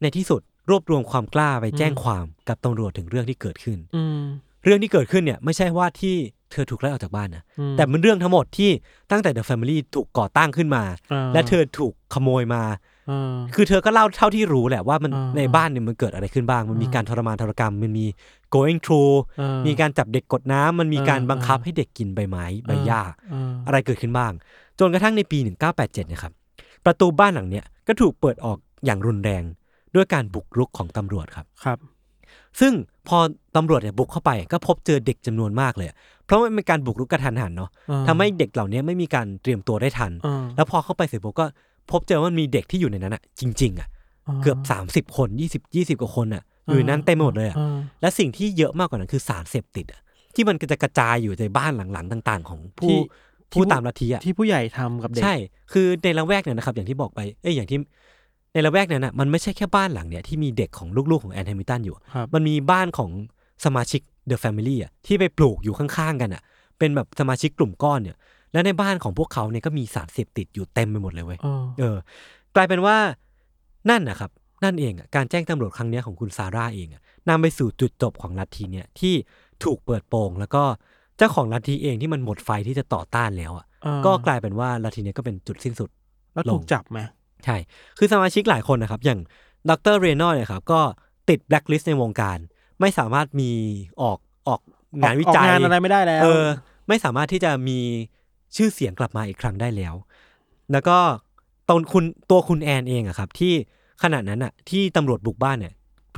Speaker 2: ในที่สุด รวบรวมความกล้าไปแจ้งความกับตำรวจถึงเรื่องที่เกิดขึ้น
Speaker 3: อืม
Speaker 2: เรื่องที่เกิดขึ้นเนี่ยไม่ใช่ว่าที่เธอถูกไล่ออกจากบ้านนะ
Speaker 3: อืม
Speaker 2: แต่มันเรื่องทั้งหมดที่ตั้งแต่ The Family ถูกก่อตั้งขึ้นมา
Speaker 3: อ่า
Speaker 2: และเธอถูกขโมยมา
Speaker 3: อ่า
Speaker 2: คือเธอก็เล่าเท่าที่รู้แหละว่ามัน
Speaker 3: อ่า
Speaker 2: ในบ้านเนี่ยมันเกิดอะไรขึ้นบ้าง มันมี
Speaker 3: อ่า
Speaker 2: การทรมานทรกรรม มันมี going through
Speaker 3: อ่า
Speaker 2: มีการจับเด็กกดน้ำมันมีการ
Speaker 3: อ่า
Speaker 2: บังคับ
Speaker 3: อ่า
Speaker 2: ให้เด็กกินใบไม้ใบหญ้า
Speaker 3: อ่า
Speaker 2: อะไรเกิดขึ้นบ้าง จนกระทั่งในปี 1987 นะครับ ประตูบ้านหลังเนี้ยก็ถูกเปิดออกอย่างรุนแรง ด้วยการบุกรุกของตำรวจครับ
Speaker 3: ครับ
Speaker 2: ซึ่งพอตำรวจเนี่ยบุกเข้าไปก็พบเจอเด็กจำนวนมากเลย เพราะมันเป็นการบุกรุกกระทันหันเนาะ
Speaker 3: อ่า
Speaker 2: ทำให้เด็กเหล่านี้ไม่มีการเตรียมตัวได้ทัน
Speaker 3: อ่า
Speaker 2: แล้วพอเข้าไปเสร็จปุ๊บก็พบเจอว่ามีเด็กที่อยู่ในนั้นอะจริงๆอะเกือบ 30 คน 20 20กว่าคนอะอยู่ในนั้นเต็มไปหมดเลยอะ
Speaker 3: อ่า
Speaker 2: และสิ่งที่เยอะมากกว่านั้นคือสารเสพติดอะที่มันจะกระจายอยู่ในบ้านหลังๆ ต่าง ๆ ของ
Speaker 3: ที่
Speaker 2: ผู้ผู้ตามลัทธิอะ
Speaker 3: ที่ผู้ใหญ่ทำกับเด็ก
Speaker 2: ใช่ คือในละแวกเนี่ยนะครับ อย่างที่บอกไปเอ้ยอย่างที่ในละแวกนั้นอะมันไม่ใช่แค่บ้านหลังเนี่ยที่มีเด็กของลูกๆของแอนแฮมิลตันอยู่
Speaker 3: ครับ
Speaker 2: มันมีบ้านของสมาชิกเดอะแฟมิลี่อะที่ไปปลูกอยู่ข้างๆกันอะเป็นแบบสมาชิกกลุ่มก้อนเนี่ยและในบ้านของพวกเขาเนี่ยก็มีสารเสพติดอยู่เต็มไปหมดเลยเว้ย
Speaker 3: อ่า
Speaker 2: เออกลายเป็นว่านั่นนะครับ นั่นเองอะการแจ้งตำรวจครั้งเนี้ยของคุณซาร่าเองอะนำไปสู่จุดจบของลัทธิเนี่ยที่ถูกเปิดโปง แล้วก็เจ้าของลัทธิเองที่มันหมดไฟที่จะต่อต้านแล้วอะ
Speaker 3: อ่า
Speaker 2: ก็กลายเป็นว่าลัทธิเนี้ก็เป็นจุดสิ้นสุด
Speaker 3: แล้ว
Speaker 2: ลง
Speaker 3: ถูกจับไหม
Speaker 2: ใช่ คือสมาชิกหลายคนนะครับ อย่างดรเรโนเนี่ยครับก็ติดแบล็คลิสต์ในวงการ ไม่สามารถมีออกออกงานวิจัย
Speaker 3: ออกงานอะไรไม่ได้แล้ว
Speaker 2: เออไม่สามารถที่จะมีชื่อเสียงกลับมาอีกครั้งได้แล้ว แล้วก็ตอนคุณตัวคุณแอนเองอะครับ ที่ขณะนั้นอะที่ตำรวจบุกบ้านเนี่ย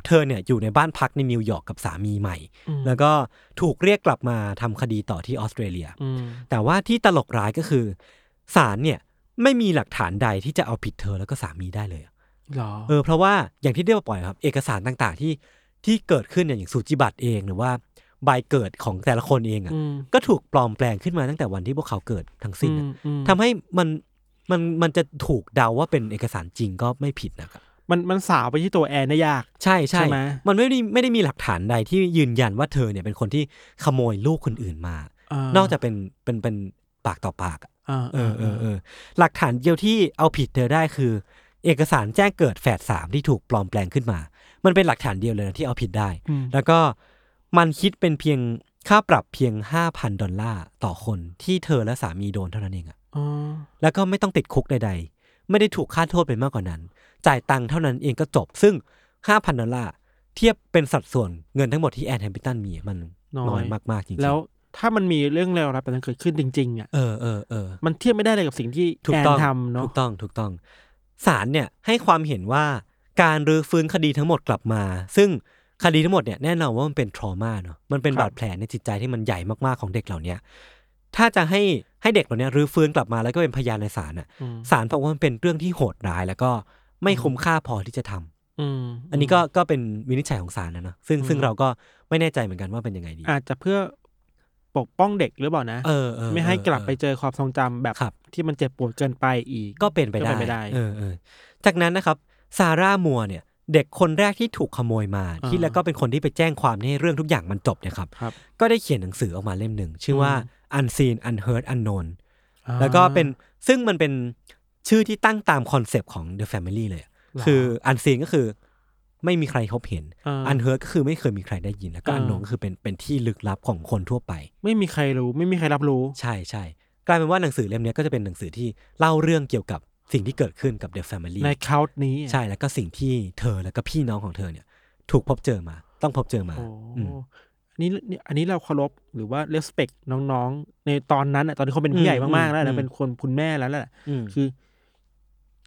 Speaker 2: เธอเนี่ยอยู่ในบ้านพักในนิวยอร์กกับสามีใหม่
Speaker 3: ม
Speaker 2: แล้วก็ถูกเรียกกลับมาทำคดีต่อที่ออสเตรเลีย
Speaker 3: อืม
Speaker 2: แต่ว่าที่ตลกร้ายก็คือศาลเนี่ยไม่มีหลักฐานใดที่จะเอาผิดเธอแล้วก็สามีได้เลยอะ
Speaker 3: หรอ
Speaker 2: เออเพราะว่าอย่างที่ได้ปล่อยครับ เอกสารต่างๆที่ที่เกิดขึ้นเนี่ยอย่างสูจิบัตรเองหรือว่าใบเกิดของแต่ละคนเองอ่ะ
Speaker 3: ม
Speaker 2: ก็ถูกปลอมแปลงขึ้นมาตั้งแต่วันที่พวกเขาเกิดทั้งสิ้น
Speaker 3: อื
Speaker 2: อะ
Speaker 3: มอืม
Speaker 2: ทำให้มันมันมันจะถูกเดาว่าเป็นเอกสารจริงก็ไม่ผิดนะครับ
Speaker 3: มันมันสาวไปที่ตัวแอนได้ยาก
Speaker 2: ใช่ใช่
Speaker 3: ใช่ไหม
Speaker 2: มันไม่ได้ไม่ได้มีหลักฐานใดที่ยืนยันว่าเธอเนี่ยเป็นคนที่ขโมยลูกคนอื่นมา นอกจากเป็นเป็นเป็นปากต่อปากอะ
Speaker 3: อ่า
Speaker 2: เออเออเออหลักฐานเดียวที่เอาผิดเธอได้คือ เอกสารแจ้งเกิดแฝดสามที่ถูกปลอมแปลงขึ้นมา มันเป็นหลักฐานเดียวเลยนะที่เอาผิดได้
Speaker 3: ม
Speaker 2: แล้วก็มันคิดเป็นเพียงค่าปรับเพียง 5,000 ดอลลาร์ต่อคนที่เธอและสามีโดนเท่านั้นเองอะ
Speaker 3: อ๋อ
Speaker 2: แล้วก็ไม่ต้องติดคุกใดๆ ไม่ได้ถูกค่าโทษไปมากกว่านั้น จ่ายตังค์เท่านั้นเองก็จบ ซึ่ง 5,000 ดอลลาร์เทียบเป็นสัดส่วนเงินทั้งหมดที่แอนแฮมปิตันมีมันน้อยมากๆจริงๆ
Speaker 3: แล้วถ้ามันมีเรื่องเลวร้ายแบบนั้นเกิดขึ้นจริง ๆ อ่ะ
Speaker 2: เออเออเออ
Speaker 3: มันเทียบไม่ได้เลยกับสิ่งที่
Speaker 2: ถู
Speaker 3: แอก น
Speaker 2: ต้อง
Speaker 3: ทำเนาะ
Speaker 2: ถูกต้องถูกต้องศาลเนี่ยให้ความเห็นว่าการรื้อฟื้นคดีทั้งหมดกลับมา ซึ่งคดีทั้งหมดเนี่ยแน่นอนว่ามันเป็นทรมาเนาะมันเป็นบาดแผลในจิตใจที่มันใหญ่มากๆของเด็กเหล่าเนี้ยถ้าจะให้ให้เด็กเหล่าเนี้ยรื้อฟื้นกลับมาแล้วก็เป็นพยานในศาลน่ะ
Speaker 3: อืม
Speaker 2: ศาลบอกว่ามันเป็นเรื่องที่โหดร้ายแล้วก็ไม่คุ้มค่าพอที่จะทำ
Speaker 3: อืม
Speaker 2: อันนี้ก็ก็เป็นวินิจฉัยของศาลนะเนาะซึ่งซึ่ง
Speaker 3: อืม
Speaker 2: เราก็ไม่แน่ใจเหมือนกันว่าเป็นยังไงดี
Speaker 3: อาจจะเพื่อปกป้องเด็กหรือเปล่านะ
Speaker 2: เออเออ
Speaker 3: ไม่ให้กลับไป
Speaker 2: เออ
Speaker 3: เจอความทรงจำแบบ
Speaker 2: ครับ
Speaker 3: ที่มันเจ็บปวดเกินไปอีก
Speaker 2: ก็เป็นไปได้
Speaker 3: ก็เป็นไปได้
Speaker 2: เออเออจากนั้นนะครับซาร่ามัวเนี่ย เด็กคนแรกที่ถูกขโมยมา
Speaker 3: อ่า
Speaker 2: ที่แล้วก็เป็นคนที่ไปแจ้งความให้เรื่องทุกอย่างมันจบเนี่ยครับ
Speaker 3: ครับ
Speaker 2: ก็ได้เขียนหนังสือออกมาเล่มหนึ่ง ชื่อว่า unseen unheard unknown
Speaker 3: อ่า
Speaker 2: แล้วก็เป็นซึ่งมันเป็นชื่อที่ตั้งตามคอนเซปต์ของ the family เลยอะ
Speaker 3: หร
Speaker 2: คือ unseen ก็คือไม่มีใครพบเห็น
Speaker 3: า
Speaker 2: unheard ก็คือไม่เคยมีใครได้ยิน แล้วก็
Speaker 3: อ่า
Speaker 2: unknown ก็คือเป็นเป็นที่ลึกลับของคนทั่วไป
Speaker 3: ไม่มีใครรู้ไม่มีใครรับรู้
Speaker 2: ใช่ใช่กลายเป็นว่าหนังสือเล่มเนี้ยก็จะเป็นหนังสือที่เล่าเรื่องเกี่ยวกับสิ่งที่เกิดขึ้นกับ The Family
Speaker 3: ในคาวต์นี้
Speaker 2: ใช่แล้วก็สิ่งที่เธอแล้วก็พี่น้องของเธอเนี่ย ถูกพบเจอมา ต้องพบเจอมา
Speaker 3: โอ้
Speaker 2: อืม
Speaker 3: อันนี้เนี่ยอันนี้เราเคารพหรือว่าเลสเปกน้องๆ ในตอนนั้นอะตอนที่เขาเป็นผู้ใหญ่มากๆแล้ว
Speaker 2: อื
Speaker 3: นะ
Speaker 2: ม
Speaker 3: เป็นคนคุณแม่แล้วแหละ
Speaker 2: อืม
Speaker 3: คือ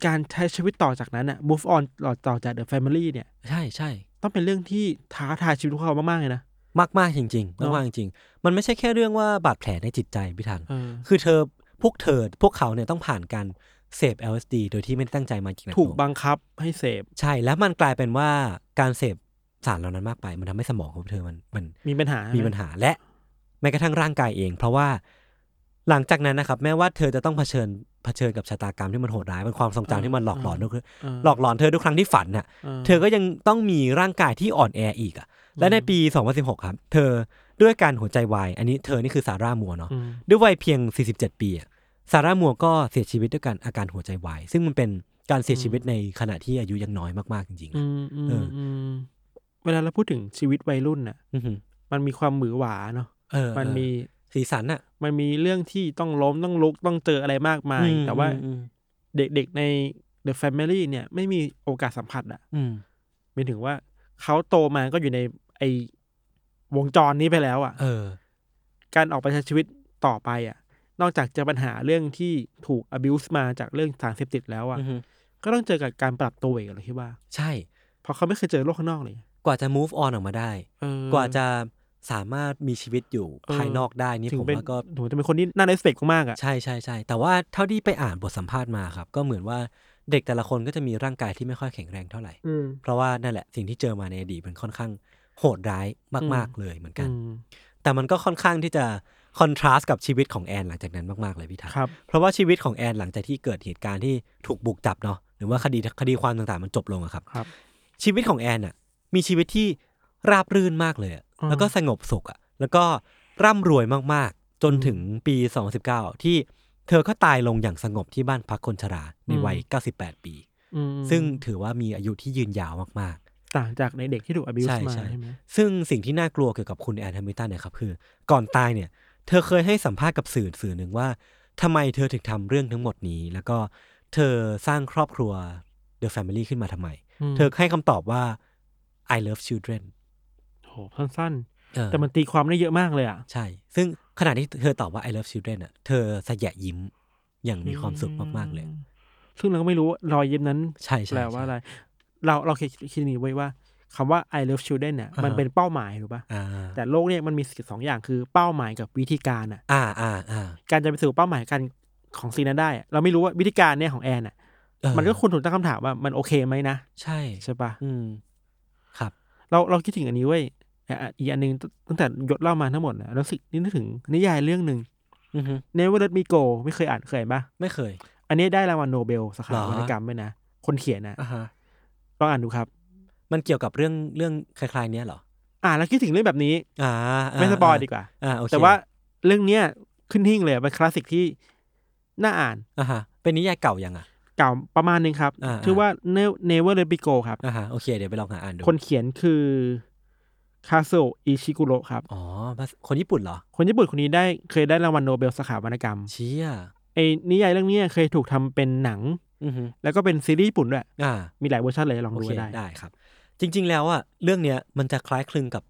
Speaker 3: การใช้ชีวิตต่อจากนั้นอะ move on ต่อต่อจาก The Family เนี่ย
Speaker 2: ใช่ใช่
Speaker 3: ต้องเป็นเรื่องที่ท้าทายชีวิตพวกเขามาก ๆ เลยนะ
Speaker 2: มากมากๆจริง ๆ
Speaker 3: เนอะ
Speaker 2: มากๆจริงๆ มันไม่ใช่แค่เรื่องว่าบาดแผลในจิตใจพี่ทัน
Speaker 3: เออ
Speaker 2: คือเธอพวกเธอพวกเขาเนี่ยต้องผ่านการเสพ LSD โดยที่ไม่ได้ตั้งใจมาจริงๆนะ
Speaker 3: ถูกบังคับให้เสพ
Speaker 2: ใช่แล้วมันกลายเป็นว่าการเสพสารเหล่านั้นมากไป มันทำให้สมองของเธอมันมัน
Speaker 3: มีปัญหา
Speaker 2: มี
Speaker 3: มี
Speaker 2: ปัญหาและแม้กระทั่งร่างกายเอง เพราะว่าหลังจากนั้นนะครับ แม้ว่าเธอจะต้องเผชิญเผชิญกับชะตากรรมที่มันโหดร้ายเป็นความทรงจำที่มันหลอกหลอนทุกครั้งหลอกหลอนเธอทุกครั้งที่ฝันน่ะเธอก็ยังต้องมีร่างกายที่อ่อนแออีกอ่ะและในปี 2016 ครับ เธอด้วยการหัวใจวาย อันนี้เธอนี่คือซาร่ามัวเนาะด้วยวัยเพียง 47 ปีอะซาร่ามัวก็เสียชีวิตด้วยการอาการหัวใจวาย ซึ่งมันเป็น การเสียชีวิตในขณะที่อายุยังน้อยมากๆจริงๆ
Speaker 3: อื
Speaker 2: นะ
Speaker 3: มอื
Speaker 2: เอ
Speaker 3: ม
Speaker 2: อ
Speaker 3: อืมเวลาเราพูดถึงชีวิตวัยรุ่นน่ะ
Speaker 2: อือหือ
Speaker 3: มันมีความหมือหวาเนาะ
Speaker 2: เออ
Speaker 3: มันมี
Speaker 2: สีสันอะ
Speaker 3: มันมีเรื่องที่ต้องล้มต้องลุกต้องเจออะไรมากมาย แต่ว่า
Speaker 2: อืม
Speaker 3: เด็กๆใน The Family เนี่ยไม่มีโอกาสสัมผัสอะ
Speaker 2: อืม
Speaker 3: หมายถึงว่าเขาโตมาก็อยู่ในไอวงจรนี้ไปแล้วอะ
Speaker 2: เออ
Speaker 3: การออกไปใช้ชีวิตต่อไปอ่ะ นอกจากเจอปัญหาเรื่องที่ถูก abuse มาจากเรื่องสารเสพติดแล้วอ่ะ
Speaker 2: อือฮึ
Speaker 3: ก็ต้องเจอกับการปรับตัวอีกเหรอคิดว่า
Speaker 2: ใช่
Speaker 3: เพราะเขาไม่เคยเจอโลกข้างนอกเลย
Speaker 2: กว่าจะ move on ออกมาได้
Speaker 3: เออ
Speaker 2: กว่าจะสามารถมีชีวิตอยู่
Speaker 3: เออ
Speaker 2: ภายนอกได้นี่
Speaker 3: ถึง
Speaker 2: ผม
Speaker 3: เป็น
Speaker 2: ว่าก็
Speaker 3: ถึงจะเป็นคนที่น่าเลสเปกมากๆอ่ะ
Speaker 2: ใช่ใช่ใช่แต่ว่าเท่าที่ไปอ่านบทสัมภาษณ์มาครับ ก็เหมือนว่าเด็กแต่ละคนก็จะมีร่างกายที่ไม่ค่อยแข็งแรงเท่าไหร่
Speaker 3: อืม
Speaker 2: เพราะว่านั่นแหละสิ่งที่เจอมาในอดีตมันค่อนข้างโหดร้ายมาก
Speaker 3: อืม
Speaker 2: ๆเลยเหมือนกั
Speaker 3: อื
Speaker 2: น
Speaker 3: ม
Speaker 2: แต่มันก็ค่อนข้างที่จะคอนทราสต์กับชีวิตของแอนหลังจากนั้นมาก ๆ เลยพี่ทัศ
Speaker 3: ค
Speaker 2: น์
Speaker 3: รับ
Speaker 2: เพราะว่าชีวิตของแอนหลังจากที่เกิดเหตุการณ์ที่ถูกบุกจับเนาะหรือว่าคดีคดีความต่างๆมันจบลงอะครับ
Speaker 3: ครับ
Speaker 2: ชีวิตของแอนน่ะมีชีวิตที่ราบรื่นมากเลยอะ
Speaker 3: อ่า
Speaker 2: แล้วก็สงบสุขอ่ะ แล้วก็ร่ำรวยมากๆ จนถึงปี 2019 ที่เธอก็ตายลงอย่างสงบที่บ้านพักคนชราในวัย 98 ปี
Speaker 3: อืม
Speaker 2: ซึ่งถือว่ามีอายุที่ยืนยาวมาก
Speaker 3: ต่างจากในเด็กที่ถูก abuse
Speaker 2: ใช่
Speaker 3: มา
Speaker 2: ใช่
Speaker 3: ใช่ไหม
Speaker 2: ๆ ซึ่งสิ่งที่น่ากลัวเกี่ยวกับคุณแอนแฮมิลตันเนี่ยครับคือ ก่อนตายเนี่ย เธอเคยให้สัมภาษณ์กับสื่อสื่อหนึ่งว่าทำไมเธอถึงทำเรื่องทั้งหมดนี้ แล้วก็เธอสร้างครอบครัว The Family ขึ้นมาทำไม
Speaker 3: ม
Speaker 2: เธอให้คำตอบว่า I love children
Speaker 3: โหสั้น
Speaker 2: เออ
Speaker 3: ๆ แต่มันตีความได้เยอะมากเลยอ่ะ
Speaker 2: ใช่ ซึ่งขณะที่เธอตอบว่า I love children อ่ะ เธอสะแยะยิ้มอย่างมีความสุขมาก ๆ เลย
Speaker 3: ซึ่งเราก็ไม่รู้ว่ารอยยิ้มนั้น
Speaker 2: ใช่ใช่
Speaker 3: แปลว่าอะไร
Speaker 2: ใช่
Speaker 3: เราเราคิดคิดอย่างนี้ไว้ว่าคำว่า I love children เนี่ย
Speaker 2: อ่าฮะ
Speaker 3: มันเป็นเป้าหมายถูกปะ
Speaker 2: อ่า
Speaker 3: แต่โลกเนี่ยมันมีสิ่งสองอย่างคือเป้าหมายกับวิธีการอ่ะ
Speaker 2: อ่าอ่าอ่า
Speaker 3: การจะไปสู่เป้าหมายการของซีนนั้นได้อะเราไม่รู้ว่าวิธีการเนี่ยของแอนอ่ะ
Speaker 2: เออ
Speaker 3: มันก็ควรถูกตั้งคำถามว่ามันโอเคไหมนะ
Speaker 2: ใช่
Speaker 3: ใช่ปะ
Speaker 2: อืม ครับ
Speaker 3: เราเราคิดถึงอันนี้เว้ยอ่ะอ่ะอีกอันหนึงตั้งตั้งแต่ยศเล่ามาทั้งหมดนะรู้สึกนึกถึงนิยายเรื่องหนึ่ง
Speaker 2: อือฮึ
Speaker 3: Never Let Me Go ไม่เคยอ่านเคยอ่านปะ
Speaker 2: ไม่เคย
Speaker 3: อันนี้ได้รางวัลโนเบลสาขา
Speaker 2: เหรอ
Speaker 3: วรรณกรรมด้วยนะคนเขียนนะ
Speaker 2: อ่าฮะ
Speaker 3: ลองอ่านดูครับ
Speaker 2: มันเกี่ยวกับเรื่องเรื่องคล้าย ๆ เนี้ยเหรอ
Speaker 3: อ่านแล้วคิดถึงเรื่องแบบนี้
Speaker 2: อ่าา
Speaker 3: ไม่สปอยดีกว่า
Speaker 2: อ่าโอเค
Speaker 3: แต่ว่าเรื่องเนี้ยขึ้นหิ้งเลยเป็นคลาสสิกที่น่าอ่าน
Speaker 2: อ่าฮะ เป็นนิยายเก่ายังอ่ะ
Speaker 3: เก่าประมาณหนึงครับ
Speaker 2: อ่า
Speaker 3: ชื่อว่า Ne- Never Let Me Go ครับ
Speaker 2: อ่าฮะ โอเค เดี๋ยวไปลองหาอ่านดู
Speaker 3: คนเขียนคือคาโซอิชิกุโรครับ
Speaker 2: อ๋อมาคนญี่ปุ่นเหรอ
Speaker 3: คนญี่ปุ่นคนนี้ได้เคยได้รางวัลโนเบลสาขาวรรณกรรม
Speaker 2: เชี่ย
Speaker 3: ไอ้นิยายเรื่องเนี้ยเคยถูกทำเป็นหนัง
Speaker 2: อือฮึ
Speaker 3: แล้วก็เป็นซีรีส์ญี่ปุ่นด้วย
Speaker 2: อ่า
Speaker 3: มีหลายเวอร์ชันเลยลอง
Speaker 2: โอ
Speaker 3: ดู
Speaker 2: เค
Speaker 3: ก็ได้
Speaker 2: ได้ครับ จริง ๆ แล้วอะเรื่องเนี้ยมันจะคล้ายคลึงกับ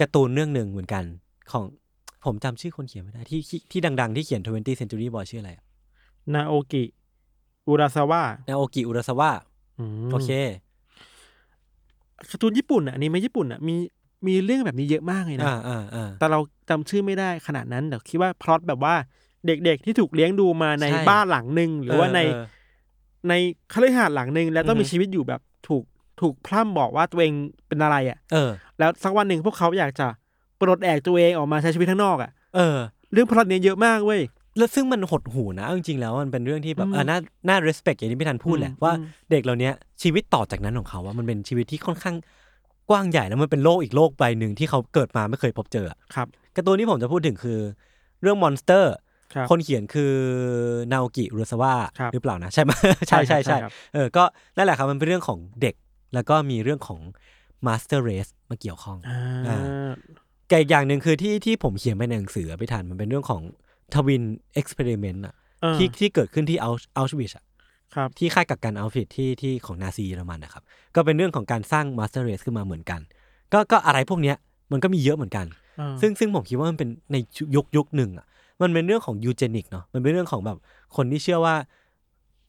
Speaker 2: การ์ตูนเรื่องหนึ่งเหมือนกันของผมจำชื่อคนเขียนไม่ได้ที่ที่ที่ดัง ๆ ที่เขียน 20 Century Boy ชื่ออะไร
Speaker 3: นาโอกิ อุราซาวะ
Speaker 2: นาโอกิอุราซาวะ
Speaker 3: ม
Speaker 2: โอเค
Speaker 3: การ์ตูนญี่ปุ่นอ่ะอันนี้ไม่ญี่ปุ่นอ่ะมีมีเรื่องแบบนี้เยอะมากเลยนะ
Speaker 2: อ่าอ่าอ่า
Speaker 3: แต่เราจำชื่อไม่ได้ขนาดนั้นแต่คิดว่าพล็อตแบบว่าเด็กๆที่ถูกเลี้ยงดูมาใน
Speaker 2: ใช่
Speaker 3: บ้านหลังหนึ่งหรือว่าใน
Speaker 2: เอ
Speaker 3: ในคฤหาสน์หลังหนึ่งแล้วต้อง
Speaker 2: อือฮึ
Speaker 3: มีชีวิตอยู่แบบถูกถูกพร่ำบอกว่าตัวเองเป็นอะไรอ่ะ
Speaker 2: เออ
Speaker 3: แล้วสักวันหนึ่งพวกเขาอยากจะปลดแอกตัวเองออกมาใช้ชีวิตข้างนอกอ่ะ
Speaker 2: เออ
Speaker 3: เรื่องพล็อตเนี้ยเยอะมากเว้ย
Speaker 2: แล้วซึ่งมันหดหูนะเอาจริงๆแล้วมันเป็นเรื่องที่แบบ
Speaker 3: อืม
Speaker 2: อ่าน่าน่า respect อย่างที่พี่ธันพูดแหละ
Speaker 3: อืม
Speaker 2: ว่า
Speaker 3: อืม
Speaker 2: เด็กเหล่าเนี้ยชีวิตต่อจากนั้นของเขาว่ามันเป็นชีวิตที่ค่อนข้างกว้างใหญ่แล้วมันเป็นโลกอีกโลกใบหนึ่งที่เขาเกิดมาไม่เคยพบเจออะ
Speaker 3: ครับ
Speaker 2: การ์ตูนที่ผมจะพูดถึงคือ เรื่อง Monster
Speaker 3: ครับ
Speaker 2: คนเขียนคือนาโอกิอุรสวา
Speaker 3: ครับ
Speaker 2: หรือเปล่านะ ใช่ไหม ใช่ใช่
Speaker 3: ใช่
Speaker 2: ใช่
Speaker 3: ครับ
Speaker 2: เออก็นั่นแหละครับ มันเป็นเรื่องของเด็ก แล้วก็มีเรื่องของ Master Race มาเกี่ยวข้อง
Speaker 3: อ่
Speaker 2: อ่
Speaker 3: า
Speaker 2: า แต่อีกอย่างหนึ่งคือที่ที่ผมเขียนไปในหนังสือไปทันมันเป็นเรื่องของทวินเอ็กซ์เพร์เมนต์อะที่
Speaker 3: ที่
Speaker 2: ที่เกิดขึ้นที่เอาเอาชวิชอะ
Speaker 3: ครับ
Speaker 2: ที่ค่ายกักกันเอาฟิตที่ที่ของนาซีเยอรมันนะครับ ก็เป็นเรื่องของการสร้าง Master Race ขึ้นมาเหมือนกัน ก็ก็อะไรพวกเนี้ยมันก็มีเยอะเหมือนกัน
Speaker 3: อ่า
Speaker 2: ซึ่งซึ่งผมคิดว่ามันเป็นในยุคยุคหนึ่งอ่ะมันเป็นเรื่องของยูเจนิกเนาะมันเป็นเรื่องของแบบคนที่เชื่อว่า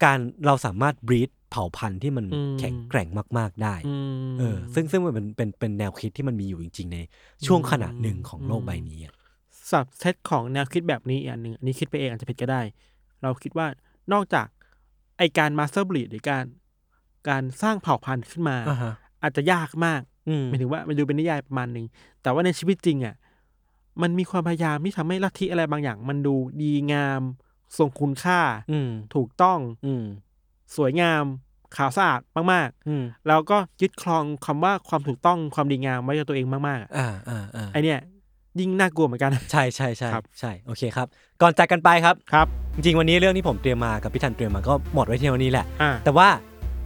Speaker 2: การเราสามารถบรีดเผ่าพันธุ์ที่มันแข็งแกร่งมาก ๆ ได้
Speaker 3: อืม
Speaker 2: เออซึ่งซึ่งมันเป็นเป็นเป็นแนวคิดที่มันมีอยู่จริง ๆ ในช่วงขนาดหนึ่งของโลก
Speaker 3: อืม
Speaker 2: ใบนี้อะ
Speaker 3: สับเซตของแนวคิดแบบนี้อีกอันหนึ่งอันนี้คิดไปเองอาจจะผิดก็ได้ เราคิดว่านอกจากไอการมาสเตอร์บลีดหรือการการสร้างเผ่าพันธุ์ขึ้นมา
Speaker 2: อ่าฮะ
Speaker 3: อาจจะยากมาก
Speaker 2: อืม
Speaker 3: หมายถึงว่ามันดูเป็นนิยายประมาณหนึ่งแต่ว่าในชีวิตจริงอ่ะมันมีความพยายามที่ทำให้ลัทธิอะไรบางอย่าง มันดูดีงามทรงคุณค่า
Speaker 2: อืม
Speaker 3: ถูกต้อง
Speaker 2: อืม
Speaker 3: สวยงามขาวสะอาดมาก
Speaker 2: อืม
Speaker 3: ๆ แล้วก็ยึดครองคำว่าความถูกต้องความดีงามไว้กับตัวเองมากๆอะ
Speaker 2: อ่าอ่าอ่า
Speaker 3: ไอเนี่ย ยิ่งน่ากลัวเหมือนกัน
Speaker 2: ใช่ใช่ใช่
Speaker 3: ครับ
Speaker 2: ใช่โอเคครับ ก่อนจากกันไปครับ
Speaker 3: ครับ
Speaker 2: จริงๆวันนี้เรื่องที่ผมเตรียมมากับพี่ทันเตรียมมาก็หมดไว้ที่วันนี้แหละ
Speaker 3: อ่า
Speaker 2: แต่ว่า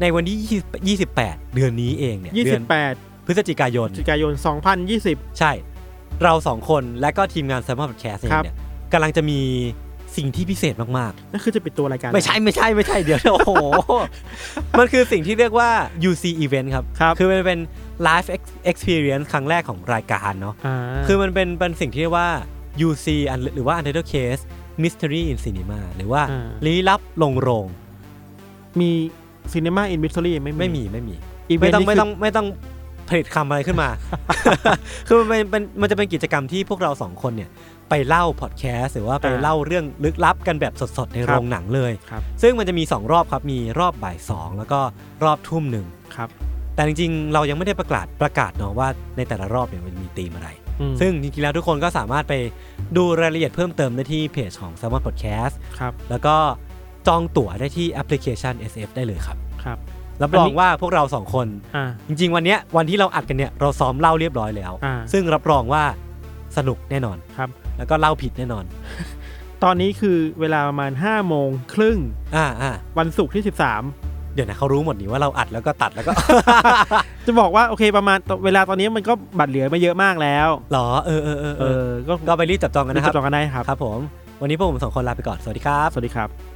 Speaker 2: ในวันที่ 20 28 เดือนนี้เองเนี่ย
Speaker 3: ยี่
Speaker 2: เดื
Speaker 3: สิ
Speaker 2: อน
Speaker 3: บแปด
Speaker 2: พฤศจิกายน
Speaker 3: พฤศจิกายนสองพันยี่สิบ
Speaker 2: ใช่ เราสองคนและก็ทีมงาน s ซมมอนพอดแคสต์เอง
Speaker 3: ครับ
Speaker 2: เนี่ยกำลังจะมีสิ่งที่พิเศษมาก
Speaker 3: นั่นคือจะปิดตัวรายการ
Speaker 2: ๆ ไม่ใช่ไม่ใช่ไม่ใช่เดี๋ยว โอ้โห มันคือสิ่งที่เรียกว่า UC Event ครับ
Speaker 3: ครับ
Speaker 2: คือมันเป็น Live Ex- Experience ครั้งแรกของรายการเนาะ
Speaker 3: อ่า
Speaker 2: คือมันเป็นเป็นสิ่งที่เรียกว่า UC อันหรือว่า Untitled Case Mystery in Cinema หรือว่า
Speaker 3: า
Speaker 2: ลี้ลับลงโรง
Speaker 3: มีซีนีมาอินมิสทรีไม่
Speaker 2: ไม่มีไม่มี
Speaker 3: อีเวน
Speaker 2: ไม่
Speaker 3: ต์
Speaker 2: ต้อง
Speaker 3: นี่
Speaker 2: ไม่
Speaker 3: คือ
Speaker 2: ต้องไม่ต้องผลิตคำอะไรขึ้นมา คือมันเป็นมันจะเป็นกิจกรรมที่พวกเราสองคนเนี่ย ไปเล่าพอดแคสต์หรือว่าไปเล่าเรื่องลึกลับกันแบบสดๆ ในโรงหนังเลย
Speaker 3: ครับ
Speaker 2: ซึ่งมันจะมี 2 รอบครับ มีรอบบ่ายสองแล้วก็รอบทุ่มหนึ่ง
Speaker 3: ครับ
Speaker 2: แต่จริงๆ เรายังไม่ได้ประกาศประกาศเนาะว่าในแต่ละรอบเนี่ยมันมีธีมอะไร
Speaker 3: อืม
Speaker 2: ซึ่งจริงๆ แล้วทุกคนก็สามารถไปดูรายละเอียดเพิ่มเติมได้ที่เพจของ s ซ m มอนพอดแคสต์
Speaker 3: ครับ
Speaker 2: แล้วก็จองตั๋วได้ที่แอปพลิเคชัน SF ได้เลยครับ
Speaker 3: ครับ
Speaker 2: รับ
Speaker 3: อัน
Speaker 2: รอ
Speaker 3: นี้
Speaker 2: งว่าพวกเราสองคน
Speaker 3: อ่า
Speaker 2: จริงๆ วันเนี้ยวันที่เราอัดกันเนี่ยเราซ้อมเล่าเรียบร้อยแล้ว
Speaker 3: อ่า
Speaker 2: ซึ่งรับรองว่าสนุกแน่นอน
Speaker 3: ครับ
Speaker 2: แล้วก็เล่าผิดแน่นอน
Speaker 3: ตอนนี้คือเวลาประมาณห้าโมงครึ่ง
Speaker 2: อ่าอ่า
Speaker 3: วันศุกร์ที่สิบสาม
Speaker 2: เดี๋ยวนะเขารู้หมดนี่ว่าเราอัดแล้วก็ตัด แล้วก็
Speaker 3: จะบอกว่าโอเคประมาณเวลาตอนนี้มันก็บัตรเหลือไม่เยอะมากแล้ว
Speaker 2: หรอเออเออเออ
Speaker 3: เอ
Speaker 2: เออ
Speaker 3: อ ก็
Speaker 2: ก็ไปรีบจับจองกันนะค
Speaker 3: จั
Speaker 2: รั
Speaker 3: บบ จองกันได้ครับ
Speaker 2: ครับผม วันนี้พวกผมสองคนลาไปก่อนสวัสดีครับ
Speaker 3: สวัสดีครับ
Speaker 2: ค